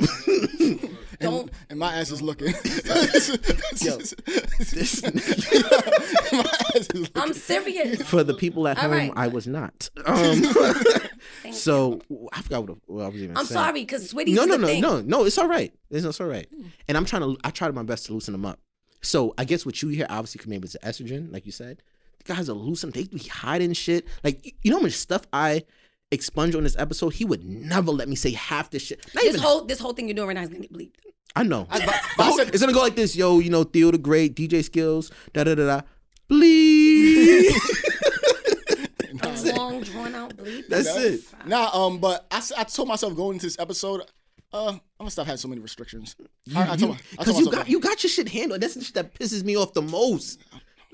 [SPEAKER 6] Don't
[SPEAKER 3] And my ass is
[SPEAKER 5] *laughs*
[SPEAKER 3] looking. *laughs*
[SPEAKER 4] Yo. this, *laughs*
[SPEAKER 3] my ass is looking.
[SPEAKER 6] I'm serious.
[SPEAKER 4] for the people at
[SPEAKER 6] All
[SPEAKER 4] home,
[SPEAKER 6] right.
[SPEAKER 4] *laughs* I was not. Um,
[SPEAKER 6] Thank
[SPEAKER 4] So w- I forgot what, what I was even
[SPEAKER 6] I'm
[SPEAKER 4] saying.
[SPEAKER 6] sorry, because Switty
[SPEAKER 4] No,
[SPEAKER 6] is
[SPEAKER 4] no,
[SPEAKER 6] the
[SPEAKER 4] no,
[SPEAKER 6] thing.
[SPEAKER 4] no, no. It's all right. It's, it's all right. And I'm trying to. I tried my best to loosen them up. So I guess what you hear obviously could maybe it's estrogen, like you said. The guys are loosened. They be hiding shit. Like y- you know how much stuff I expunge on this episode. He would never let me say half this shit. Not
[SPEAKER 6] This
[SPEAKER 4] even-
[SPEAKER 6] whole this whole thing you're doing right now is gonna get bleeped.
[SPEAKER 4] *laughs* I know.
[SPEAKER 3] I- but-
[SPEAKER 4] The
[SPEAKER 3] but I
[SPEAKER 4] whole-
[SPEAKER 3] said-
[SPEAKER 4] it's gonna go like this, yo. You know, Theo the Great, DJ Skills, da da da da. Bleep.
[SPEAKER 6] A long drawn out bleep.
[SPEAKER 4] That's it.
[SPEAKER 3] Nah, um, but I, s- I told myself going into this episode, uh, I'm gonna stop having so many restrictions. I, I told, my- I told
[SPEAKER 4] Because you
[SPEAKER 3] myself
[SPEAKER 4] got
[SPEAKER 3] that.
[SPEAKER 4] you got your shit handled. That's the shit that pisses me off the most.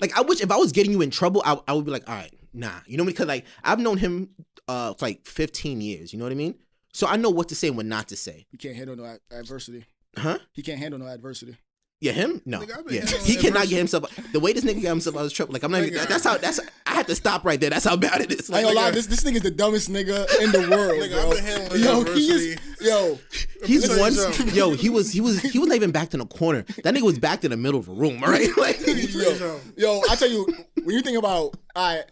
[SPEAKER 4] Like I wish if I was getting you in trouble, I, I would be like, all right, nah. You know, because like I've known him uh for like 15 years, you know what I mean? So I know what to say and what not to say.
[SPEAKER 3] He can't handle no ad- adversity.
[SPEAKER 4] Huh?
[SPEAKER 3] He can't handle no adversity.
[SPEAKER 4] Yeah, him? No.
[SPEAKER 5] Nigga, I've been
[SPEAKER 4] yeah.
[SPEAKER 5] handling
[SPEAKER 4] He cannot
[SPEAKER 5] adversity.
[SPEAKER 4] get himself the way this nigga got himself out of trouble. Like I'm not even
[SPEAKER 5] Nigga.
[SPEAKER 4] that's how that's I had to stop right there. That's how bad it is.
[SPEAKER 3] I
[SPEAKER 4] Like,
[SPEAKER 3] ain't gonna lie, this this nigga's the dumbest nigga in the world.
[SPEAKER 5] Nigga,
[SPEAKER 3] bro.
[SPEAKER 5] I've been handling
[SPEAKER 3] yo, he is,
[SPEAKER 5] adversity.
[SPEAKER 3] yo,
[SPEAKER 4] He's
[SPEAKER 5] Let me tell
[SPEAKER 4] once
[SPEAKER 5] you something.
[SPEAKER 4] yo, he was he was he was not even backed in a corner. That nigga was backed in the middle of a room, *laughs* all right?
[SPEAKER 5] *laughs*
[SPEAKER 4] Like
[SPEAKER 3] yo, yo. I tell you, when you think about, I,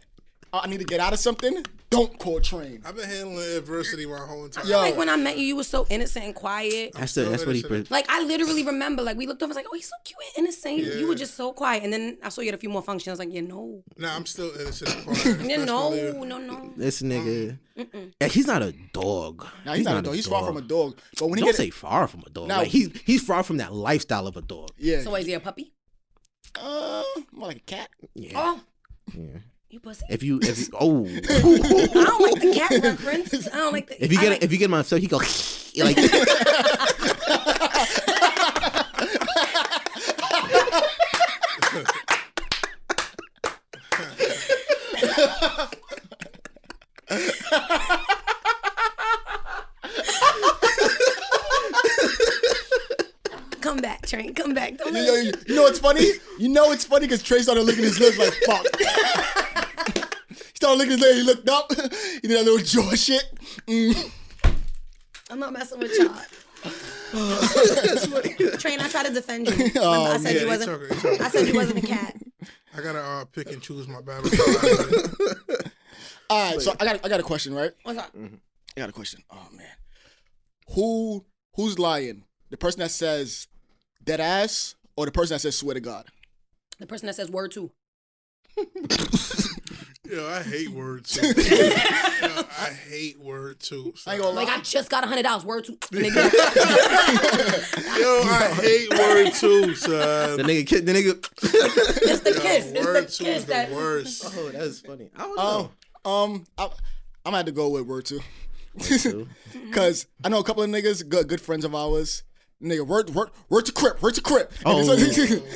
[SPEAKER 3] I need to get out of something. Don't call train.
[SPEAKER 5] I've been handling adversity my whole entire
[SPEAKER 3] Yo.
[SPEAKER 5] life.
[SPEAKER 6] Like when I met you, you were so innocent and quiet.
[SPEAKER 4] that's the, that's what he
[SPEAKER 6] Like I literally remember, like we looked over, it's like, oh, he's so cute and innocent. You- You were just so quiet, and then I saw you had a few more functions. I was like, yeah, no,
[SPEAKER 5] Nah, I'm still innocent. of crime.
[SPEAKER 6] yeah,
[SPEAKER 5] Best
[SPEAKER 6] no,
[SPEAKER 5] believe it.
[SPEAKER 6] no, no.
[SPEAKER 4] This nigga, Yeah, he's not a dog.
[SPEAKER 3] Nah, he's, not, a dog. He's far from a dog. But when he
[SPEAKER 4] Don't
[SPEAKER 3] get
[SPEAKER 4] say far from a dog.
[SPEAKER 3] Now-
[SPEAKER 4] like he's he's far from that lifestyle of a dog.
[SPEAKER 3] yeah,
[SPEAKER 6] So what, is he a puppy?
[SPEAKER 3] uh, more like a cat.
[SPEAKER 4] Yeah.
[SPEAKER 6] Oh,
[SPEAKER 4] Yeah.
[SPEAKER 6] you pussy.
[SPEAKER 4] If you if you,
[SPEAKER 3] *laughs*
[SPEAKER 4] oh
[SPEAKER 6] I don't like the cat reference. I don't like the.
[SPEAKER 4] if you
[SPEAKER 6] I
[SPEAKER 4] get
[SPEAKER 6] like,
[SPEAKER 4] if you get him upset, he go
[SPEAKER 3] *laughs*
[SPEAKER 4] *laughs* like
[SPEAKER 6] come back, train, come back. Don't
[SPEAKER 3] You
[SPEAKER 6] let
[SPEAKER 3] know,
[SPEAKER 6] it-
[SPEAKER 3] you you know it's funny? You know it's funny because Trey started licking his lips like fuck. he started licking his lips. He looked up. *laughs* He did that little jaw shit. Mm.
[SPEAKER 6] I'm not messing with
[SPEAKER 4] *laughs*
[SPEAKER 6] y'all. Train, I try to
[SPEAKER 4] *laughs*
[SPEAKER 6] defend you. Remember,
[SPEAKER 4] Oh,
[SPEAKER 6] I
[SPEAKER 5] yeah,
[SPEAKER 6] said you
[SPEAKER 5] they
[SPEAKER 6] wasn't.
[SPEAKER 5] talking- they talking.
[SPEAKER 6] I said you wasn't a cat.
[SPEAKER 5] I gotta uh, pick and choose my battle.
[SPEAKER 3] All right, so I got I got a question, right?
[SPEAKER 6] What's up?
[SPEAKER 4] Mm.
[SPEAKER 3] I got a question. Oh man, who who's lying? The person that says dead ass or the person that says swear to God?
[SPEAKER 6] The person that says word two.
[SPEAKER 5] *laughs* Yo, I hate word too. Yo, I hate word too.
[SPEAKER 3] I ain't gonna
[SPEAKER 6] Like
[SPEAKER 3] lie.
[SPEAKER 4] *laughs*
[SPEAKER 6] I just got a hundred dollars. Word two. Nigga.
[SPEAKER 5] Yo, I hate word too, son.
[SPEAKER 4] the nigga kid the nigga.
[SPEAKER 3] *laughs*
[SPEAKER 6] it's the kiss.
[SPEAKER 5] Yo, word
[SPEAKER 6] It's
[SPEAKER 5] two
[SPEAKER 6] the kiss
[SPEAKER 5] is
[SPEAKER 6] that.
[SPEAKER 5] the worst.
[SPEAKER 4] Oh, that's funny. I don't
[SPEAKER 3] Oh, um, I, I'm gonna have to go with word two, *laughs*
[SPEAKER 4] two. Mm-hmm.
[SPEAKER 3] cause I know a couple of niggas, good good friends of ours. Nigga, word word word to crip, word to crip. And
[SPEAKER 4] Oh,
[SPEAKER 3] it's like-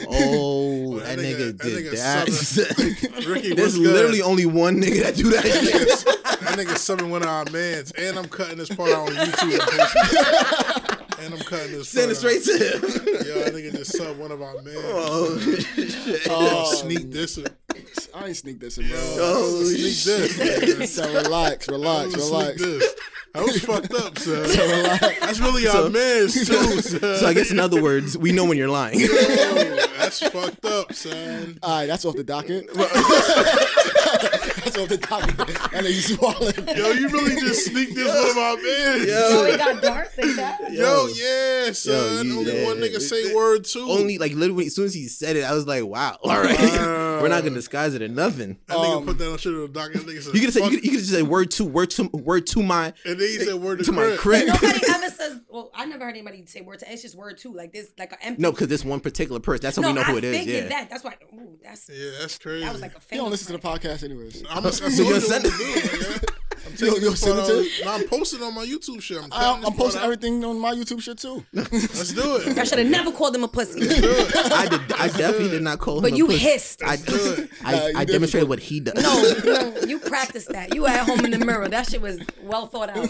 [SPEAKER 4] oh, that
[SPEAKER 5] that
[SPEAKER 4] nigga
[SPEAKER 5] nigga- that
[SPEAKER 4] did
[SPEAKER 5] nigga
[SPEAKER 4] that.
[SPEAKER 5] Ricky,
[SPEAKER 3] *laughs*
[SPEAKER 5] what's
[SPEAKER 4] *laughs* There's
[SPEAKER 5] good?
[SPEAKER 4] literally only one nigga that do that. shit.
[SPEAKER 5] That nigga summoned one of our mans, and I'm cutting this part out on YouTube. and posting it. and I'm cutting this.
[SPEAKER 4] Send it
[SPEAKER 5] part out.
[SPEAKER 4] straight
[SPEAKER 3] *laughs*
[SPEAKER 4] to him.
[SPEAKER 5] Yo, that nigga just subbed one of our mans.
[SPEAKER 4] Oh, shit.
[SPEAKER 5] Oh, sneak this. one.
[SPEAKER 3] *laughs* I ain't sneak this in, bro.
[SPEAKER 4] *laughs* Oh,
[SPEAKER 5] Sneak this.
[SPEAKER 3] So relax, relax,
[SPEAKER 5] Sneak
[SPEAKER 3] relax.
[SPEAKER 5] this. I was fucked up,
[SPEAKER 4] *laughs*
[SPEAKER 5] son.
[SPEAKER 3] relax.
[SPEAKER 5] That's really our man's too, son.
[SPEAKER 4] So I guess in other words, we know when
[SPEAKER 3] *laughs*
[SPEAKER 4] you're lying.
[SPEAKER 5] That's fucked up, son.
[SPEAKER 3] All right, that's off the docket. that's off the docket. That nigga swallowed.
[SPEAKER 5] Yo, you really just sneaked this one of our man. Yo,
[SPEAKER 6] Oh, it got dark like that.
[SPEAKER 4] *laughs*
[SPEAKER 5] yeah, son.
[SPEAKER 4] you-
[SPEAKER 5] only
[SPEAKER 4] yeah. Oh,
[SPEAKER 5] one nigga say word too.
[SPEAKER 4] Only like literally as soon as he said it, I was like, wow, *laughs* all right. We're not gonna disguise it or nothing.
[SPEAKER 5] that nigga put that on shit on the docket. That nigga said,
[SPEAKER 4] um, You could say you
[SPEAKER 5] fuck-
[SPEAKER 4] could, you could just say word to word to word to my
[SPEAKER 5] and then he said word to,
[SPEAKER 4] to my crib.
[SPEAKER 6] Nobody ever says. Well, I never heard anybody say word to. It's just word two. Like this, like an empty.
[SPEAKER 4] *laughs* No, because this one particular person. That's how
[SPEAKER 6] no,
[SPEAKER 4] we know
[SPEAKER 6] I
[SPEAKER 4] who it is.
[SPEAKER 6] figured
[SPEAKER 4] Yeah.
[SPEAKER 6] that. That's why. Ooh, that's
[SPEAKER 5] Yeah, that's crazy.
[SPEAKER 6] that was like a.
[SPEAKER 3] You don't listen to the podcast, anyways.
[SPEAKER 5] I'm gonna
[SPEAKER 4] So you're sending-
[SPEAKER 5] I'm
[SPEAKER 3] Yo,
[SPEAKER 5] taking
[SPEAKER 3] yo,
[SPEAKER 5] this
[SPEAKER 3] send
[SPEAKER 5] part
[SPEAKER 3] it to
[SPEAKER 5] out.
[SPEAKER 3] you?
[SPEAKER 5] No, I'm posting on my YouTube shit. I'm,
[SPEAKER 3] I,
[SPEAKER 5] cutting this
[SPEAKER 3] I'm
[SPEAKER 5] part
[SPEAKER 3] posting
[SPEAKER 5] out.
[SPEAKER 3] everything on my YouTube shit too.
[SPEAKER 5] Let's do it.
[SPEAKER 6] I
[SPEAKER 5] Let's
[SPEAKER 6] should have never called him
[SPEAKER 4] *laughs*
[SPEAKER 6] a pussy.
[SPEAKER 5] do it.
[SPEAKER 4] I did,
[SPEAKER 6] *laughs*
[SPEAKER 4] I definitely did not call him.
[SPEAKER 6] But
[SPEAKER 4] a
[SPEAKER 6] you
[SPEAKER 4] pussy.
[SPEAKER 6] hissed.
[SPEAKER 4] *laughs*
[SPEAKER 3] Nah,
[SPEAKER 4] I I,
[SPEAKER 3] you
[SPEAKER 4] I
[SPEAKER 3] definitely-
[SPEAKER 4] demonstrated what he does.
[SPEAKER 6] No, no, Mm, you practiced that. You were at home in the mirror. That shit was well thought out.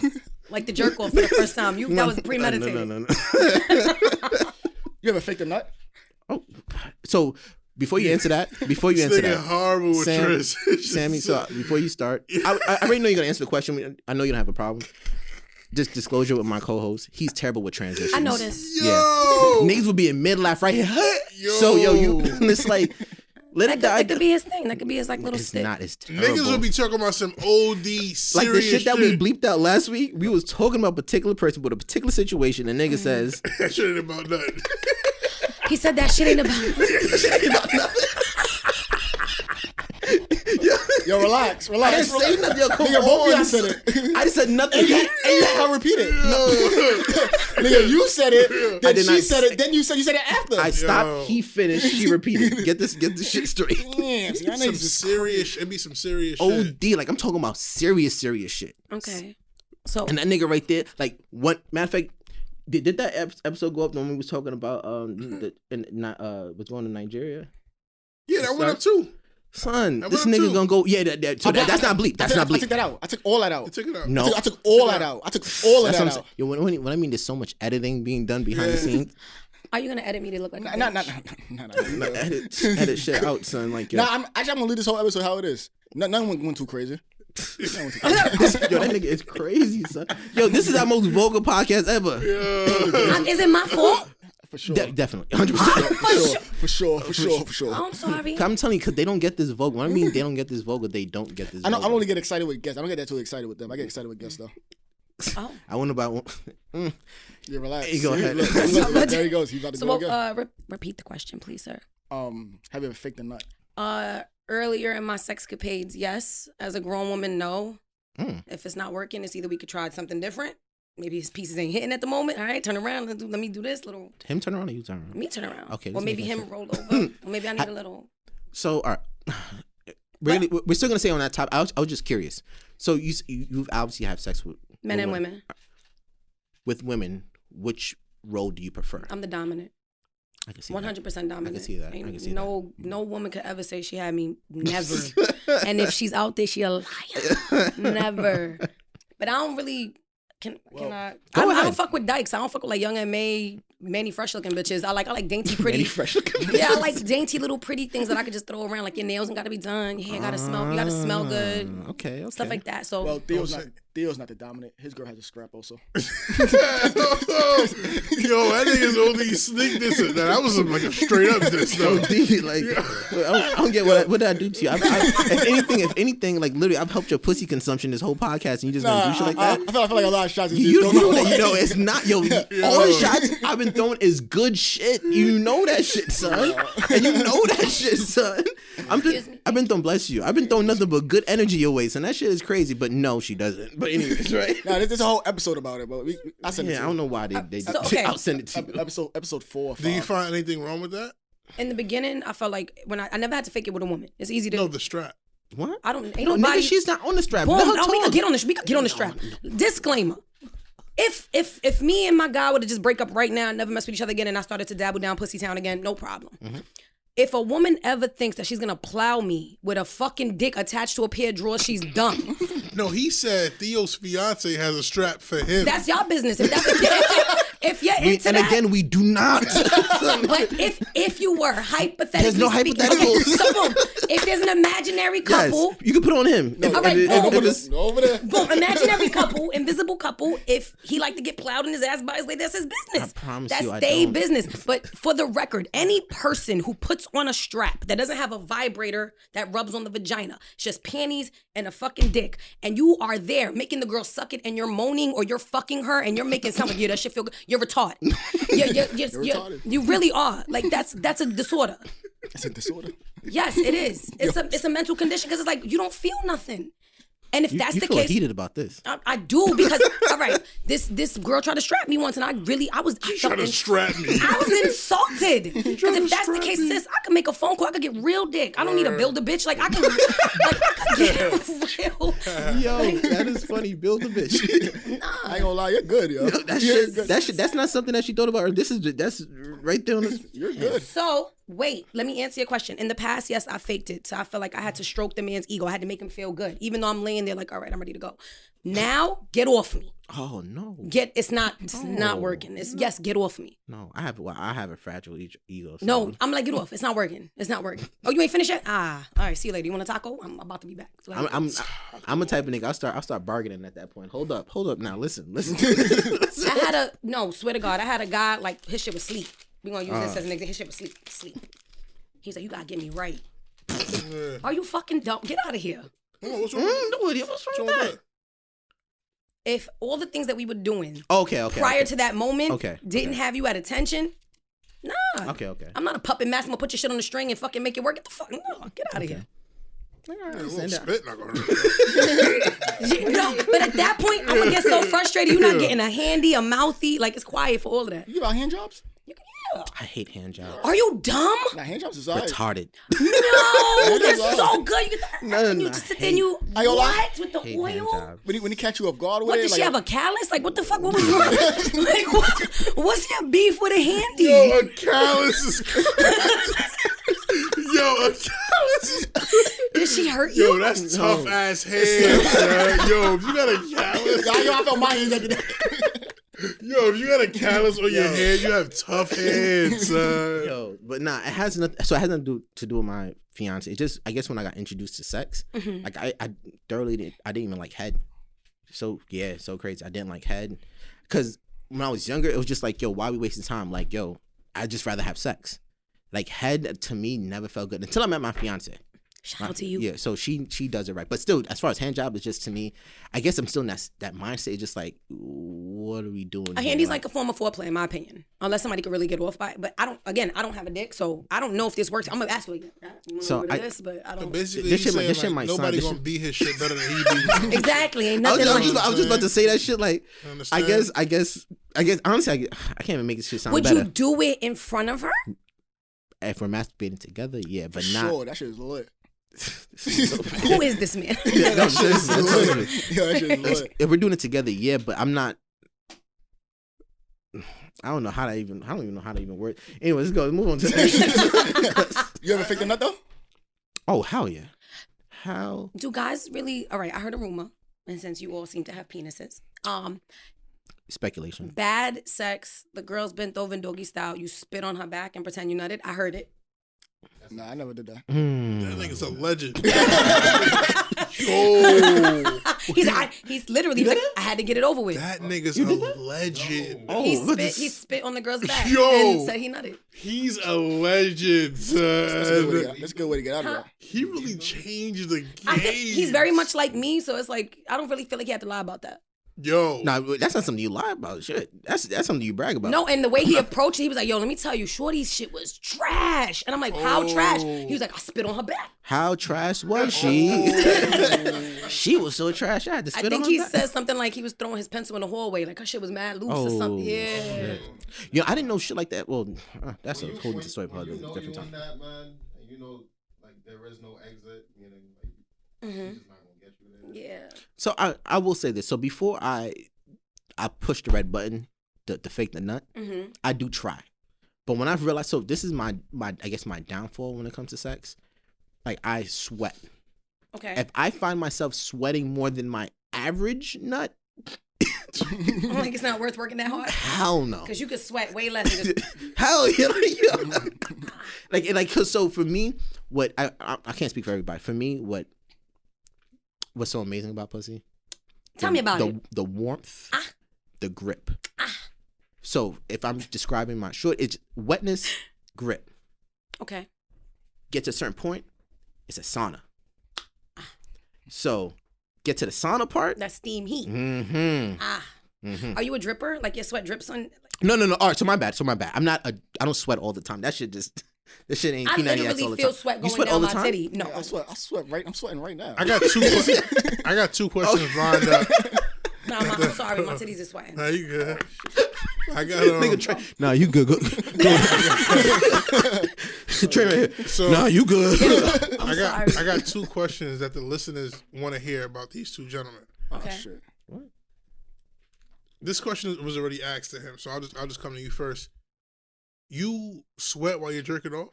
[SPEAKER 6] Like the jerk off for the first time.
[SPEAKER 4] *laughs*
[SPEAKER 6] You that was premeditated.
[SPEAKER 4] No, no, no, no.
[SPEAKER 3] You ever faked a nut?
[SPEAKER 4] Oh, so before you answer that, before you
[SPEAKER 5] This
[SPEAKER 4] answer
[SPEAKER 5] nigga
[SPEAKER 4] that,
[SPEAKER 5] horrible with
[SPEAKER 4] Sam-
[SPEAKER 5] transitions.
[SPEAKER 4] Sammy, so before you start, I, I already know you're gonna answer the question. I know you don't have a problem. Just disclosure with my co-host, he's terrible with transitions.
[SPEAKER 6] I know this.
[SPEAKER 5] Yo.
[SPEAKER 4] *laughs* Niggas would be in mid laugh right here. So yo, you *laughs* it's like Let
[SPEAKER 6] That
[SPEAKER 4] it
[SPEAKER 6] could,
[SPEAKER 4] die.
[SPEAKER 6] that could be his thing. That could be his like little
[SPEAKER 4] it's
[SPEAKER 6] stick.
[SPEAKER 4] not. It's terrible.
[SPEAKER 5] Niggas will be talking about some OD serious
[SPEAKER 4] like the shit that we
[SPEAKER 5] bleep.
[SPEAKER 4] bleeped out last week. We was talking about a particular person, but a particular situation. And
[SPEAKER 6] Mm.
[SPEAKER 4] nigga
[SPEAKER 6] *laughs*
[SPEAKER 4] says,
[SPEAKER 5] That shit ain't about nothing.
[SPEAKER 6] He said that shit ain't about.
[SPEAKER 3] Yo, relax,
[SPEAKER 4] I
[SPEAKER 3] relax.
[SPEAKER 4] didn't say nothing. Yo, come
[SPEAKER 3] Nigga, both
[SPEAKER 4] on.
[SPEAKER 3] of y'all said it.
[SPEAKER 4] I just said nothing.
[SPEAKER 3] And yet I repeat it. Nigga, you said it. Then
[SPEAKER 4] did
[SPEAKER 3] she
[SPEAKER 4] not
[SPEAKER 3] said it. Then you said you said it after.
[SPEAKER 4] I stopped.
[SPEAKER 5] Yo.
[SPEAKER 4] He finished.
[SPEAKER 3] *laughs*
[SPEAKER 4] He repeated. Get this. Get this shit straight.
[SPEAKER 3] Damn, see, y'all
[SPEAKER 5] Some
[SPEAKER 3] niggas is-
[SPEAKER 5] serious. It'd be some serious shit.
[SPEAKER 4] Od. Like I'm talking about serious, serious shit.
[SPEAKER 6] Okay. So
[SPEAKER 4] And that nigga right there, like what? Matter of fact, did, did that ep- episode go up when we was talking about um
[SPEAKER 3] Mm.
[SPEAKER 4] the, and not uh what's going to Nigeria?
[SPEAKER 5] Yeah, that went up too.
[SPEAKER 4] Son,
[SPEAKER 5] That
[SPEAKER 4] this
[SPEAKER 5] went up
[SPEAKER 4] nigga
[SPEAKER 5] too.
[SPEAKER 4] gonna go. Yeah, that, that, so
[SPEAKER 3] I-
[SPEAKER 4] that, that's not bleep. That's
[SPEAKER 3] I
[SPEAKER 4] not
[SPEAKER 3] took, I
[SPEAKER 4] bleep.
[SPEAKER 3] took that out. I took all that
[SPEAKER 5] You
[SPEAKER 3] out.
[SPEAKER 5] took it out.
[SPEAKER 4] No.
[SPEAKER 3] I took, I took all that out. I took all of
[SPEAKER 4] That's
[SPEAKER 3] that
[SPEAKER 4] what I'm saying.
[SPEAKER 3] out.
[SPEAKER 4] Yo, when, when, when I mean there's so much editing being done behind the
[SPEAKER 5] Yeah.
[SPEAKER 4] scenes,
[SPEAKER 6] are you gonna edit me to look like? a
[SPEAKER 3] Nah, nah, nah,
[SPEAKER 6] bitch?
[SPEAKER 3] nah, nah, nah, nah.
[SPEAKER 4] edit,
[SPEAKER 3] *laughs*
[SPEAKER 4] edit shit out, son. Like yo,
[SPEAKER 3] Nah, I'm actually I'm gonna leave this whole episode how it is. No, nothing went, went too crazy. Nothing went too crazy.
[SPEAKER 4] *laughs*
[SPEAKER 3] *laughs*
[SPEAKER 4] yo, that nigga is crazy, son. Yo, this is our most vulgar podcast ever.
[SPEAKER 6] I- is it my fault?
[SPEAKER 3] For sure.
[SPEAKER 4] De- definitely, hundred
[SPEAKER 6] *laughs*
[SPEAKER 4] percent.
[SPEAKER 3] for sure. For sure. For sure. For sure.
[SPEAKER 6] Oh, I'm sorry.
[SPEAKER 4] I'm telling you, cause they don't get this vulgar. When I mean they don't get this vulgar, they don't get this.
[SPEAKER 3] I know I
[SPEAKER 4] vulgar.
[SPEAKER 3] only get excited with guests. I don't get that too excited with them. I get excited with guests though.
[SPEAKER 6] Oh.
[SPEAKER 4] I wonder about. *laughs* Mm.
[SPEAKER 3] Yeah, relax.
[SPEAKER 4] Hey, go ahead.
[SPEAKER 3] Look, look, look,
[SPEAKER 6] *laughs*
[SPEAKER 3] look, there he goes. He's about to
[SPEAKER 6] So
[SPEAKER 3] go
[SPEAKER 6] well,
[SPEAKER 3] again.
[SPEAKER 6] uh, re- repeat the question, please, sir.
[SPEAKER 3] um, have you ever faked a nut?
[SPEAKER 6] Uh, earlier in my sexcapades, yes. As a grown woman, no.
[SPEAKER 4] Mm.
[SPEAKER 6] If it's not working, it's either we could try something different. Maybe his pieces ain't hitting at the moment. All right, turn around. Let, let me do this little.
[SPEAKER 4] Him turn around or you turn around?
[SPEAKER 6] Me turn around.
[SPEAKER 4] Okay,
[SPEAKER 6] Or
[SPEAKER 4] let's
[SPEAKER 6] maybe
[SPEAKER 4] make that
[SPEAKER 6] him roll over.
[SPEAKER 4] *laughs*
[SPEAKER 6] or maybe I need a little.
[SPEAKER 4] So, all right. *sighs* Really, we're still gonna stay on that topic. I was, I was just curious. So you s- you you've obviously have sex with
[SPEAKER 6] Men
[SPEAKER 4] with
[SPEAKER 6] and
[SPEAKER 4] women.
[SPEAKER 6] women.
[SPEAKER 4] With women, which role do you prefer?
[SPEAKER 6] I'm the dominant.
[SPEAKER 4] I can see
[SPEAKER 6] One
[SPEAKER 4] that.
[SPEAKER 6] hundred percent dominant.
[SPEAKER 4] see that. I
[SPEAKER 6] Ain't
[SPEAKER 4] can see
[SPEAKER 6] no, no woman could ever say she had
[SPEAKER 4] *laughs*
[SPEAKER 6] me. Never. and if she's out there, she
[SPEAKER 4] *laughs*
[SPEAKER 6] a liar. Never. But I don't really. Can can I? I, don't- I
[SPEAKER 4] ahead.
[SPEAKER 6] don't fuck with dykes. I don't fuck with like young and May, many fresh looking bitches. I like I
[SPEAKER 4] *laughs*
[SPEAKER 6] like dainty pretty.
[SPEAKER 4] Any fresh looking *laughs*
[SPEAKER 6] yeah, I like dainty little pretty things that I could just throw around. Like your nails ain't gotta be done. Your hair gotta smell. You gotta smell good.
[SPEAKER 4] Ah, Okay, okay.
[SPEAKER 6] Stuff like that. So
[SPEAKER 3] Well, Theo's not Theo's not the dominant. His girl has a scrap also.
[SPEAKER 5] *laughs* Yo, that nigga's only sneak this. That that was some, like a straight up this though.
[SPEAKER 4] Yo, D, like I don't, I don't get what I, what did I do to you. I, I, if anything, if anything, like literally, I've helped your pussy consumption this whole podcast, and you just gonna
[SPEAKER 3] Nah,
[SPEAKER 4] do shit like
[SPEAKER 3] Uh, I, I,
[SPEAKER 4] that.
[SPEAKER 3] I feel, I feel like a lot of shots. is
[SPEAKER 4] you,
[SPEAKER 3] just
[SPEAKER 4] you
[SPEAKER 3] thrown
[SPEAKER 4] know that you
[SPEAKER 3] away.
[SPEAKER 4] know it's not yo. All the shots I've been throwing is good shit. You know that shit, son, and you know that shit, son. I'm just, I've been throwing bless you. I've been throwing nothing but good energy your way, son. That shit is crazy, but no, she doesn't. But anyways, *laughs* right?
[SPEAKER 3] *laughs* Nah, there's, there's a whole episode about it, but we, we- I send it
[SPEAKER 4] Yeah,
[SPEAKER 3] to
[SPEAKER 4] I
[SPEAKER 3] you.
[SPEAKER 4] don't know why they they.
[SPEAKER 6] so, okay.
[SPEAKER 4] I'll send it to
[SPEAKER 3] Ep-
[SPEAKER 4] you.
[SPEAKER 3] episode episode four. Or *laughs*
[SPEAKER 5] Do you
[SPEAKER 3] five.
[SPEAKER 5] find anything wrong with that?
[SPEAKER 6] in the beginning, I felt like when I, I never had to fake it with a woman. It's easy to.
[SPEAKER 5] No, Oh, the strap.
[SPEAKER 4] What?
[SPEAKER 6] I don't. Ain't
[SPEAKER 4] No,
[SPEAKER 6] nobody.
[SPEAKER 4] nigga, she's not on the strap.
[SPEAKER 6] Boom.
[SPEAKER 4] Let her
[SPEAKER 6] No, we
[SPEAKER 4] talk.
[SPEAKER 6] could Oh, get on the we could get on the strap. Disclaimer. If if if me and my guy would have just break up right now and never mess with each other again and I started to dabble down Pussy Town again, no problem.
[SPEAKER 4] Mm-hmm.
[SPEAKER 6] If a woman ever thinks that she's gonna plow me with a fucking dick attached to a pair of drawers, she's
[SPEAKER 4] *laughs*
[SPEAKER 6] dumb.
[SPEAKER 5] No, he said Theo's fiance has a strap for him.
[SPEAKER 6] That's your business. If that's if you're into, if you're
[SPEAKER 4] We-
[SPEAKER 6] into
[SPEAKER 4] and
[SPEAKER 6] that,
[SPEAKER 4] again, we do
[SPEAKER 6] *laughs*
[SPEAKER 4] not.
[SPEAKER 6] But if if you were hypothetically
[SPEAKER 4] There's no
[SPEAKER 6] speaking,
[SPEAKER 4] hypotheticals.
[SPEAKER 6] *laughs* okay, so boom, if there's an imaginary couple,
[SPEAKER 4] Yes, you can put it on him. If-
[SPEAKER 6] All
[SPEAKER 4] if
[SPEAKER 6] right,
[SPEAKER 4] it- if
[SPEAKER 6] boom.
[SPEAKER 4] it is-
[SPEAKER 3] Go over
[SPEAKER 6] *laughs*
[SPEAKER 3] there.
[SPEAKER 6] Boom, imaginary couple, invisible couple, if he like to get plowed in his ass by his lady, that's his business.
[SPEAKER 4] I promise
[SPEAKER 6] that's
[SPEAKER 4] you I
[SPEAKER 6] they
[SPEAKER 4] don't.
[SPEAKER 6] business. But for the record, any person who puts on a strap that doesn't have a vibrator that rubs on the vagina, it's just panties and a fucking dick, and you are there making the girl suck it and you're moaning or you're fucking her and you're making something, yeah, that shit feel good.
[SPEAKER 4] *laughs*
[SPEAKER 6] You're retarded. You're, you're, you're, you're,
[SPEAKER 3] retarded.
[SPEAKER 6] you really are. Like that's that's a disorder.
[SPEAKER 3] It's a disorder.
[SPEAKER 6] Yes, it is. It's a it's a mental condition because it's like you don't feel nothing. And if
[SPEAKER 4] you,
[SPEAKER 6] that's
[SPEAKER 4] you
[SPEAKER 6] the
[SPEAKER 4] feel
[SPEAKER 6] case,
[SPEAKER 4] heated about this.
[SPEAKER 6] I, I do
[SPEAKER 5] *laughs*
[SPEAKER 6] because all right, this this girl tried to strap me once, and I really I was I
[SPEAKER 5] Trying
[SPEAKER 6] felt
[SPEAKER 5] to
[SPEAKER 6] ins-
[SPEAKER 5] strap me.
[SPEAKER 6] I was insulted. Because
[SPEAKER 5] to
[SPEAKER 6] if that's the
[SPEAKER 5] strap
[SPEAKER 6] case,
[SPEAKER 5] me.
[SPEAKER 6] sis, I could make a phone call. I could get real dick. I don't need to build a bitch. Like I could, like
[SPEAKER 5] *laughs*
[SPEAKER 6] I could get *laughs* real.
[SPEAKER 4] *laughs* Yo, that is funny. Build a bitch.
[SPEAKER 3] I ain't gonna lie, you're good, yo.
[SPEAKER 4] *laughs* That
[SPEAKER 3] You're
[SPEAKER 4] shit,
[SPEAKER 3] good.
[SPEAKER 4] that shit, that's not something that she thought about. Or this is that's right there on this.
[SPEAKER 3] You're good.
[SPEAKER 6] So wait, let me answer your question. In the past, yes, I faked it. So I felt like I had to stroke the man's ego. I had to make him feel good, even though I'm laying there like, all right, I'm ready to go. Now get off me.
[SPEAKER 4] Oh no,
[SPEAKER 6] Get it's not it's
[SPEAKER 5] Oh.
[SPEAKER 6] not working. It's yes, get off me.
[SPEAKER 4] no, I have well, I have a fragile e- ego. so-
[SPEAKER 6] No, I'm like, get off. It's not working. It's not working. Oh, you ain't finished yet? Ah, all right. See you later. You want a taco? I'm about to be back. Like,
[SPEAKER 4] I'm I'm I'm a type of nigga. I'll start I'll start bargaining at that point. Hold up, hold up. Now listen, *laughs* listen.
[SPEAKER 6] *laughs* I had a no. Swear to God, I had a guy
[SPEAKER 4] Uh.
[SPEAKER 6] like his shit was sleep. We gonna use this as an example. His shit was sleep, sleep. He's like, you gotta get me right.
[SPEAKER 5] Yeah.
[SPEAKER 6] Are you fucking dumb? Get out of here.
[SPEAKER 5] Come on, what's wrong?
[SPEAKER 4] Mm,
[SPEAKER 5] with-
[SPEAKER 4] no, what- what's wrong
[SPEAKER 5] What's wrong
[SPEAKER 4] with
[SPEAKER 5] with
[SPEAKER 4] that?
[SPEAKER 5] that?
[SPEAKER 6] If all the things that we were doing
[SPEAKER 4] Okay, okay.
[SPEAKER 6] prior
[SPEAKER 4] okay.
[SPEAKER 6] to that moment
[SPEAKER 4] Okay,
[SPEAKER 6] didn't have you at attention, nah.
[SPEAKER 4] Okay, okay.
[SPEAKER 6] I'm not a puppet master. I'm gonna put your shit on the string and fucking make it work. Get the fuck no, get out of here.
[SPEAKER 5] Yeah, a little spit
[SPEAKER 4] *laughs*
[SPEAKER 5] not gonna
[SPEAKER 6] *laughs* You know, but at that point, I'm gonna
[SPEAKER 4] *laughs*
[SPEAKER 6] get so frustrated. You're not getting a handy, a mouthy. Like it's quiet for all of that.
[SPEAKER 3] You give out hand jobs?
[SPEAKER 6] You can- yeah.
[SPEAKER 4] I hate hand jobs.
[SPEAKER 6] Are you
[SPEAKER 4] *laughs*
[SPEAKER 6] dumb?
[SPEAKER 3] Nah, hand jobs is all right.
[SPEAKER 4] Retarded.
[SPEAKER 6] No, they're
[SPEAKER 3] is
[SPEAKER 6] so
[SPEAKER 3] all-
[SPEAKER 6] good. You, get the,
[SPEAKER 4] No,
[SPEAKER 6] and you
[SPEAKER 4] no,
[SPEAKER 6] just
[SPEAKER 4] I
[SPEAKER 6] sit there
[SPEAKER 4] hate-
[SPEAKER 6] and you
[SPEAKER 3] I ain't gonna lie.
[SPEAKER 6] what with the
[SPEAKER 4] Hate hand
[SPEAKER 6] oil.
[SPEAKER 4] jobs.
[SPEAKER 3] When he, when he catch you off guard with
[SPEAKER 6] What
[SPEAKER 3] it,
[SPEAKER 6] did
[SPEAKER 3] like,
[SPEAKER 6] she have a callus? Like what the fuck?
[SPEAKER 4] *laughs*
[SPEAKER 6] What was wrong? like what, what's your beef with a handy?
[SPEAKER 5] Yo, a callus is Yo, a callus is
[SPEAKER 6] Did she hurt you?
[SPEAKER 4] *laughs*
[SPEAKER 5] Yo, that's tough ass hands, son. Yo, if you got a callus,
[SPEAKER 3] Nah, yo, I felt my hands after that.
[SPEAKER 5] yo, if you got a callus on your hand, you have
[SPEAKER 4] *laughs*
[SPEAKER 5] tough hands, son.
[SPEAKER 4] Yo, but nah, it has nothing. So it has nothing to do, to do with my fiance. It's just, I guess, when I got introduced to sex,
[SPEAKER 6] Mm-hmm.
[SPEAKER 4] like I, I thoroughly, did, I didn't even like head. So yeah, so crazy. I didn't like head, cause when I was younger, it was just like, yo, why are we wasting time? Like, yo, I just rather have sex. Like head to me never felt good until I met my fiance.
[SPEAKER 6] Shout out
[SPEAKER 4] My-
[SPEAKER 6] to you.
[SPEAKER 4] Yeah, so she she does it right, but still, as far as hand job is just to me, I guess I'm still in that s- that mindset. It's Just like, what are we doing?
[SPEAKER 6] A
[SPEAKER 4] here?
[SPEAKER 6] handy's like a form of foreplay, in my opinion. Unless somebody could really get off by it. But I don't, again, I don't have a dick, so I don't know if this works. I'm gonna ask you again. I don't know
[SPEAKER 4] So
[SPEAKER 6] what
[SPEAKER 4] I-
[SPEAKER 6] it is, but I don't.
[SPEAKER 5] Basically,
[SPEAKER 4] This
[SPEAKER 5] this
[SPEAKER 4] shit might-
[SPEAKER 5] saying,
[SPEAKER 4] this shit
[SPEAKER 5] like,
[SPEAKER 4] might sound-
[SPEAKER 5] nobody
[SPEAKER 4] this
[SPEAKER 5] gonna
[SPEAKER 4] shit-
[SPEAKER 5] be his shit better than
[SPEAKER 4] *laughs*
[SPEAKER 5] he be.
[SPEAKER 6] exactly. Ain't
[SPEAKER 4] I was,
[SPEAKER 6] nothing
[SPEAKER 4] I
[SPEAKER 6] like
[SPEAKER 4] was just, I was just about to say that shit. Like,
[SPEAKER 5] You
[SPEAKER 4] I
[SPEAKER 5] understand?
[SPEAKER 4] guess, I guess, I guess. Honestly, I, gu- I can't even make this shit sound
[SPEAKER 6] Would
[SPEAKER 4] better.
[SPEAKER 6] you do it in
[SPEAKER 4] *laughs*
[SPEAKER 6] front of her?
[SPEAKER 4] if we're masturbating together, yeah, but not.
[SPEAKER 3] Sure, that shit is lit. *laughs*
[SPEAKER 4] *laughs*
[SPEAKER 6] *laughs* Who is this man?
[SPEAKER 4] Yeah, no, seriously, seriously.
[SPEAKER 3] Yo, that shit is lit.
[SPEAKER 4] if we're doing it together, yeah, but I'm not. *sighs* I don't know how to even. I don't even know how to even word. Anyway, let's go. Move on to the
[SPEAKER 6] *laughs*
[SPEAKER 4] next.
[SPEAKER 3] You ever faked a nut though?
[SPEAKER 4] oh hell yeah, how
[SPEAKER 6] do guys really? All right, I heard a rumor, and since you all seem to have penises, um,
[SPEAKER 4] speculation.
[SPEAKER 6] bad sex. The girl's bent over in doggy style. You spit on her back and pretend you nutted. I heard it.
[SPEAKER 3] Nah, I never did that.
[SPEAKER 4] Mm.
[SPEAKER 5] That nigga's
[SPEAKER 4] *laughs*
[SPEAKER 5] a legend.
[SPEAKER 4] Oh,
[SPEAKER 6] *laughs*
[SPEAKER 5] Yo,
[SPEAKER 6] he's, I, he's literally he's like, I had to get it over with.
[SPEAKER 5] that nigga's a legend.
[SPEAKER 4] Oh,
[SPEAKER 6] he
[SPEAKER 4] look
[SPEAKER 6] spit.
[SPEAKER 4] at
[SPEAKER 6] He
[SPEAKER 4] this.
[SPEAKER 6] spit on the girl's back
[SPEAKER 5] Yo.
[SPEAKER 6] and said he nutted.
[SPEAKER 5] He's a legend,
[SPEAKER 3] That's a good way to
[SPEAKER 5] son.
[SPEAKER 3] get- that's a good way to get out of that.
[SPEAKER 5] He really changed the game.
[SPEAKER 6] I think he's very much like me, so it's like I don't really feel like he had to lie about that.
[SPEAKER 5] yo.
[SPEAKER 4] Nah, but that's not something you lie about. Shit, that's that's something you brag about.
[SPEAKER 6] No, and the way
[SPEAKER 4] *laughs*
[SPEAKER 6] he approached it, he was like, "Yo, let me tell you, Shorty's shit was trash." And I'm like, "How trash?" He was like, "I spit on her back."
[SPEAKER 4] How trash was she? she *laughs* was so trash. I had to spit
[SPEAKER 6] I think
[SPEAKER 4] on
[SPEAKER 6] he
[SPEAKER 4] her back.
[SPEAKER 6] said something like he was throwing his pencil in the hallway, like her shit was mad loose or
[SPEAKER 4] Oh,
[SPEAKER 6] something. Yeah,
[SPEAKER 4] Yo, I didn't know shit like that. Well, uh, that's a
[SPEAKER 7] When you-
[SPEAKER 4] whole
[SPEAKER 7] when-
[SPEAKER 4] different story,
[SPEAKER 7] when
[SPEAKER 4] probably
[SPEAKER 7] you know
[SPEAKER 4] different
[SPEAKER 7] you
[SPEAKER 4] time.
[SPEAKER 7] in that, man, and you know, like, there is no exit, meaning, like,
[SPEAKER 6] Mm.
[SPEAKER 7] she's just not gonna get you there.
[SPEAKER 6] yeah.
[SPEAKER 4] So I, I will say this. So before I, I push the red button, to, to fake the nut.
[SPEAKER 6] Mm-hmm.
[SPEAKER 4] I do try, but when I've realized, so this is my my I guess my downfall when it comes to sex. Like I sweat.
[SPEAKER 6] Okay.
[SPEAKER 4] If I find myself sweating more than my average nut, *coughs*
[SPEAKER 6] I'm *laughs* like, it's not worth working that hard
[SPEAKER 4] hell
[SPEAKER 6] *laughs*
[SPEAKER 4] no.
[SPEAKER 6] because you could sweat way less.
[SPEAKER 4] *laughs*
[SPEAKER 6] and just-
[SPEAKER 4] Hell yeah, *laughs* like, yo. like and like 'cause so for me, what I, I I can't speak for everybody. For me, what what's so amazing about pussy?
[SPEAKER 6] Tell
[SPEAKER 4] the-
[SPEAKER 6] me about
[SPEAKER 4] the,
[SPEAKER 6] it. Ah.
[SPEAKER 4] The warmth, the grip. So if I'm describing my short, it's wetness, grip.
[SPEAKER 6] Okay.
[SPEAKER 4] Get to a certain point, it's a sauna. So get to the sauna part.
[SPEAKER 6] Ah. That steam heat.
[SPEAKER 4] Mm-hmm.
[SPEAKER 6] Ah. Are you a dripper? Like your sweat drips on?
[SPEAKER 4] No, no, no. All right, so my bad. So my bad. I'm not a. I don't sweat all the time. That shit just. *laughs* This shit ain't
[SPEAKER 6] I
[SPEAKER 4] P90X all
[SPEAKER 6] literally
[SPEAKER 4] the
[SPEAKER 6] feel
[SPEAKER 4] time.
[SPEAKER 6] sweat
[SPEAKER 4] you
[SPEAKER 6] going
[SPEAKER 4] sweat
[SPEAKER 6] down
[SPEAKER 4] all the
[SPEAKER 6] my
[SPEAKER 4] time.
[SPEAKER 6] titty. No.
[SPEAKER 3] I sweat, I sweat right. I'm sweating right now.
[SPEAKER 5] I got
[SPEAKER 4] *laughs*
[SPEAKER 5] two. que- I got two questions lined up.
[SPEAKER 6] No, my,
[SPEAKER 4] *laughs*
[SPEAKER 6] I'm sorry, my titties is sweating.
[SPEAKER 5] Are you good? I got um,
[SPEAKER 4] Nigga, Trey. *laughs* Nah, you good. Go. *laughs* go. Trey right here.
[SPEAKER 5] So-
[SPEAKER 4] nah, you
[SPEAKER 6] *laughs*
[SPEAKER 4] good.
[SPEAKER 5] I got
[SPEAKER 6] sorry.
[SPEAKER 5] I got two questions that the listeners want to hear about these two gentlemen.
[SPEAKER 6] Okay.
[SPEAKER 3] Oh, Shit.
[SPEAKER 5] This question was already asked to him, so I'll just I'll just come to you first. You sweat while you're jerking off?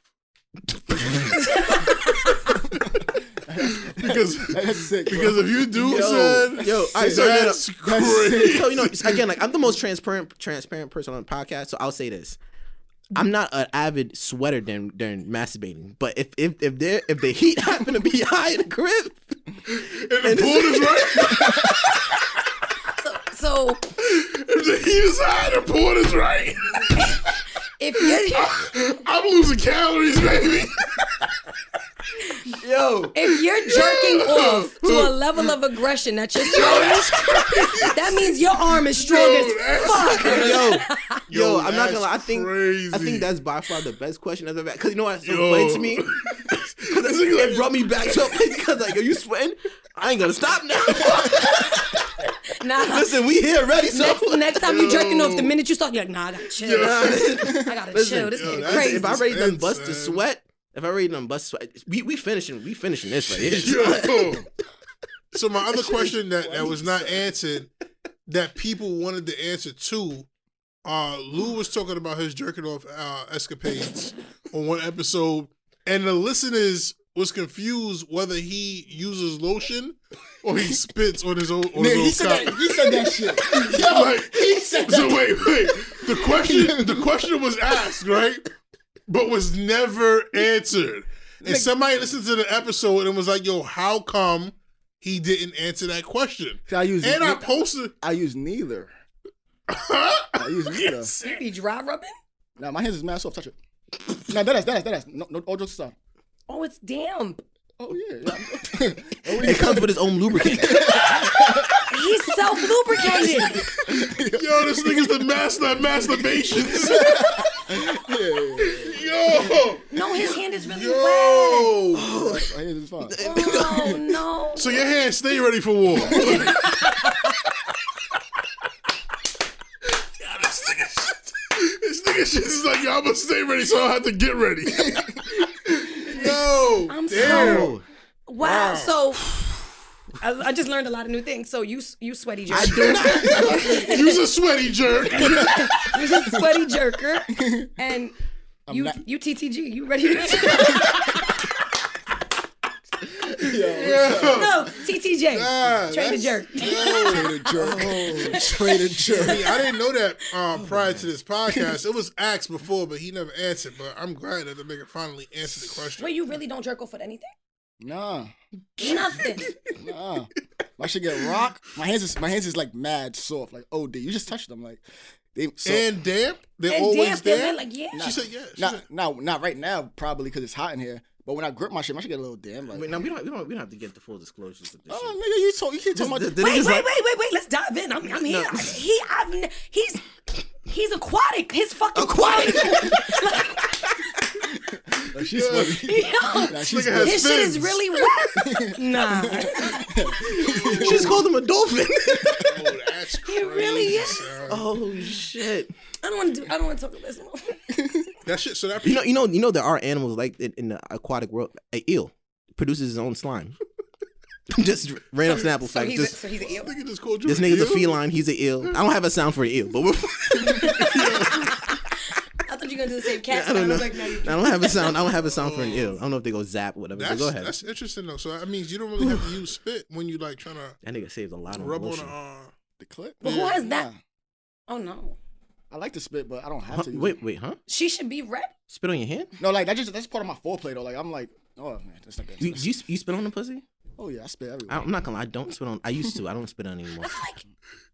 [SPEAKER 5] because
[SPEAKER 3] That's sick. Bro.
[SPEAKER 5] because if you do,
[SPEAKER 4] *laughs* Yo,
[SPEAKER 5] son,
[SPEAKER 4] yo, all right, so yeah,
[SPEAKER 5] that's
[SPEAKER 3] that's
[SPEAKER 5] crazy.
[SPEAKER 4] so you know again like i'm the most transparent transparent person on the podcast so i'll say this i'm not an avid sweater during during masturbating but if if if there if the heat *laughs* happened to be high in the crib
[SPEAKER 5] And the
[SPEAKER 4] *laughs*
[SPEAKER 5] pool is right.
[SPEAKER 6] So
[SPEAKER 5] If the heat is high, the pool is right. *laughs*
[SPEAKER 6] if you
[SPEAKER 4] *laughs*
[SPEAKER 5] I'm losing calories, baby.
[SPEAKER 4] *laughs*
[SPEAKER 6] off to a level of aggression that
[SPEAKER 4] *laughs*
[SPEAKER 6] you're *laughs* that means your arm is strong
[SPEAKER 5] Yo,
[SPEAKER 6] as
[SPEAKER 5] that's
[SPEAKER 6] fuck.
[SPEAKER 4] yo, yo, I'm not
[SPEAKER 5] that's
[SPEAKER 4] gonna lie. I think I
[SPEAKER 5] crazy.
[SPEAKER 4] think that's by far the best question I've ever had. Cause you know what? It's so
[SPEAKER 5] Yo.
[SPEAKER 4] funny to me. 'Cause it brought me back to *laughs* a place because like, yo, you sweating? I ain't gonna stop now.
[SPEAKER 6] Nah.
[SPEAKER 4] Listen, we here ready. So
[SPEAKER 6] Next, next
[SPEAKER 4] *laughs*
[SPEAKER 6] time you jerking off, the minute you start, you're like, nah, I gotta chill. I gotta chill. This
[SPEAKER 5] yo,
[SPEAKER 6] getting
[SPEAKER 5] that's-
[SPEAKER 6] crazy.
[SPEAKER 4] if I already done
[SPEAKER 5] Suspense,
[SPEAKER 4] bust the
[SPEAKER 5] man.
[SPEAKER 4] sweat, if I already done bust sweat, we we finishing we finishing this right here.
[SPEAKER 5] Yo. So my other question that, that was not answered that people wanted the answer to, uh, Lou was talking about his jerking off uh, escapades on one episode, and the listeners was confused whether he uses lotion or he spits on his own on
[SPEAKER 3] Man, he
[SPEAKER 5] his
[SPEAKER 3] said
[SPEAKER 5] own cock.
[SPEAKER 3] that. He said that shit.
[SPEAKER 5] *laughs*
[SPEAKER 3] Yo, he said that.
[SPEAKER 5] So wait, wait. The question the question was asked, right? But was never answered. And somebody listened to the episode and was like, yo, how come he didn't answer that question?
[SPEAKER 3] I use
[SPEAKER 5] And I posted
[SPEAKER 3] I use neither. I use neither.
[SPEAKER 6] You be dry rubbing?
[SPEAKER 3] Now my hands is mad soft. Touch it. Now that is that is that is no, no all jokes aside.
[SPEAKER 6] Oh, it's damp.
[SPEAKER 3] Oh yeah.
[SPEAKER 4] It comes with its own lubricant.
[SPEAKER 6] He's self lubricated.
[SPEAKER 5] Yo, this nigga's the master of masturbations. Yo.
[SPEAKER 6] No, his hand is really wet.
[SPEAKER 5] Yo.
[SPEAKER 3] my hands is
[SPEAKER 5] *laughs*
[SPEAKER 3] fine.
[SPEAKER 6] Oh, no.
[SPEAKER 5] So your hands stay ready for war. *laughs* Yo, this nigga shit. This nigga shit is like, yo, I'm gonna stay ready, so I have to get ready. *laughs* yo.
[SPEAKER 6] *laughs* I'm
[SPEAKER 5] damn.
[SPEAKER 6] so. Wow. So. I, I just learned a lot of new things. So you you sweaty jerk.
[SPEAKER 5] *laughs* You's a sweaty
[SPEAKER 4] *laughs*
[SPEAKER 5] jerk.
[SPEAKER 6] You're just a sweaty *laughs* jerker, and you
[SPEAKER 3] not-
[SPEAKER 6] you TTG. You *laughs* ready? To- no, TTJ.
[SPEAKER 5] Ah,
[SPEAKER 6] Train the
[SPEAKER 5] that's-
[SPEAKER 6] jerk.
[SPEAKER 3] Trader jerk. Trader jerk.
[SPEAKER 5] Oh, I didn't know that um, prior to this podcast. It was asked before, but he never answered. But I'm glad that the nigga finally answered the question.
[SPEAKER 6] Wait, you really don't jerk off with anything?
[SPEAKER 3] Nah,
[SPEAKER 6] *laughs* Nothing.
[SPEAKER 3] nah. My shit get rock. My hands is my hands is like mad soft. Like oh, dude, you just touched them. Like they so,
[SPEAKER 5] and damp? They're
[SPEAKER 6] And
[SPEAKER 5] always
[SPEAKER 6] damn,
[SPEAKER 5] there?
[SPEAKER 6] they're like yeah.
[SPEAKER 5] She said yes. Yeah. She
[SPEAKER 3] not not not right now probably because it's hot in here. But when I grip my shit, my shit get a little damn. Like
[SPEAKER 4] Wait, now we don't we don't we don't have to get the full disclosures of this.
[SPEAKER 3] oh nigga, you told you keep talking
[SPEAKER 4] shit.
[SPEAKER 3] about
[SPEAKER 4] The-
[SPEAKER 3] this.
[SPEAKER 4] the
[SPEAKER 6] Wait,
[SPEAKER 4] niggas
[SPEAKER 6] wait,
[SPEAKER 4] like-
[SPEAKER 6] wait, wait, wait. Let's dive in. I'm, I'm here.
[SPEAKER 4] No.
[SPEAKER 6] He, I've, n- he's, he's aquatic. His fucking
[SPEAKER 4] Aquatic.
[SPEAKER 3] Like, *laughs* she's funny.
[SPEAKER 4] *laughs*
[SPEAKER 6] Yo,
[SPEAKER 3] Like,
[SPEAKER 5] This
[SPEAKER 3] she's
[SPEAKER 5] nigga has
[SPEAKER 3] funny.
[SPEAKER 6] his shit is
[SPEAKER 5] fins.
[SPEAKER 6] really wet. nah,
[SPEAKER 4] She just called him a dolphin.
[SPEAKER 5] Oh, that's crazy.
[SPEAKER 6] it really is.
[SPEAKER 5] son.
[SPEAKER 4] oh shit.
[SPEAKER 6] I don't want to do. I don't want to talk about this. More.
[SPEAKER 5] That shit. So that
[SPEAKER 4] You know, you know, you know, there are animals like in, in the aquatic world. An eel produces his own slime. *laughs* just random snapple
[SPEAKER 6] So
[SPEAKER 4] fact.
[SPEAKER 6] he's, a,
[SPEAKER 4] This,
[SPEAKER 6] so he's
[SPEAKER 4] *laughs*
[SPEAKER 6] an eel.
[SPEAKER 5] nigga just called you.
[SPEAKER 4] this
[SPEAKER 5] an
[SPEAKER 6] *laughs*
[SPEAKER 4] nigga's a
[SPEAKER 5] eel?
[SPEAKER 4] feline. He's an eel. I don't have a sound for an eel, but we're,
[SPEAKER 6] I thought you were gonna do the same
[SPEAKER 4] *laughs*
[SPEAKER 6] cat.
[SPEAKER 4] I
[SPEAKER 6] sound.
[SPEAKER 4] don't know.
[SPEAKER 6] was like, no, you
[SPEAKER 4] I don't have a sound. I don't have a sound for an
[SPEAKER 6] *laughs*
[SPEAKER 4] eel. I don't know if they go zap, whatever. but
[SPEAKER 5] That's,
[SPEAKER 4] go ahead.
[SPEAKER 5] that's interesting though. So that means you don't really have to
[SPEAKER 4] *sighs*
[SPEAKER 5] use spit when you like trying to
[SPEAKER 4] That nigga saves a lot on
[SPEAKER 5] rub on
[SPEAKER 4] lotion.
[SPEAKER 5] a. Uh,
[SPEAKER 3] the clip.
[SPEAKER 6] But who
[SPEAKER 3] Yeah.
[SPEAKER 6] has that?
[SPEAKER 3] Nah,
[SPEAKER 6] Oh no,
[SPEAKER 3] I like to spit, but I don't have
[SPEAKER 4] Huh?
[SPEAKER 3] to. use
[SPEAKER 4] Wait,
[SPEAKER 3] it.
[SPEAKER 4] wait, huh?
[SPEAKER 6] she should be red.
[SPEAKER 4] Spit on your hand?
[SPEAKER 3] No, like that just that's part of my foreplay though. Like I'm like, oh man, that's not good.
[SPEAKER 4] You you, you spit on the pussy?
[SPEAKER 3] oh yeah, I spit everywhere.
[SPEAKER 4] I, I'm not gonna lie. I don't spit on. I used to. I don't spit on
[SPEAKER 6] *laughs*
[SPEAKER 4] anymore.
[SPEAKER 6] Like,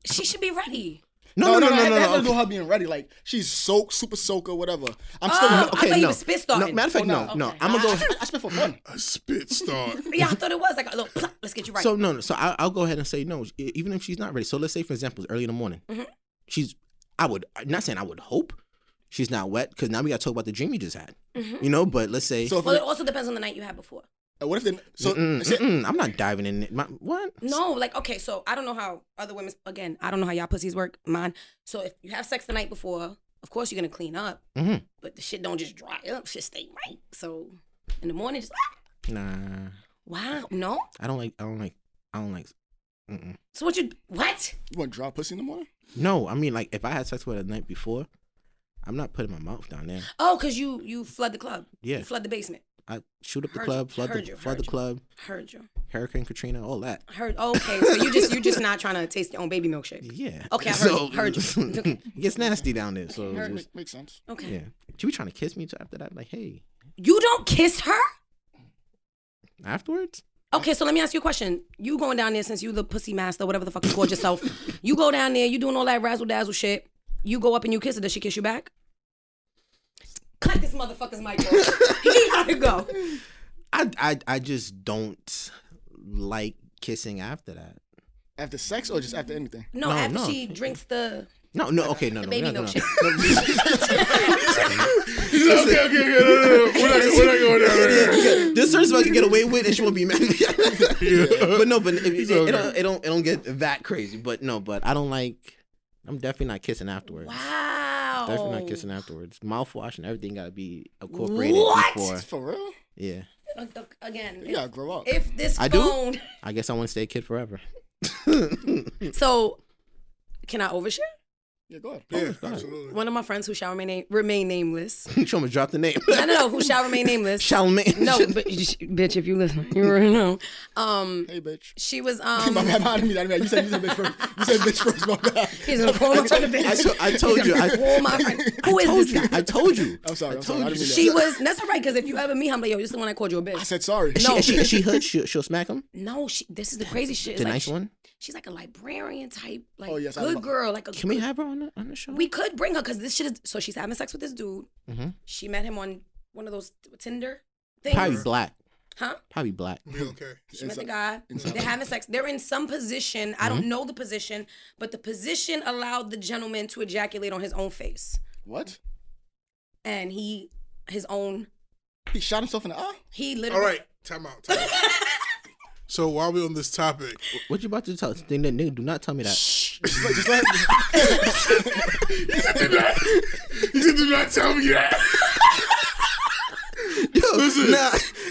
[SPEAKER 6] she should be ready.
[SPEAKER 4] No, no, no,
[SPEAKER 3] that-
[SPEAKER 4] no, no,
[SPEAKER 3] That
[SPEAKER 4] no.
[SPEAKER 3] doesn't
[SPEAKER 4] okay.
[SPEAKER 3] do her being ready. Like she's soak, super soaker, whatever. I'm still.
[SPEAKER 6] Oh, I
[SPEAKER 4] Okay,
[SPEAKER 6] thought you
[SPEAKER 4] no.
[SPEAKER 6] was spit
[SPEAKER 4] no.
[SPEAKER 6] starting.
[SPEAKER 4] Matter of fact, no,
[SPEAKER 3] Oh,
[SPEAKER 4] no.
[SPEAKER 6] okay.
[SPEAKER 4] I'm gonna go.
[SPEAKER 3] I, I spit for fun.
[SPEAKER 5] a spit start.
[SPEAKER 6] yeah, I thought it was like a little. Plop, let's get you right.
[SPEAKER 4] So no, no. So I, I'll go ahead and say no, e- even if she's not ready. So let's say, for example, it's early in the morning.
[SPEAKER 6] Mm-hmm.
[SPEAKER 4] She's, I would not saying I would hope she's not wet because now we got to talk about the dream you just had,
[SPEAKER 6] Mm-hmm.
[SPEAKER 4] you know. But let's
[SPEAKER 3] *laughs*
[SPEAKER 4] say,
[SPEAKER 3] So if
[SPEAKER 6] well, it
[SPEAKER 3] it-
[SPEAKER 6] also depends on the night you had before.
[SPEAKER 3] uh, what if then? So
[SPEAKER 4] Mm,
[SPEAKER 3] say-
[SPEAKER 4] mm-mm, I'm not diving in. it. My, what?
[SPEAKER 6] No, like okay, so I don't know how other women's again, I don't know how y'all pussies work, mine. So if you have sex the night before, of course you're gonna clean up,
[SPEAKER 4] Mhm.
[SPEAKER 6] but the shit don't just dry up, shit stay right. So in the morning, just ah,
[SPEAKER 4] Nah,
[SPEAKER 6] wow, no.
[SPEAKER 4] I don't like. I don't like. I don't like. Mm-mm.
[SPEAKER 6] So what you what?
[SPEAKER 3] you want to draw pussy in the morning?
[SPEAKER 4] No, I mean like if I had sex with her the night before, I'm not putting my mouth down there.
[SPEAKER 6] Oh, cause you you flood the club,
[SPEAKER 4] Yeah,
[SPEAKER 6] you flood the basement.
[SPEAKER 4] I shoot up the
[SPEAKER 6] Heard
[SPEAKER 4] club,
[SPEAKER 6] you,
[SPEAKER 4] flood the
[SPEAKER 6] heard you,
[SPEAKER 4] flood the
[SPEAKER 6] heard you.
[SPEAKER 4] club,
[SPEAKER 6] Heard you,
[SPEAKER 4] Hurricane Katrina, all that.
[SPEAKER 6] heard. Okay, so you just
[SPEAKER 4] *laughs*
[SPEAKER 6] you just not trying to taste your own baby milkshake.
[SPEAKER 4] Yeah. *laughs*
[SPEAKER 6] Okay, I heard you, heard you.
[SPEAKER 4] it gets nasty down there. So
[SPEAKER 3] Heard,
[SPEAKER 4] just-
[SPEAKER 3] make- makes sense.
[SPEAKER 6] Okay,
[SPEAKER 4] yeah, she was trying to kiss me after that. Like, hey,
[SPEAKER 6] you don't kiss her.
[SPEAKER 4] afterwards.
[SPEAKER 6] Okay, so let me ask you a question. You going down there since you the pussy master, whatever the fuck you
[SPEAKER 4] *laughs*
[SPEAKER 6] call yourself. you go down there, you doing all that razzle dazzle shit. You go up and you kiss her. Does she kiss you back? Cut this motherfucker's mic off. he gotta go.
[SPEAKER 4] I I I just don't like kissing after that.
[SPEAKER 3] After sex or just after anything?
[SPEAKER 6] No,
[SPEAKER 4] No,
[SPEAKER 6] after
[SPEAKER 4] no.
[SPEAKER 6] she drinks uh, the
[SPEAKER 4] No, no, okay, no, no,
[SPEAKER 6] baby
[SPEAKER 4] no, no, no.
[SPEAKER 6] milkshake. *laughs*
[SPEAKER 5] okay, okay, okay, no, no, no. We're not, we're not going down there.
[SPEAKER 4] This certain I can get away with, and she won't be mad.
[SPEAKER 5] Yeah.
[SPEAKER 4] but no, but it, it,
[SPEAKER 5] okay.
[SPEAKER 4] it don't, it don't, it don't get that crazy. But no, but I don't like. I'm definitely not kissing afterwards.
[SPEAKER 6] Wow.
[SPEAKER 4] Definitely not kissing afterwards. Mouthwash and everything gotta be incorporated
[SPEAKER 6] What?
[SPEAKER 4] before.
[SPEAKER 3] For real?
[SPEAKER 4] Yeah,
[SPEAKER 6] Look, look, Again,
[SPEAKER 3] You gotta grow up.
[SPEAKER 6] if this
[SPEAKER 4] I do?
[SPEAKER 6] phone,
[SPEAKER 4] *laughs* I guess I want to stay a
[SPEAKER 3] *laughs*
[SPEAKER 4] kid forever.
[SPEAKER 6] so can I overshare?
[SPEAKER 3] Yeah, go ahead. *laughs*
[SPEAKER 5] Yeah, absolutely.
[SPEAKER 6] One of my friends who shall remain name, remain nameless.
[SPEAKER 4] you show me drop the name.
[SPEAKER 6] I don't know who shall remain nameless.
[SPEAKER 4] *laughs* Charlemagne.
[SPEAKER 6] no, but bitch, if you listen, you already know. Um,
[SPEAKER 3] Hey, bitch.
[SPEAKER 4] *laughs*
[SPEAKER 6] she was
[SPEAKER 3] *laughs* my
[SPEAKER 6] um.
[SPEAKER 3] bad, my bad, my bad. You said you said bitch first. You said bitch first. My bad.
[SPEAKER 6] He's gonna call my friend
[SPEAKER 4] *laughs*
[SPEAKER 6] a
[SPEAKER 4] I,
[SPEAKER 6] bitch.
[SPEAKER 4] to- I told you. *laughs*
[SPEAKER 6] *laughs*
[SPEAKER 4] I,
[SPEAKER 6] Call my friend. Who is
[SPEAKER 4] told
[SPEAKER 6] this
[SPEAKER 4] you.
[SPEAKER 6] guy?
[SPEAKER 4] I told you.
[SPEAKER 3] I'm sorry.
[SPEAKER 4] I
[SPEAKER 3] I'm
[SPEAKER 4] told
[SPEAKER 3] sorry. I didn't mean
[SPEAKER 4] you.
[SPEAKER 3] that.
[SPEAKER 6] She was. That's all right. Because if you ever meet him, like yo, this is the one I called you a bitch.
[SPEAKER 3] I said sorry.
[SPEAKER 4] She,
[SPEAKER 6] No.
[SPEAKER 4] if she, if she hood. She'll, she'll smack him.
[SPEAKER 6] no, she, this is the crazy shit.
[SPEAKER 4] The
[SPEAKER 6] Like,
[SPEAKER 4] nice
[SPEAKER 6] she-
[SPEAKER 4] one.
[SPEAKER 6] She's like a librarian type, like
[SPEAKER 3] Oh, yes, I
[SPEAKER 6] good
[SPEAKER 3] love-
[SPEAKER 6] girl, like a.
[SPEAKER 4] Can we
[SPEAKER 6] good-
[SPEAKER 4] have her on the on the show?
[SPEAKER 6] We could bring her because this shit is. So she's having sex with this dude.
[SPEAKER 4] Mhm.
[SPEAKER 6] She met him on one of those Tinder things,
[SPEAKER 4] probably black.
[SPEAKER 6] huh?
[SPEAKER 4] Probably black. *laughs*
[SPEAKER 5] Be okay.
[SPEAKER 6] She met the
[SPEAKER 3] Inside-
[SPEAKER 6] guy.
[SPEAKER 3] inside.
[SPEAKER 6] They're having sex. They're in some position. I
[SPEAKER 4] Mm-hmm.
[SPEAKER 6] don't know the position, but the position allowed the gentleman to ejaculate on his own face,
[SPEAKER 3] What?
[SPEAKER 6] and he, his own,
[SPEAKER 3] He shot himself in the eye.
[SPEAKER 6] he
[SPEAKER 5] All
[SPEAKER 6] literally.
[SPEAKER 5] right, time out. Time out.
[SPEAKER 4] *laughs*
[SPEAKER 5] so while we're on this topic,
[SPEAKER 4] What you about to tell? Then- then- nigga, do not tell me that.
[SPEAKER 3] Just let, just let
[SPEAKER 5] *laughs* you said, do not tell me that.
[SPEAKER 4] *laughs* Yo, nah,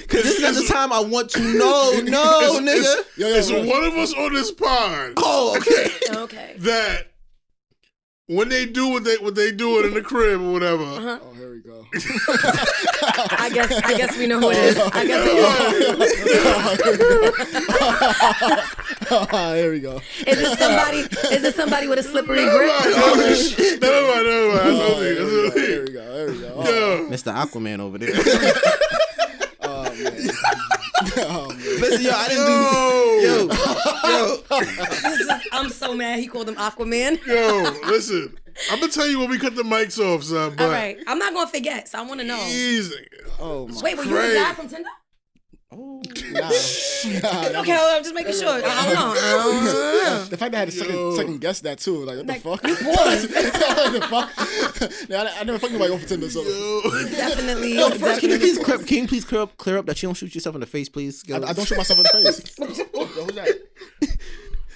[SPEAKER 4] cause this is not the time I want to
[SPEAKER 3] *laughs*
[SPEAKER 4] know. No, nigga.
[SPEAKER 5] It's, it's one of us on this pod
[SPEAKER 4] Oh,
[SPEAKER 3] *laughs*
[SPEAKER 4] okay.
[SPEAKER 6] Okay.
[SPEAKER 5] that when they do what they what they do it in the crib or whatever.
[SPEAKER 4] Uh-huh.
[SPEAKER 3] Oh, here we go.
[SPEAKER 6] I guess. I guess we know who it is. I guess. It is.
[SPEAKER 5] Oh.
[SPEAKER 3] here Ah, we go.
[SPEAKER 6] Is it somebody? Is it somebody with a slippery
[SPEAKER 5] Never
[SPEAKER 6] grip?
[SPEAKER 5] mind,
[SPEAKER 4] Oh,
[SPEAKER 5] never mind, *laughs* never mind, never mind. That's
[SPEAKER 3] *laughs* Oh,
[SPEAKER 5] what I
[SPEAKER 3] here we go. Here
[SPEAKER 5] think, that's what I think.
[SPEAKER 3] we go. Here we go. Oh,
[SPEAKER 5] Yo,
[SPEAKER 4] Mr. Aquaman over there.
[SPEAKER 3] *laughs*
[SPEAKER 4] Listen,
[SPEAKER 3] oh, man. Oh, man.
[SPEAKER 4] yo, I didn't do. Yo, yo.
[SPEAKER 6] This is- I'm so mad. He called him Aquaman.
[SPEAKER 5] yo, listen. I'm gonna tell you when we cut the mics off, son. But
[SPEAKER 6] All right. I'm not gonna forget. So I want to know.
[SPEAKER 5] easy.
[SPEAKER 3] Oh, my.
[SPEAKER 6] Wait, were you the guy
[SPEAKER 5] Craig.
[SPEAKER 6] from Tinder?
[SPEAKER 4] Oh.
[SPEAKER 3] Nah. Nah,
[SPEAKER 6] Okay, well, I'm just making sure. I don't
[SPEAKER 5] *laughs*
[SPEAKER 6] know. Um, I don't know.
[SPEAKER 4] Uh-huh.
[SPEAKER 3] the fact that I had to second, second guess that, too. Like, what the
[SPEAKER 6] Like,
[SPEAKER 3] fuck? *laughs*
[SPEAKER 6] you paused.
[SPEAKER 3] the *laughs* fuck? Nah, I, I never fucking nobody over Tinder, so.
[SPEAKER 6] Definitely.
[SPEAKER 4] Yo, first, can you
[SPEAKER 6] definitely.
[SPEAKER 4] please clear, can you please clear up, clear up that you don't shoot yourself in the face, please?
[SPEAKER 3] I, I don't shoot myself in the *laughs* face. Yo, who's that?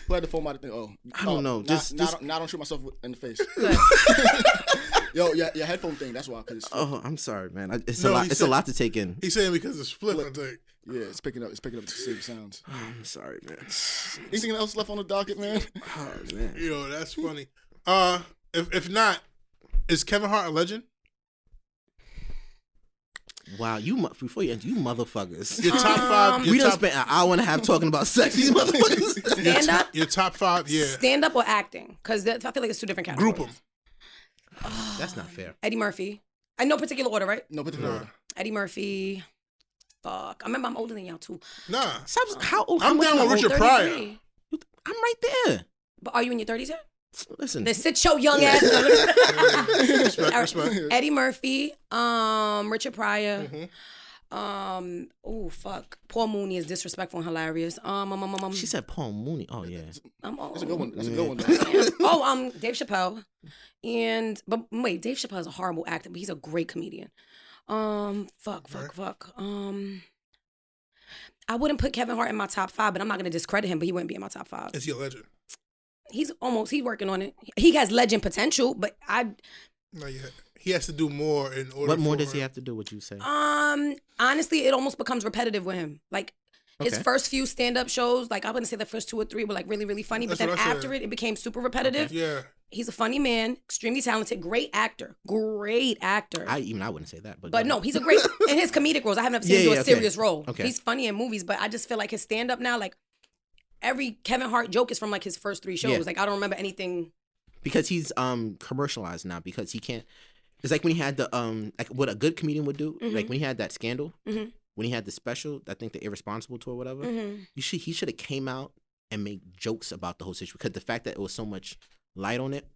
[SPEAKER 3] Who had the phone out thing? Oh,
[SPEAKER 4] I don't
[SPEAKER 3] Oh,
[SPEAKER 4] know.
[SPEAKER 3] Nah,
[SPEAKER 4] Just-
[SPEAKER 3] nah,
[SPEAKER 4] just-
[SPEAKER 3] I don't- nah, I don't shoot myself in the face. *laughs* Yo, your, your headphone thing. That's why. Cause it's,
[SPEAKER 4] *laughs* Oh, I'm sorry, man. I, it's a
[SPEAKER 5] No,
[SPEAKER 4] lot.
[SPEAKER 5] he
[SPEAKER 4] It's a
[SPEAKER 5] said-
[SPEAKER 4] lot to take in.
[SPEAKER 5] He's saying because it's flip, I think.
[SPEAKER 3] yeah, it's picking up. It's picking up the same sounds.
[SPEAKER 4] Oh, I'm sorry,
[SPEAKER 5] *sighs*
[SPEAKER 4] man.
[SPEAKER 3] Anything else left on the docket, man?
[SPEAKER 4] Oh, man.
[SPEAKER 5] You know, that's funny. Uh if if not, is Kevin Hart a legend?
[SPEAKER 4] Wow, you mu- before you end, you motherfuckers.
[SPEAKER 5] Your
[SPEAKER 6] Um,
[SPEAKER 5] top five
[SPEAKER 4] *laughs*
[SPEAKER 5] your
[SPEAKER 4] We done
[SPEAKER 5] top,
[SPEAKER 4] spent an hour and a half talking about sex. These
[SPEAKER 5] *laughs*
[SPEAKER 4] motherfuckers.
[SPEAKER 6] Stand up.
[SPEAKER 5] your top five, yeah.
[SPEAKER 6] Stand up or acting? Because I feel like it's two different categories.
[SPEAKER 5] Group them.
[SPEAKER 4] That's not fair.
[SPEAKER 6] Eddie Murphy. I know particular order, right?
[SPEAKER 3] *laughs* No, but the order.
[SPEAKER 6] Eddie Murphy. Fuck. I remember I'm older than y'all too.
[SPEAKER 5] Nah.
[SPEAKER 4] Stop- How old? how
[SPEAKER 5] I'm
[SPEAKER 4] much
[SPEAKER 5] down
[SPEAKER 4] am I
[SPEAKER 5] with
[SPEAKER 4] old?
[SPEAKER 5] Richard
[SPEAKER 6] 33.
[SPEAKER 5] Pryor.
[SPEAKER 4] I'm right there.
[SPEAKER 6] But are you in your 30s yet?
[SPEAKER 4] Listen,
[SPEAKER 6] Then sit your young ass
[SPEAKER 3] *laughs*
[SPEAKER 6] down.
[SPEAKER 5] Respect, respect.
[SPEAKER 6] Eddie Murphy, um, Richard Pryor, um, oh fuck, Paul Mooney is disrespectful and hilarious. Um, um, um, um, um,
[SPEAKER 4] she said Paul Mooney. Oh yeah,
[SPEAKER 6] I'm old.
[SPEAKER 3] That's a good one. That's a good one. *laughs* Though.
[SPEAKER 6] *laughs* oh, um, Dave Chappelle, and but wait, Dave Chappelle is a horrible actor, but he's a great comedian. Um, fuck, fuck, fuck. Um, I wouldn't put Kevin Hart in my top five, but I'm not gonna discredit him. But he wouldn't be in my top five.
[SPEAKER 5] Is he a legend?
[SPEAKER 6] He's almost he's working on it. He has legend potential, but I
[SPEAKER 5] No, yeah. He has to do more in order
[SPEAKER 4] what more
[SPEAKER 5] for-
[SPEAKER 4] does he have to do? Would you say?
[SPEAKER 6] Um, honestly, it almost becomes repetitive with him. Like his
[SPEAKER 4] Okay.
[SPEAKER 6] first few stand-up shows, like I wouldn't say the first two or three were like really, really funny, but
[SPEAKER 5] That's
[SPEAKER 6] then
[SPEAKER 5] what I said.
[SPEAKER 6] after it, it became super repetitive.
[SPEAKER 5] Yeah.
[SPEAKER 6] He's a funny man, extremely talented, great actor, great actor.
[SPEAKER 4] I even I wouldn't say that, but
[SPEAKER 6] but no, he's
[SPEAKER 4] *laughs*
[SPEAKER 6] a great in his comedic roles. I haven't seen
[SPEAKER 4] Yeah,
[SPEAKER 6] him do
[SPEAKER 4] yeah,
[SPEAKER 6] a
[SPEAKER 4] okay.
[SPEAKER 6] serious role.
[SPEAKER 4] Okay.
[SPEAKER 6] He's funny in movies, but I just feel like his stand-up now, like every Kevin Hart joke is from like his first three shows.
[SPEAKER 4] Yeah.
[SPEAKER 6] Like I don't remember anything.
[SPEAKER 4] because he's um commercialized now because he can't. It's like when he had the um like what a good comedian would do.
[SPEAKER 6] Mm-hmm.
[SPEAKER 4] Like when he had that scandal,
[SPEAKER 6] Mhm.
[SPEAKER 4] when he had the special, I think the irresponsible tour, whatever.
[SPEAKER 6] Mhm.
[SPEAKER 4] You should he should have came out and made jokes about the whole situation because the fact that it was so much light on it.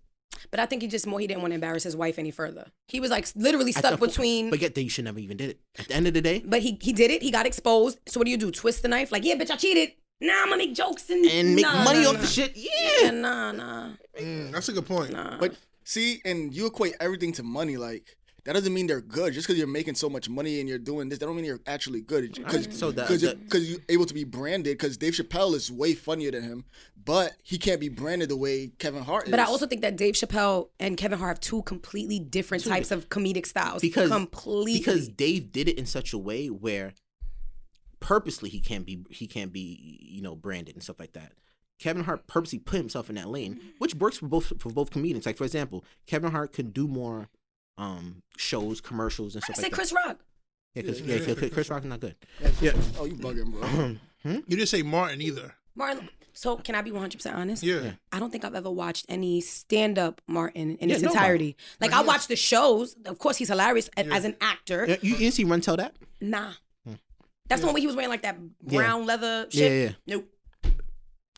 [SPEAKER 6] But I think he just more he didn't want to embarrass his wife any further. He was like literally
[SPEAKER 4] at
[SPEAKER 6] stuck
[SPEAKER 4] the-
[SPEAKER 6] between
[SPEAKER 4] But yet, they- you should never even did it. At the end of the day,
[SPEAKER 6] But he he did it. He got exposed. So what do you do? Twist the knife? Like, yeah, bitch, I cheated. Nah, I'm gonna make jokes and,
[SPEAKER 4] and make
[SPEAKER 6] nah,
[SPEAKER 4] money
[SPEAKER 6] nah,
[SPEAKER 4] off
[SPEAKER 6] nah.
[SPEAKER 4] the shit. Yeah.
[SPEAKER 6] Yeah, nah, nah,
[SPEAKER 5] Mm, that's a good point.
[SPEAKER 6] nah.
[SPEAKER 3] But see, and you equate everything to money. Like that doesn't mean they're good. Just because you're making so much money and you're doing this, that don't mean you're actually good. Because
[SPEAKER 4] So that,
[SPEAKER 3] because you're,
[SPEAKER 4] that-
[SPEAKER 3] 'cause you're able to be branded. Because Dave Chappelle is way funnier than him, but he can't be branded the way Kevin Hart is.
[SPEAKER 6] But I also think that Dave Chappelle and Kevin Hart have two completely different types of comedic styles.
[SPEAKER 4] because
[SPEAKER 6] completely.
[SPEAKER 4] because Dave did it in such a way where purposely he can't be he can't be you know branded and stuff like that. Kevin Hart purposely put himself in that lane,
[SPEAKER 6] Mm-hmm.
[SPEAKER 4] which works for both for both comedians. Like for example, Kevin Hart could do more um shows, commercials, and
[SPEAKER 6] I
[SPEAKER 4] stuff
[SPEAKER 6] say
[SPEAKER 4] like
[SPEAKER 6] Chris
[SPEAKER 4] that.
[SPEAKER 6] Rock.
[SPEAKER 4] Yeah, 'cause- yeah, 'cause- 'cause Chris Rock's not good.
[SPEAKER 3] oh, you bugging,
[SPEAKER 4] *laughs*
[SPEAKER 3] bro.
[SPEAKER 5] You didn't say Martin either.
[SPEAKER 6] Martin. So can I be 100 percent honest?
[SPEAKER 5] Yeah.
[SPEAKER 6] I don't think I've ever watched any stand up Martin in
[SPEAKER 4] Yeah,
[SPEAKER 6] its
[SPEAKER 4] nobody.
[SPEAKER 6] entirety. Like I watched the shows. Of course, he's hilarious a- as an actor.
[SPEAKER 4] Yeah, You, you didn't see Run Tell That?
[SPEAKER 6] Nah. That's the one where he was wearing like that
[SPEAKER 4] Yeah.
[SPEAKER 6] brown leather
[SPEAKER 4] Yeah,
[SPEAKER 6] shit.
[SPEAKER 4] yeah.
[SPEAKER 6] Nope.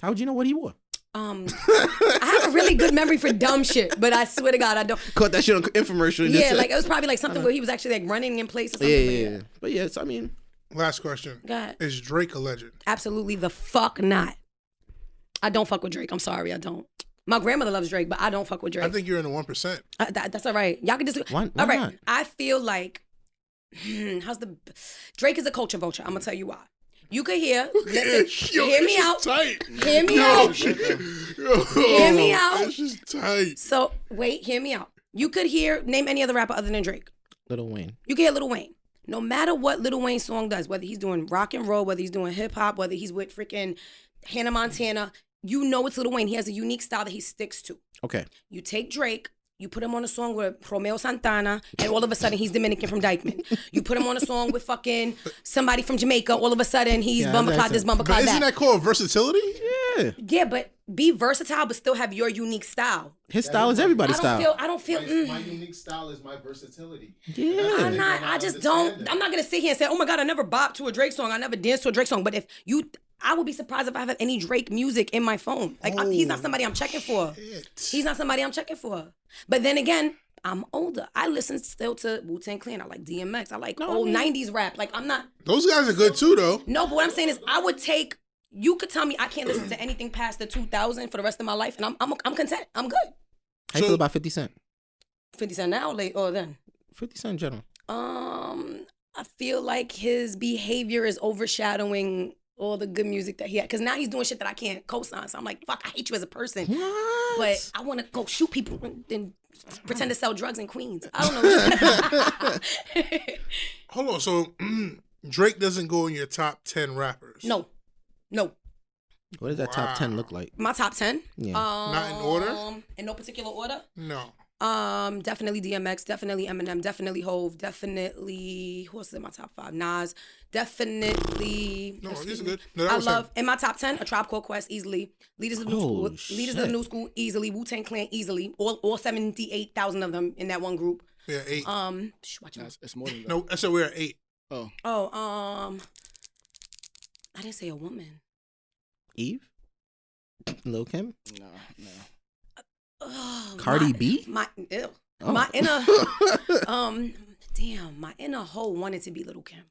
[SPEAKER 4] How would you know what he wore? *laughs*
[SPEAKER 6] Um, I have a really good memory for dumb shit, but I swear to God, I don't.
[SPEAKER 4] Caught that shit on infomercial. and
[SPEAKER 6] Yeah,
[SPEAKER 4] just-
[SPEAKER 6] like it was probably like something where he was actually like running in place
[SPEAKER 4] *laughs*
[SPEAKER 6] or
[SPEAKER 4] yeah,
[SPEAKER 6] something.
[SPEAKER 4] uh-huh. yeah,
[SPEAKER 6] but
[SPEAKER 4] yeah, yeah. But yeah, so I mean,
[SPEAKER 5] Last question.
[SPEAKER 6] Go ahead.
[SPEAKER 5] Is Drake a legend?
[SPEAKER 6] Absolutely the fuck not. I don't fuck with Drake. I'm sorry, I don't. My grandmother loves Drake, but I don't fuck with Drake.
[SPEAKER 5] I think you're in the one percent.
[SPEAKER 6] Uh, that, that's all right. Y'all can just.
[SPEAKER 4] Why- why
[SPEAKER 6] all right.
[SPEAKER 4] not?
[SPEAKER 6] I feel like hmm, how's the Drake is a culture vulture. I'm gonna tell you why. You
[SPEAKER 4] *laughs*
[SPEAKER 6] could *laughs* hear. Listen, hear me out.
[SPEAKER 5] Tight.
[SPEAKER 6] Hear me
[SPEAKER 5] Yo,
[SPEAKER 6] out.
[SPEAKER 5] she-
[SPEAKER 6] Hear me
[SPEAKER 5] Yo,
[SPEAKER 6] out.
[SPEAKER 5] That's just tight.
[SPEAKER 6] So wait, hear me out. You could hear name any other rapper other than Drake.
[SPEAKER 4] Little Wayne.
[SPEAKER 6] You can hear Lil Wayne. No matter what Lil Wayne song does, whether he's doing rock and roll, whether he's doing hip hop, whether he's with freaking Hannah Montana, you know it's Lil Wayne. He has a unique style that he sticks to.
[SPEAKER 4] Okay.
[SPEAKER 6] You take Drake, you put him on a song with Romeo Santana, and all of a sudden he's Dominican from Dykeman. You put him on a song with fucking somebody from Jamaica, all of a sudden he's
[SPEAKER 4] Yeah,
[SPEAKER 6] Bumba
[SPEAKER 4] that's
[SPEAKER 6] Cloud this,
[SPEAKER 4] it.
[SPEAKER 6] Bumba
[SPEAKER 5] But
[SPEAKER 6] Cloud
[SPEAKER 5] isn't
[SPEAKER 6] that.
[SPEAKER 5] that called versatility?
[SPEAKER 4] Yeah.
[SPEAKER 6] Yeah, but be versatile, but still have your unique style.
[SPEAKER 4] His style is everybody's
[SPEAKER 6] I don't
[SPEAKER 4] style.
[SPEAKER 6] feel. I don't feel.
[SPEAKER 7] My,
[SPEAKER 6] Mm.
[SPEAKER 7] my unique style is my versatility.
[SPEAKER 4] yeah.
[SPEAKER 6] I'm not. I just
[SPEAKER 7] understand
[SPEAKER 6] don't.
[SPEAKER 7] that.
[SPEAKER 6] I'm not gonna sit here and say, "Oh my God, I never bopped to a Drake song. I never danced to a Drake song." But if you, I would be surprised if I have any Drake music in my phone. Like I- he's not somebody I'm checking for. He's not somebody I'm checking for. But then again, I'm older. I listen still to Wu Tang Clan. I like DMX. I like old '90s rap. Like I'm not.
[SPEAKER 5] Those guys are good too, though.
[SPEAKER 6] No, but what I'm saying is, I would take. You could tell me I can't listen to anything past the 2000 for the rest of my life, and I'm I'm, I'm content. I'm good.
[SPEAKER 4] How you feel about 50 Cent?
[SPEAKER 6] 50 Cent now, or late or then.
[SPEAKER 4] 50 Cent in general.
[SPEAKER 6] Um, I feel like his behavior is overshadowing all the good music that he had. Cause now he's doing shit that I can't co-sign. So I'm like, fuck, I hate you as a person. But I want to go shoot people and, and pretend to sell drugs in Queens. I don't know.
[SPEAKER 5] Hold on. So *clears throat* mm, Drake doesn't go in your top ten rappers.
[SPEAKER 6] no, no.
[SPEAKER 4] What does that top 10 look like?
[SPEAKER 6] My top ten.
[SPEAKER 4] Yeah.
[SPEAKER 6] Um,
[SPEAKER 5] Not in order?
[SPEAKER 6] In no particular order.
[SPEAKER 5] No.
[SPEAKER 6] Um, definitely DMX, definitely Eminem, definitely Hove, definitely who else is in my top five? Nas, definitely.
[SPEAKER 5] No,
[SPEAKER 6] excuse
[SPEAKER 5] these are
[SPEAKER 6] me.
[SPEAKER 5] good. No, that
[SPEAKER 6] I
[SPEAKER 5] was
[SPEAKER 6] love
[SPEAKER 5] him.
[SPEAKER 6] in my top ten a Tribe Called Quest easily, leaders of the new
[SPEAKER 4] Oh,
[SPEAKER 6] school, leaders of
[SPEAKER 4] shit.
[SPEAKER 6] the new school easily, Wu Tang Clan easily, all all seventy eight thousand of them in that one group.
[SPEAKER 5] Yeah, eight.
[SPEAKER 6] Um, shh, watch
[SPEAKER 3] Nah,
[SPEAKER 6] out.
[SPEAKER 3] it's, it's more than that.
[SPEAKER 5] no, so we're at eight.
[SPEAKER 3] Oh,
[SPEAKER 6] Oh, um, I didn't say a woman.
[SPEAKER 4] Eve? *laughs* Lil Kim?
[SPEAKER 3] no, no.
[SPEAKER 4] *laughs*
[SPEAKER 6] Ugh,
[SPEAKER 4] Cardi
[SPEAKER 6] Oh, my,
[SPEAKER 4] B?
[SPEAKER 6] My ew.
[SPEAKER 4] Oh.
[SPEAKER 6] my
[SPEAKER 4] *laughs*
[SPEAKER 6] inner um, damn, my inner hole wanted to be Little Kim.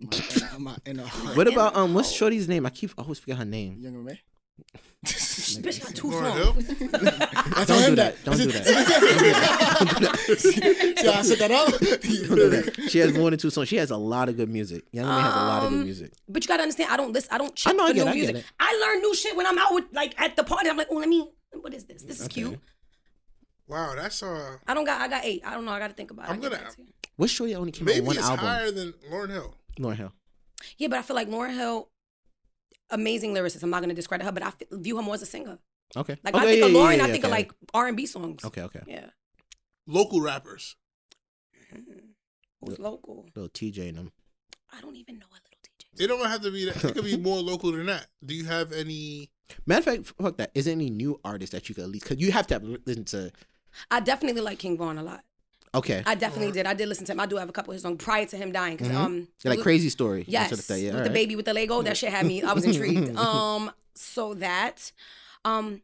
[SPEAKER 3] My, and I- my, and I-
[SPEAKER 4] What about, um, what's Shorty's name? I keep I always forget her name.
[SPEAKER 3] Younger May?
[SPEAKER 6] This bitch got two
[SPEAKER 5] Lauren
[SPEAKER 6] songs.
[SPEAKER 5] Hill?
[SPEAKER 3] I told
[SPEAKER 4] Don't
[SPEAKER 3] him
[SPEAKER 4] do that.
[SPEAKER 3] *laughs*
[SPEAKER 4] Don't do that.
[SPEAKER 6] *laughs*
[SPEAKER 3] See how I set that up?
[SPEAKER 4] Don't do that. She has more than two songs. She has a lot of good music. Young May has a lot of good
[SPEAKER 6] Um,
[SPEAKER 4] music.
[SPEAKER 6] But you gotta understand, I don't listen. I don't check
[SPEAKER 4] know, I
[SPEAKER 6] for
[SPEAKER 4] get
[SPEAKER 6] new
[SPEAKER 4] it, I get
[SPEAKER 6] music.
[SPEAKER 4] it.
[SPEAKER 6] I learn new shit when I'm out with like at the party. I'm like, oh, let me. What is this? This is cute.
[SPEAKER 5] Wow, that's uh.
[SPEAKER 6] I don't got. I got eight. I don't know. I gotta think about it.
[SPEAKER 5] I'm
[SPEAKER 6] I get
[SPEAKER 5] gonna-
[SPEAKER 6] back to you.
[SPEAKER 4] What's Shorty only came out
[SPEAKER 5] Maybe
[SPEAKER 4] with one
[SPEAKER 5] it's
[SPEAKER 4] album?
[SPEAKER 5] higher than Lauren Hill.
[SPEAKER 4] Lauren Hill.
[SPEAKER 6] Yeah, but I feel like Lauren Hill, amazing lyricist. I'm not gonna discredit her, but I f- view her more as a singer.
[SPEAKER 4] Okay.
[SPEAKER 6] Like
[SPEAKER 4] okay,
[SPEAKER 6] when I think of
[SPEAKER 4] yeah, yeah,
[SPEAKER 6] Lauren,
[SPEAKER 4] yeah,
[SPEAKER 6] I think of
[SPEAKER 4] okay.
[SPEAKER 6] like R and B songs.
[SPEAKER 4] Okay, okay.
[SPEAKER 6] Yeah. Mm-hmm.
[SPEAKER 5] Local rappers.
[SPEAKER 6] Who's local?
[SPEAKER 4] Little TJ and them.
[SPEAKER 6] I don't even know a little DJ.
[SPEAKER 5] They don't have to be that. It
[SPEAKER 4] *laughs*
[SPEAKER 5] could be more local than that. Do you have any?
[SPEAKER 4] Matter of fact, fuck that. Is there any new artist that you could at least, because you have to have listened to,
[SPEAKER 6] I definitely like King Vaughn a lot.
[SPEAKER 4] okay.
[SPEAKER 6] I definitely did. I did listen to him. I do have a couple of his songs prior to him dying. because
[SPEAKER 4] Mhm.
[SPEAKER 6] um,
[SPEAKER 4] like
[SPEAKER 6] Lu-
[SPEAKER 4] Crazy Story. and
[SPEAKER 6] Yes,
[SPEAKER 4] sort of thing. Yeah,
[SPEAKER 6] with the
[SPEAKER 4] alright.
[SPEAKER 6] baby with the Lego, that shit had me. I
[SPEAKER 4] *laughs*
[SPEAKER 6] was intrigued. um, so that, um,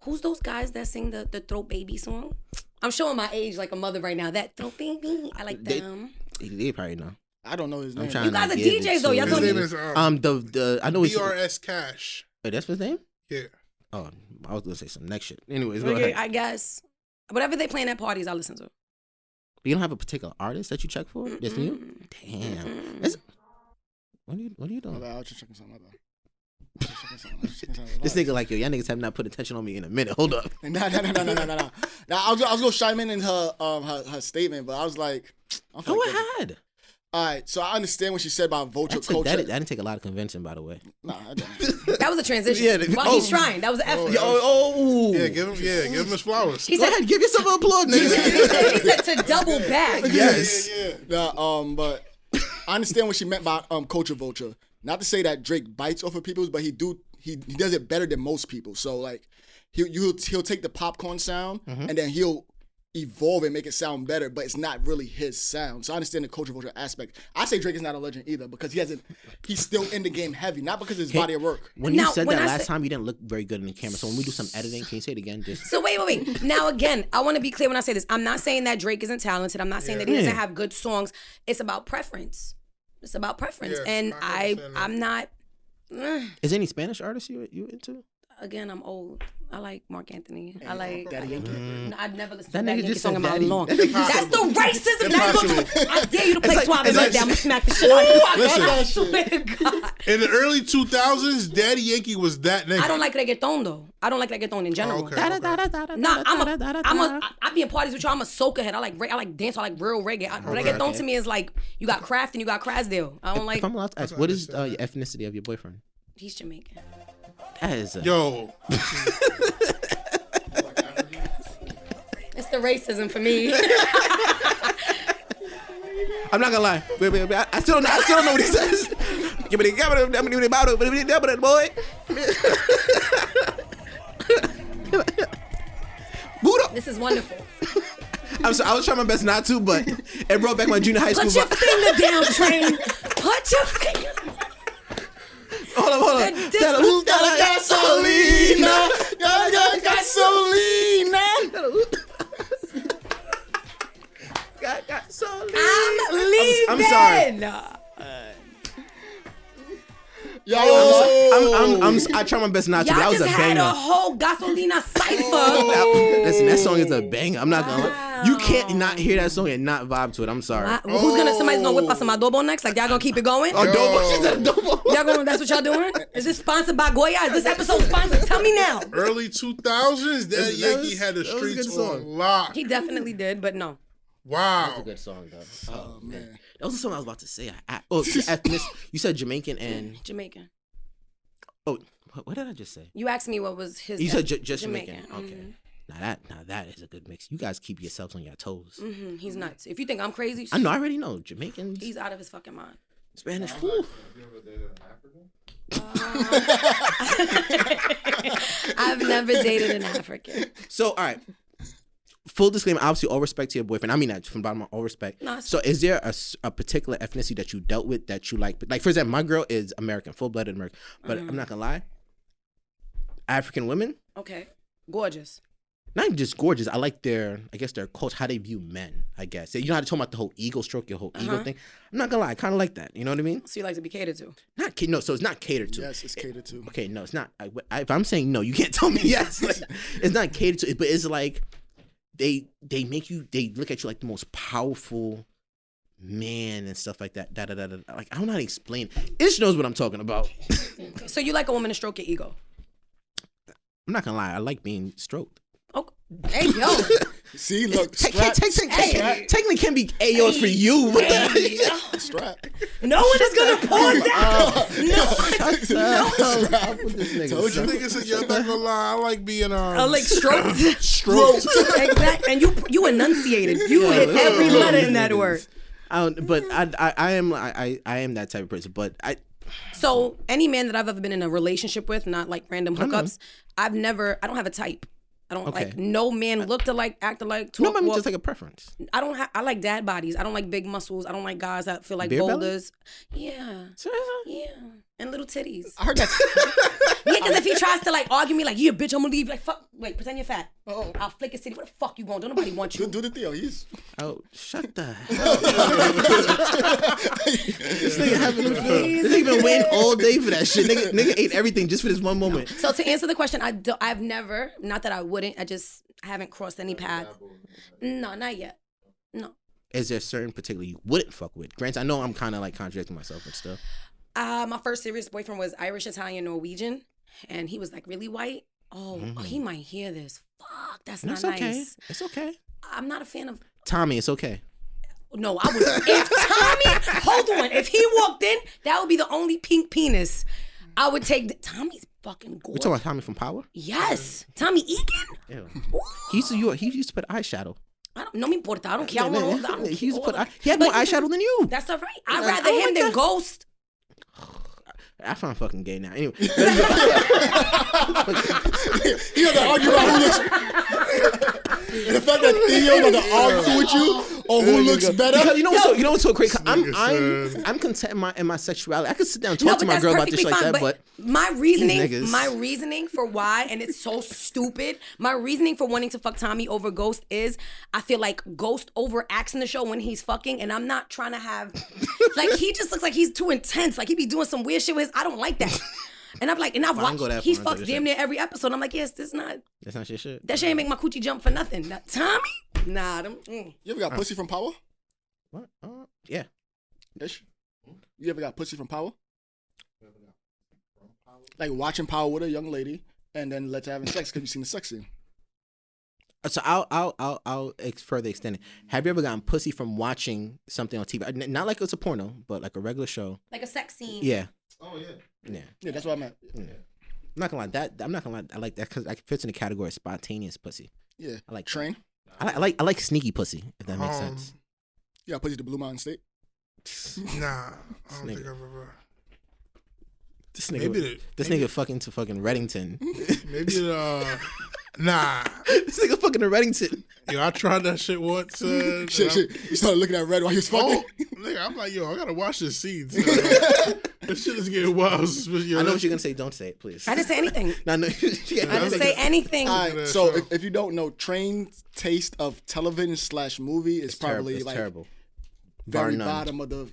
[SPEAKER 6] who's those guys that sing the the throat baby song? I'm showing my age like a mother right now. That throat baby, I like
[SPEAKER 4] They-
[SPEAKER 6] them.
[SPEAKER 4] They probably know.
[SPEAKER 3] *laughs* I don't know his name.
[SPEAKER 4] trying
[SPEAKER 6] You
[SPEAKER 4] And I
[SPEAKER 6] guys are
[SPEAKER 4] give it
[SPEAKER 6] DJs though.
[SPEAKER 4] to
[SPEAKER 6] Y'all
[SPEAKER 4] you.
[SPEAKER 5] His
[SPEAKER 6] don't
[SPEAKER 5] name
[SPEAKER 6] need.
[SPEAKER 5] is um,
[SPEAKER 4] Um, the the I know he's
[SPEAKER 5] BRS Cash.
[SPEAKER 4] Wait, that's his name.
[SPEAKER 5] Yeah.
[SPEAKER 4] Oh, I was gonna say some next shit. Anyways, go
[SPEAKER 6] Okay,
[SPEAKER 4] ahead.
[SPEAKER 6] I guess whatever they playing at parties, I listen to.
[SPEAKER 4] But you don't have a particular artist that you check for? Yes, and you. Damn. That's, what are you What are you
[SPEAKER 3] My
[SPEAKER 4] doing?
[SPEAKER 3] bad, I was just checking something. My bad. I was checking something, I was checking something.
[SPEAKER 4] This nigga like yo, y'all niggas have not put attention on me in a minute. Hold
[SPEAKER 6] *laughs*
[SPEAKER 4] up.
[SPEAKER 3] *laughs* Nah, nah, nah, nah, nah, nah, nah, nah. Nah, I was, I was gonna chime in in her um her, her statement, but I was like, I'm
[SPEAKER 6] Oh,
[SPEAKER 4] Go
[SPEAKER 3] fucking-
[SPEAKER 4] ahead.
[SPEAKER 3] All right, so I understand what she said about vulture
[SPEAKER 4] That, took,
[SPEAKER 3] culture.
[SPEAKER 4] that, that didn't take a lot of convincing, by the way.
[SPEAKER 3] Nah, I don't.
[SPEAKER 6] That was a transition.
[SPEAKER 4] *laughs* Yeah, the-
[SPEAKER 6] While
[SPEAKER 4] oh.
[SPEAKER 6] he's trying, that was an effort.
[SPEAKER 4] oh,
[SPEAKER 5] Yeah, give him. Yeah, give him his flowers.
[SPEAKER 6] he
[SPEAKER 4] Go
[SPEAKER 6] said.
[SPEAKER 4] ahead, give yourself an applaud,
[SPEAKER 6] *laughs*
[SPEAKER 4] nigga.
[SPEAKER 6] he said- he said to double back.
[SPEAKER 4] *laughs* yes.
[SPEAKER 3] nah, um, but I understand what she meant by um culture vulture. Not to say that Drake bites off of people's, but he do he, he does it better than most people. So like he you he'll take the popcorn sound and then he'll evolve and make it sound better, but it's not really his sound. So I understand the culture vulture aspect. I say Drake is not a legend either because he hasn't he's still in the game heavy, not because of his body of work.
[SPEAKER 4] When you
[SPEAKER 6] Now,
[SPEAKER 4] said
[SPEAKER 6] when
[SPEAKER 4] that
[SPEAKER 6] I
[SPEAKER 4] last
[SPEAKER 6] said-
[SPEAKER 4] time, you didn't look very good in the camera. So when we do some editing, can you say it again? Just
[SPEAKER 6] So wait, wait, wait. Now again, I want to be clear when I say this. I'm not saying that Drake isn't talented. I'm not saying that he doesn't
[SPEAKER 4] Yeah.
[SPEAKER 6] have good songs. It's about preference. It's about preference.
[SPEAKER 5] Yeah,
[SPEAKER 6] and
[SPEAKER 5] I
[SPEAKER 6] I,
[SPEAKER 5] understand that.
[SPEAKER 6] I'm not. Ugh.
[SPEAKER 4] is there any Spanish artists you you into?
[SPEAKER 6] Again, I'm old. I like Mark Anthony. I like.
[SPEAKER 3] Daddy Yankee.
[SPEAKER 5] Mm-hmm.
[SPEAKER 6] No, I've never listened
[SPEAKER 4] That
[SPEAKER 6] to that
[SPEAKER 4] nigga
[SPEAKER 6] Yankee
[SPEAKER 4] just
[SPEAKER 6] song
[SPEAKER 4] said
[SPEAKER 6] in my
[SPEAKER 4] daddy.
[SPEAKER 6] long.
[SPEAKER 4] That's
[SPEAKER 6] That's the racism. Now you gonna
[SPEAKER 5] Impossible.
[SPEAKER 6] talk- I dare you to play
[SPEAKER 4] like-
[SPEAKER 6] Suave
[SPEAKER 4] it's
[SPEAKER 6] like,
[SPEAKER 4] like-
[SPEAKER 6] that. I'm gonna smack the shit out of you.
[SPEAKER 5] Listen.
[SPEAKER 6] I swear to God.
[SPEAKER 5] In the early 2000s, Daddy Yankee was that nigga.
[SPEAKER 6] I don't like reggaeton though. I don't like reggaeton in general.
[SPEAKER 5] Okay.
[SPEAKER 6] Nah, I'm a, I'm a, I- I be in parties with you. all I'm a soca head. I like, re- I like dance. I like real reggae. I, reggaeton to me is like you got Kraft and you got Crasdale. I don't like.
[SPEAKER 4] If I'm allowed to ask, what is uh, your ethnicity of your boyfriend?
[SPEAKER 6] He's Jamaican.
[SPEAKER 4] That is a,
[SPEAKER 5] Yo,
[SPEAKER 6] It's the racism for me.
[SPEAKER 4] *laughs* I'm not gonna lie. Wait, wait, wait. I, I still don't know. I still don't know what he says. *laughs* Give me the give me the- give me the bottle, give me the double that boy. *laughs* Buddha.
[SPEAKER 6] this is wonderful.
[SPEAKER 4] I'm sorry, I was trying my best not to,
[SPEAKER 6] *laughs*
[SPEAKER 4] but it brought back my junior high school.
[SPEAKER 6] Put your
[SPEAKER 4] vi-
[SPEAKER 6] finger
[SPEAKER 4] *laughs*
[SPEAKER 6] down, train. Put your finger.
[SPEAKER 4] hold up, hold
[SPEAKER 6] The
[SPEAKER 4] up.
[SPEAKER 6] dis-
[SPEAKER 4] Tell 'em who got a
[SPEAKER 6] *laughs*
[SPEAKER 4] gasolina. Got a gasolina. *laughs* Got gasolina.
[SPEAKER 6] I'm leaving.
[SPEAKER 4] I'm sorry.
[SPEAKER 3] Yo,
[SPEAKER 4] I'm, I'm, I'm, I try my best not to.
[SPEAKER 6] Y'all
[SPEAKER 4] that was
[SPEAKER 6] just
[SPEAKER 4] a
[SPEAKER 6] had
[SPEAKER 4] banger. Oh.
[SPEAKER 6] a whole gasolina cipher.
[SPEAKER 4] That- Listen, that song is a banger. I'm not gonna. lie. You can't not hear that song and not vibe to it. I'm sorry.
[SPEAKER 6] I- Who's gonna? Somebody's gonna whip us
[SPEAKER 4] Oh.
[SPEAKER 6] some adobo next. Like y'all gonna keep it going?
[SPEAKER 4] Adobo. She said adobo.
[SPEAKER 6] Y'all gonna? That's what y'all doing? Is this sponsored by Goya? Is this episode sponsored? Tell me now.
[SPEAKER 5] early 2000s, Daddy
[SPEAKER 4] That
[SPEAKER 5] Yankee
[SPEAKER 4] was-
[SPEAKER 5] had the
[SPEAKER 4] that was a good
[SPEAKER 5] streets on
[SPEAKER 4] song.
[SPEAKER 5] lock.
[SPEAKER 6] He definitely did, but no.
[SPEAKER 5] Wow.
[SPEAKER 4] Good song though. Oh, man. that was the song I was about to say. I, I, oh, *laughs* ethnic. You said Jamaican and
[SPEAKER 6] Jamaican.
[SPEAKER 4] oh, what, what did I just say?
[SPEAKER 6] You asked me what was his.
[SPEAKER 4] You said ju-
[SPEAKER 6] eth-
[SPEAKER 4] just Jamaican.
[SPEAKER 6] Mm-hmm.
[SPEAKER 4] Okay. Now that now that is a good mix. You guys keep yourselves on your toes.
[SPEAKER 6] Mhm, He's nuts. If you think I'm crazy,
[SPEAKER 4] I know. I already know Jamaicans,
[SPEAKER 6] he's out of his fucking mind. *laughs*
[SPEAKER 4] Spanish. whew.
[SPEAKER 7] Have you ever dated an African?
[SPEAKER 6] I've never dated an African.
[SPEAKER 4] So, all right. Full disclaimer, obviously, all respect to your boyfriend. I mean that from the bottom of all respect.
[SPEAKER 6] No, it's
[SPEAKER 4] so, is there a, s- a particular ethnicity that you dealt with that you like? Like, for example, my girl is American, full blooded American. But
[SPEAKER 6] Mm.
[SPEAKER 4] I'm not going to lie, African women,
[SPEAKER 6] Okay. Gorgeous.
[SPEAKER 4] not even just gorgeous, I like their, I guess, their culture, how they view men, I guess. You know how to talk about the whole ego stroke, your whole ego
[SPEAKER 6] Uh-huh.
[SPEAKER 4] thing? I'm not going to lie, I kind of like that. You know what I mean?
[SPEAKER 6] So you like to be catered to.
[SPEAKER 4] Not ca- No, so it's not catered to.
[SPEAKER 3] yes, it's catered to.
[SPEAKER 4] okay, no, it's not. I, I- if I'm saying no, you can't *laughs* tell me yes. Like, it's not catered to, but it's like they they make you they look at you like the most powerful man and stuff like that. Da da da da. da. Like I don't know how to explain. Ish knows what I'm talking about.
[SPEAKER 6] So you like a woman to stroke your ego.
[SPEAKER 4] I'm not gonna lie. I like being stroked.
[SPEAKER 6] Oh, hey, yo.
[SPEAKER 4] *laughs*
[SPEAKER 3] See, look,
[SPEAKER 4] Te- te-
[SPEAKER 3] strap,
[SPEAKER 4] te- te- te- Technically, can be AOs for you. What *laughs* the-
[SPEAKER 3] strap.
[SPEAKER 6] No one is going to pause
[SPEAKER 4] Oh.
[SPEAKER 6] that.
[SPEAKER 4] Um,
[SPEAKER 6] No. *laughs* one-
[SPEAKER 4] Stop with this nigga.
[SPEAKER 5] This nigga said, yo, I'm not gonna lie, I like being, um,
[SPEAKER 6] I Oh, like
[SPEAKER 4] *laughs*
[SPEAKER 6] stroked.
[SPEAKER 5] stroked.
[SPEAKER 6] exactly. And you you enunciated. You hit every letter in that word.
[SPEAKER 4] I don't, but I, I, I am I, I I am that type of person. But I
[SPEAKER 6] So any man that I've ever been in a relationship with, not like random hookups, I've never. I don't have a type. I don't
[SPEAKER 4] Okay.
[SPEAKER 6] like no man looked alike, act alike. Talk,
[SPEAKER 4] no, I mean
[SPEAKER 6] walk-
[SPEAKER 4] just like a preference.
[SPEAKER 6] I don't. Ha- I like dad bodies. I don't like big muscles. I don't like guys that feel like
[SPEAKER 4] Beer belly?
[SPEAKER 6] boulders. Yeah, yeah, and little titties.
[SPEAKER 3] I heard that.
[SPEAKER 6] *laughs* Yeah, because if he tries to like argue me, like yeah, bitch, I'm gonna leave. Like fuck, wait, pretend you're fat.
[SPEAKER 3] Oh.
[SPEAKER 6] I'll flick a city. What the fuck you going? Don't nobody want
[SPEAKER 3] Do,
[SPEAKER 6] you.
[SPEAKER 3] do the Theo. *laughs* He's
[SPEAKER 4] Oh, shut *laughs* the hell up. this nigga having a fit. This nigga been *laughs* waiting all day for that shit. Nigga, nigga ate everything just for this one moment.
[SPEAKER 6] So to answer the question, I do, I've never. Not that I wouldn't. I just haven't crossed any path. No, not yet. No.
[SPEAKER 4] Is there certain particular you wouldn't fuck with? Grant, I know I'm kind of like contradicting myself and stuff.
[SPEAKER 6] Uh, my first serious boyfriend was Irish, Italian, Norwegian, and he was like really white. Oh, oh, he might hear this. Fuck, that's
[SPEAKER 4] And
[SPEAKER 6] not
[SPEAKER 4] it's Mm. okay.
[SPEAKER 6] nice.
[SPEAKER 4] It's okay.
[SPEAKER 6] I'm not a fan of.
[SPEAKER 4] Tommy, it's okay.
[SPEAKER 6] No, I would. if Tommy, hold on. If he walked in, that would be the only pink penis. I would take the, Tommy's fucking
[SPEAKER 4] We
[SPEAKER 6] gorgeous.
[SPEAKER 4] talking about Tommy from Power?
[SPEAKER 6] yes, Tommy Egan.
[SPEAKER 4] Ew.
[SPEAKER 6] Ooh,
[SPEAKER 4] He used to you, he used to put eyeshadow.
[SPEAKER 6] I don't know me importa. I don't care. I want all the- I don't
[SPEAKER 4] he used to
[SPEAKER 6] care.
[SPEAKER 4] put
[SPEAKER 6] All
[SPEAKER 4] eye,
[SPEAKER 6] the-
[SPEAKER 4] he had more
[SPEAKER 6] But-
[SPEAKER 4] eyeshadow than you.
[SPEAKER 6] That's all right. I'd
[SPEAKER 4] Like,
[SPEAKER 6] rather
[SPEAKER 4] oh my
[SPEAKER 6] him than
[SPEAKER 4] God.
[SPEAKER 6] Ghost.
[SPEAKER 4] I find fucking gay now. *laughs* Anyway,
[SPEAKER 3] he got to argue about who
[SPEAKER 4] *laughs*
[SPEAKER 3] looks. and the fact that Theo got to argue with you
[SPEAKER 4] Oh,
[SPEAKER 3] or who looks
[SPEAKER 4] Because
[SPEAKER 3] better.
[SPEAKER 4] *laughs* you know what's so you know what's so crazy? I'm
[SPEAKER 5] nigga
[SPEAKER 4] I'm
[SPEAKER 5] said-
[SPEAKER 4] I'm content in my in my sexuality. I could sit down and talk
[SPEAKER 6] No,
[SPEAKER 4] to
[SPEAKER 6] but
[SPEAKER 4] my
[SPEAKER 6] that's
[SPEAKER 4] girl about this shit
[SPEAKER 6] perfectly
[SPEAKER 4] like
[SPEAKER 6] fine,
[SPEAKER 4] that, but
[SPEAKER 6] my reasoning,
[SPEAKER 4] niggas.
[SPEAKER 6] my reasoning for why, and it's so stupid. My reasoning for wanting to fuck Tommy over Ghost is, I feel like Ghost overacts in the show when he's fucking, and I'm not trying
[SPEAKER 4] *laughs*
[SPEAKER 6] to have, like, he just looks like he's too intense. Like he be doing some weird shit with his. I don't like that. And I'm like, and I've
[SPEAKER 4] I don't
[SPEAKER 6] watched.
[SPEAKER 4] go that
[SPEAKER 6] He
[SPEAKER 4] far, I
[SPEAKER 6] fucks
[SPEAKER 4] take
[SPEAKER 6] damn
[SPEAKER 4] a
[SPEAKER 6] near every episode. I'm like, yes, this not
[SPEAKER 4] that's not your shit.
[SPEAKER 6] that shit ain't make my coochie jump for nothing. That Tommy, nah, them, mm.
[SPEAKER 3] You ever got pussy from Power?
[SPEAKER 4] What? Uh, yeah.
[SPEAKER 3] Ish. You ever got pussy from Power? Like watching Power with a young lady and then let her having sex because you seen the sex scene.
[SPEAKER 4] Uh, So I'll I'll I'll, I'll ex- further extend it. Have you ever gotten pussy from watching something on TV? N- Not like it's a porno, but like a regular show.
[SPEAKER 6] like a sex scene.
[SPEAKER 4] Yeah,
[SPEAKER 7] Oh yeah.
[SPEAKER 4] yeah.
[SPEAKER 3] Yeah, that's what I meant.
[SPEAKER 4] I'm not gonna lie. That I'm not gonna lie. I like that because I fits in the category of spontaneous pussy.
[SPEAKER 3] Yeah.
[SPEAKER 4] I like that.
[SPEAKER 3] Train.
[SPEAKER 4] I like I like, I like sneaky pussy. If that makes
[SPEAKER 5] Um,
[SPEAKER 4] sense.
[SPEAKER 3] You got pussy to Blue Mountain State.
[SPEAKER 5] Nah, I don't
[SPEAKER 4] Nigga.
[SPEAKER 5] think I've ever.
[SPEAKER 4] This nigga,
[SPEAKER 5] maybe the-
[SPEAKER 4] this
[SPEAKER 5] maybe-
[SPEAKER 4] nigga fucking to fucking Reddington.
[SPEAKER 5] Maybe the. Uh, nah,
[SPEAKER 4] *laughs* this nigga fucking to Reddington.
[SPEAKER 5] yo, I tried that shit once. Uh,
[SPEAKER 3] *laughs* Shit,
[SPEAKER 5] and I'm-
[SPEAKER 3] shit. You started looking at red while he was fucking.
[SPEAKER 5] Oh, *laughs* nigga, I'm like, yo, I gotta wash
[SPEAKER 3] *laughs*
[SPEAKER 5] this seeds. this shit is getting wild. *laughs* Yo,
[SPEAKER 4] I know what you're gonna say. Don't say it, please.
[SPEAKER 6] I
[SPEAKER 4] *laughs*
[SPEAKER 6] didn't say anything.
[SPEAKER 4] No, no. yeah,
[SPEAKER 6] I didn't
[SPEAKER 4] like,
[SPEAKER 6] say anything.
[SPEAKER 3] All right,
[SPEAKER 5] that
[SPEAKER 3] so
[SPEAKER 5] show.
[SPEAKER 3] if, if you don't know, Train's taste of television slash movie is
[SPEAKER 4] it's terrible,
[SPEAKER 3] probably
[SPEAKER 4] it's
[SPEAKER 3] like
[SPEAKER 4] terrible. Bar
[SPEAKER 3] very
[SPEAKER 4] none.
[SPEAKER 3] bottom of the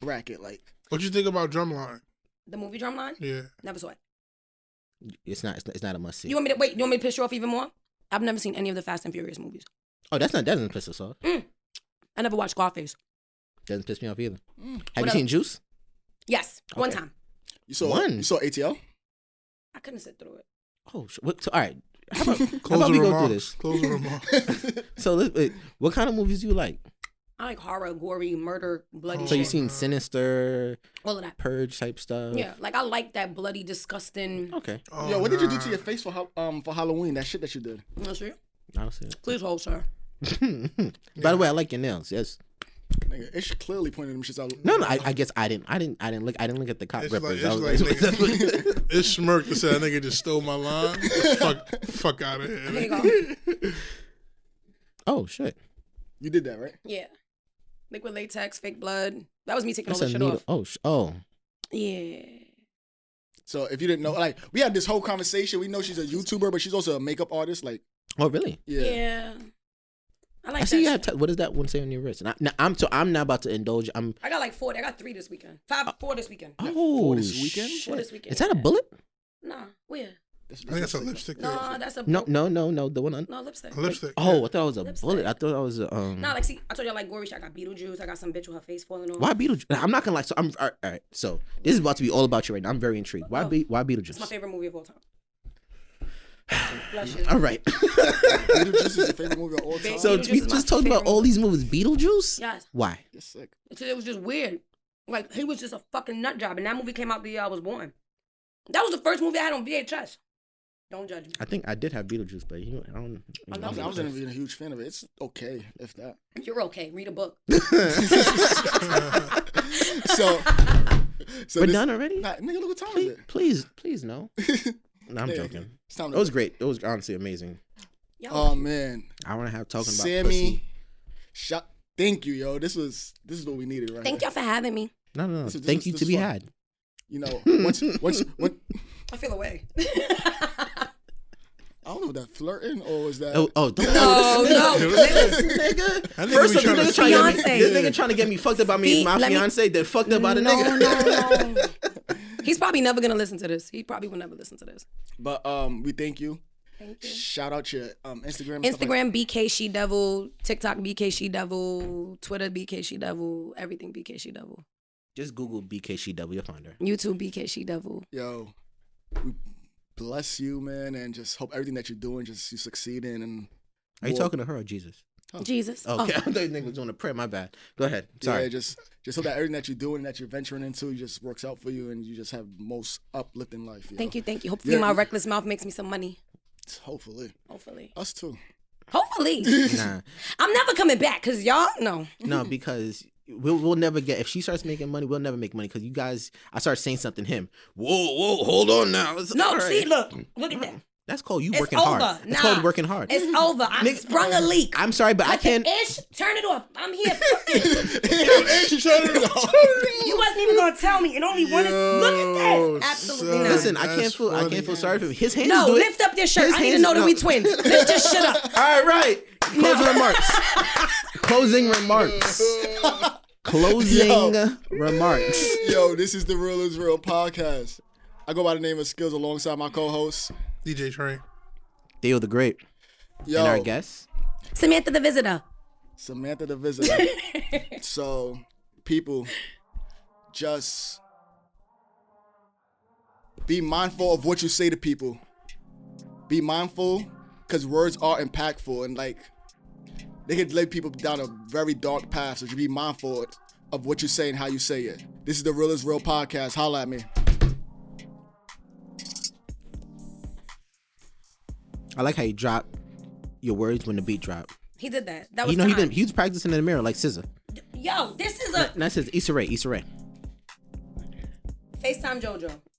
[SPEAKER 3] bracket. Like
[SPEAKER 5] What you think about Drumline?
[SPEAKER 6] the movie Drumline,
[SPEAKER 5] Yeah,
[SPEAKER 6] never saw it.
[SPEAKER 4] It's not. It's not, it's not a must see.
[SPEAKER 6] You want me to wait? You want me to piss you off even more? I've never seen any of the Fast and Furious movies.
[SPEAKER 4] oh, that's not. That doesn't piss us off.
[SPEAKER 6] Mm. I never watched Scarface.
[SPEAKER 4] Doesn't piss me off either. Have
[SPEAKER 6] Mm. What
[SPEAKER 4] you
[SPEAKER 6] else?
[SPEAKER 4] seen Juice?
[SPEAKER 6] Yes, one
[SPEAKER 4] Okay.
[SPEAKER 6] time.
[SPEAKER 3] you saw,
[SPEAKER 4] One.
[SPEAKER 3] you saw ATL.
[SPEAKER 6] I couldn't sit through it.
[SPEAKER 4] Oh, sh- what, so, all right. How
[SPEAKER 5] *laughs*
[SPEAKER 4] about, how
[SPEAKER 5] close
[SPEAKER 4] about
[SPEAKER 5] the
[SPEAKER 4] we go
[SPEAKER 5] remarks.
[SPEAKER 4] through this?
[SPEAKER 5] Close
[SPEAKER 3] *laughs*
[SPEAKER 5] the remarks.
[SPEAKER 4] So, let's, wait, what kind of movies do you like?
[SPEAKER 6] I like horror, gory, murder, bloody.
[SPEAKER 4] So you
[SPEAKER 6] shit.
[SPEAKER 4] seen Sinister,
[SPEAKER 6] all of that?
[SPEAKER 4] Purge type stuff?
[SPEAKER 6] Yeah, like I like that bloody, disgusting.
[SPEAKER 4] Okay.
[SPEAKER 5] Oh,
[SPEAKER 3] Yo, what did you do to
[SPEAKER 5] nah.
[SPEAKER 3] your face for Hal- um for Halloween? That shit that you did.
[SPEAKER 6] No, sir.
[SPEAKER 4] I don't see
[SPEAKER 5] *laughs*
[SPEAKER 4] it.
[SPEAKER 6] Please hold, sir.
[SPEAKER 4] *laughs* By the way, I like your nails. Yes.
[SPEAKER 3] Nigga, it's clearly pointing them shits out.
[SPEAKER 4] No, no. I, I guess I didn't. I didn't. I didn't look. I didn't look at the cop
[SPEAKER 5] It's like-
[SPEAKER 4] rippers.
[SPEAKER 5] it's
[SPEAKER 4] I was
[SPEAKER 5] like
[SPEAKER 4] that's what-
[SPEAKER 5] *laughs* It's smirk that said that nigga just stole my line. fuck, fuck out of
[SPEAKER 6] There you
[SPEAKER 5] here.
[SPEAKER 4] *laughs*
[SPEAKER 6] go.
[SPEAKER 4] *laughs* oh shit!
[SPEAKER 3] You did that, right?
[SPEAKER 6] yeah. Liquid latex, fake blood. That was me taking
[SPEAKER 4] That's
[SPEAKER 6] all
[SPEAKER 4] a
[SPEAKER 6] the shit
[SPEAKER 4] needle.
[SPEAKER 6] off.
[SPEAKER 4] Oh sh- oh.
[SPEAKER 6] Yeah.
[SPEAKER 3] So if you didn't know, like we had this whole conversation. We know she's a YouTuber, but she's also a makeup artist. Like,
[SPEAKER 4] Oh really?
[SPEAKER 3] yeah,
[SPEAKER 6] Yeah. I like
[SPEAKER 4] I
[SPEAKER 6] that.
[SPEAKER 4] see you have.
[SPEAKER 6] shit.
[SPEAKER 4] T- what does that one say on your wrist? And I, now, I'm so I'm not about to indulge. I'm.
[SPEAKER 6] I got like four. I got three this weekend. Five, four this weekend.
[SPEAKER 4] Oh,
[SPEAKER 3] this weekend?
[SPEAKER 4] shit.
[SPEAKER 6] For this weekend,
[SPEAKER 4] Is that a
[SPEAKER 6] yeah.
[SPEAKER 4] bullet?
[SPEAKER 6] Nah, where?
[SPEAKER 3] That's-
[SPEAKER 5] I think that's a
[SPEAKER 3] like-
[SPEAKER 5] lipstick. *laughs*
[SPEAKER 6] No,
[SPEAKER 5] No,
[SPEAKER 6] that's a
[SPEAKER 4] No, no, no, no. The one on.
[SPEAKER 6] no lipstick.
[SPEAKER 5] lipstick.
[SPEAKER 4] Oh, I thought it was a
[SPEAKER 6] Lipstick.
[SPEAKER 4] bullet. I thought it was a um.
[SPEAKER 6] Nah, like see, I told you I like gory shit. I got Beetlejuice. I got some bitch with her face falling off.
[SPEAKER 4] Why Beetlejuice? I'm not gonna lie. So I'm all right, all right. So this is about to be all about you right now. I'm very intrigued. Why be Why
[SPEAKER 6] It's my
[SPEAKER 4] Beetlejuice?
[SPEAKER 6] favorite movie of
[SPEAKER 4] *sighs*
[SPEAKER 6] all time. Bless you.
[SPEAKER 4] All right. *laughs*
[SPEAKER 3] Beetlejuice is your favorite movie of all time.
[SPEAKER 4] so
[SPEAKER 6] Beetlejuice
[SPEAKER 4] we
[SPEAKER 6] is my
[SPEAKER 4] just talked about
[SPEAKER 6] favorite
[SPEAKER 4] all these movies. Beetlejuice.
[SPEAKER 6] Yes.
[SPEAKER 4] Why?
[SPEAKER 3] You're sick.
[SPEAKER 6] It it was just weird. Like he was just a fucking nut job, and that movie came out the year I was born. That was the first movie I had on VHS. Don't judge me.
[SPEAKER 4] I think I did have Beetlejuice, but you know, I don't.
[SPEAKER 6] I
[SPEAKER 3] I was, I
[SPEAKER 6] love
[SPEAKER 3] was never even a huge fan of it. It's okay if that.
[SPEAKER 6] You're okay. Read a book.
[SPEAKER 3] So, so
[SPEAKER 4] We're
[SPEAKER 3] this-
[SPEAKER 4] done already.
[SPEAKER 3] Nah, nigga, look what time is
[SPEAKER 4] please,
[SPEAKER 3] it?
[SPEAKER 4] please, please, no.
[SPEAKER 3] *laughs*
[SPEAKER 4] no I'm
[SPEAKER 3] Yeah,
[SPEAKER 4] joking.
[SPEAKER 3] It's time
[SPEAKER 4] It
[SPEAKER 3] to
[SPEAKER 4] was great. It was honestly amazing.
[SPEAKER 6] Y'all
[SPEAKER 3] Oh man,
[SPEAKER 4] I want to have talking about
[SPEAKER 3] Sammy,
[SPEAKER 4] pussy.
[SPEAKER 3] shut. Thank you, yo. This was this is what we needed, right?
[SPEAKER 6] Thank
[SPEAKER 3] here.
[SPEAKER 6] y'all for having me.
[SPEAKER 4] No, no, no.
[SPEAKER 3] This is- this
[SPEAKER 4] Thank
[SPEAKER 3] is-
[SPEAKER 4] you
[SPEAKER 3] this
[SPEAKER 4] *laughs* to
[SPEAKER 3] is
[SPEAKER 4] be
[SPEAKER 3] fun.
[SPEAKER 4] had.
[SPEAKER 3] You know, once once once
[SPEAKER 6] I
[SPEAKER 4] *laughs*
[SPEAKER 6] feel away.
[SPEAKER 3] I don't know. That flirting or is that?
[SPEAKER 4] Oh, oh don't
[SPEAKER 6] No,
[SPEAKER 3] *laughs*
[SPEAKER 4] *laughs*
[SPEAKER 6] no.
[SPEAKER 4] This nigga.
[SPEAKER 5] That nigga
[SPEAKER 4] First
[SPEAKER 5] be
[SPEAKER 4] of all,
[SPEAKER 5] tryna
[SPEAKER 4] this nigga trying to
[SPEAKER 6] Beyonce.
[SPEAKER 4] this nigga trying to get me fucked up by me,
[SPEAKER 6] Be-
[SPEAKER 4] my
[SPEAKER 6] let me-
[SPEAKER 4] fiance. Then fucked up by the
[SPEAKER 6] no,
[SPEAKER 4] nigga.
[SPEAKER 6] no, no.
[SPEAKER 4] *laughs*
[SPEAKER 6] He's probably never gonna listen to this. He probably will never listen to this.
[SPEAKER 3] But um, we thank you. Shout out your um Instagram. and stuff like-
[SPEAKER 6] Instagram BK She Devil, TikTok BK She Devil, Twitter BK She Devil, everything BK She Devil,
[SPEAKER 4] Just Google BKCW, you'll find her.
[SPEAKER 6] YouTube BK She Devil.
[SPEAKER 3] Yo, we bless you, man, and just hope everything that you're doing just you succeed in. And
[SPEAKER 4] Are you
[SPEAKER 3] Well-
[SPEAKER 4] talking to her or Jesus?
[SPEAKER 6] Jesus.
[SPEAKER 4] Oh.
[SPEAKER 6] Oh,
[SPEAKER 4] Okay, *laughs* I thought the nigga was doing a prayer. My bad. Go ahead. Sorry.
[SPEAKER 3] yeah, just just hope that everything that you're doing and that you're venturing into just works out for you, and you just have most uplifting life. Yo.
[SPEAKER 6] Thank you, thank you. Hopefully,
[SPEAKER 3] Yeah.
[SPEAKER 6] my reckless mouth makes me some money.
[SPEAKER 3] Hopefully,
[SPEAKER 6] Hopefully.
[SPEAKER 3] us too.
[SPEAKER 6] Hopefully.
[SPEAKER 4] *laughs* Nah,
[SPEAKER 6] I'm never coming back because y'all know.
[SPEAKER 4] no, because we'll we'll never get if she starts making money, we'll never make money because you guys. I start saying something. to Him. Whoa, whoa, hold on now. It's-
[SPEAKER 6] No,
[SPEAKER 4] all right.
[SPEAKER 6] see, look, look at that.
[SPEAKER 4] That's called you
[SPEAKER 6] It's
[SPEAKER 4] working
[SPEAKER 6] over.
[SPEAKER 4] hard. It's
[SPEAKER 6] Nah.
[SPEAKER 4] called working hard. Mm-hmm.
[SPEAKER 6] It's over. I
[SPEAKER 4] Nigga-
[SPEAKER 6] sprung a leak.
[SPEAKER 4] I'm sorry, but I can't.
[SPEAKER 6] Ish, turn it off.
[SPEAKER 4] *laughs*
[SPEAKER 6] I'm here.
[SPEAKER 3] *laughs*
[SPEAKER 5] *laughs* Absolutely
[SPEAKER 6] you wasn't even gonna tell me. And only one is. Look at this. Absolutely not.
[SPEAKER 4] Listen, I can't feel. I can't feel sorry for him. His hands
[SPEAKER 6] No,
[SPEAKER 4] do it.
[SPEAKER 6] lift up your shirt.
[SPEAKER 4] His
[SPEAKER 6] I need to
[SPEAKER 4] hands-
[SPEAKER 6] know that
[SPEAKER 4] no.
[SPEAKER 6] we twins. Lift your shit up.
[SPEAKER 4] *laughs* All right. Closing
[SPEAKER 6] *laughs*
[SPEAKER 4] remarks. Closing remarks. Closing remarks.
[SPEAKER 3] Yo, this is the Real is Real podcast. I go by the name of Skills alongside my co-host.
[SPEAKER 5] DJ Train.
[SPEAKER 4] Theo the Great
[SPEAKER 3] Yo,
[SPEAKER 4] and our guest.
[SPEAKER 6] Samantha the visitor.
[SPEAKER 3] Samantha the Visitor. so, people, just be mindful of what you say to people. Be mindful, because words are impactful and like they could lead people down a very dark path. So, just be mindful of what you say and how you say it. This is the Real is Real podcast. Holla at me.
[SPEAKER 4] I like how you drop your words when the beat drop.
[SPEAKER 6] He did that. That was
[SPEAKER 4] You know he
[SPEAKER 6] time.
[SPEAKER 4] didn't. He was practicing in the mirror like Scissor.
[SPEAKER 6] Yo, this is a
[SPEAKER 4] And that says Issa Rae. Issa Rae.
[SPEAKER 6] FaceTime JoJo.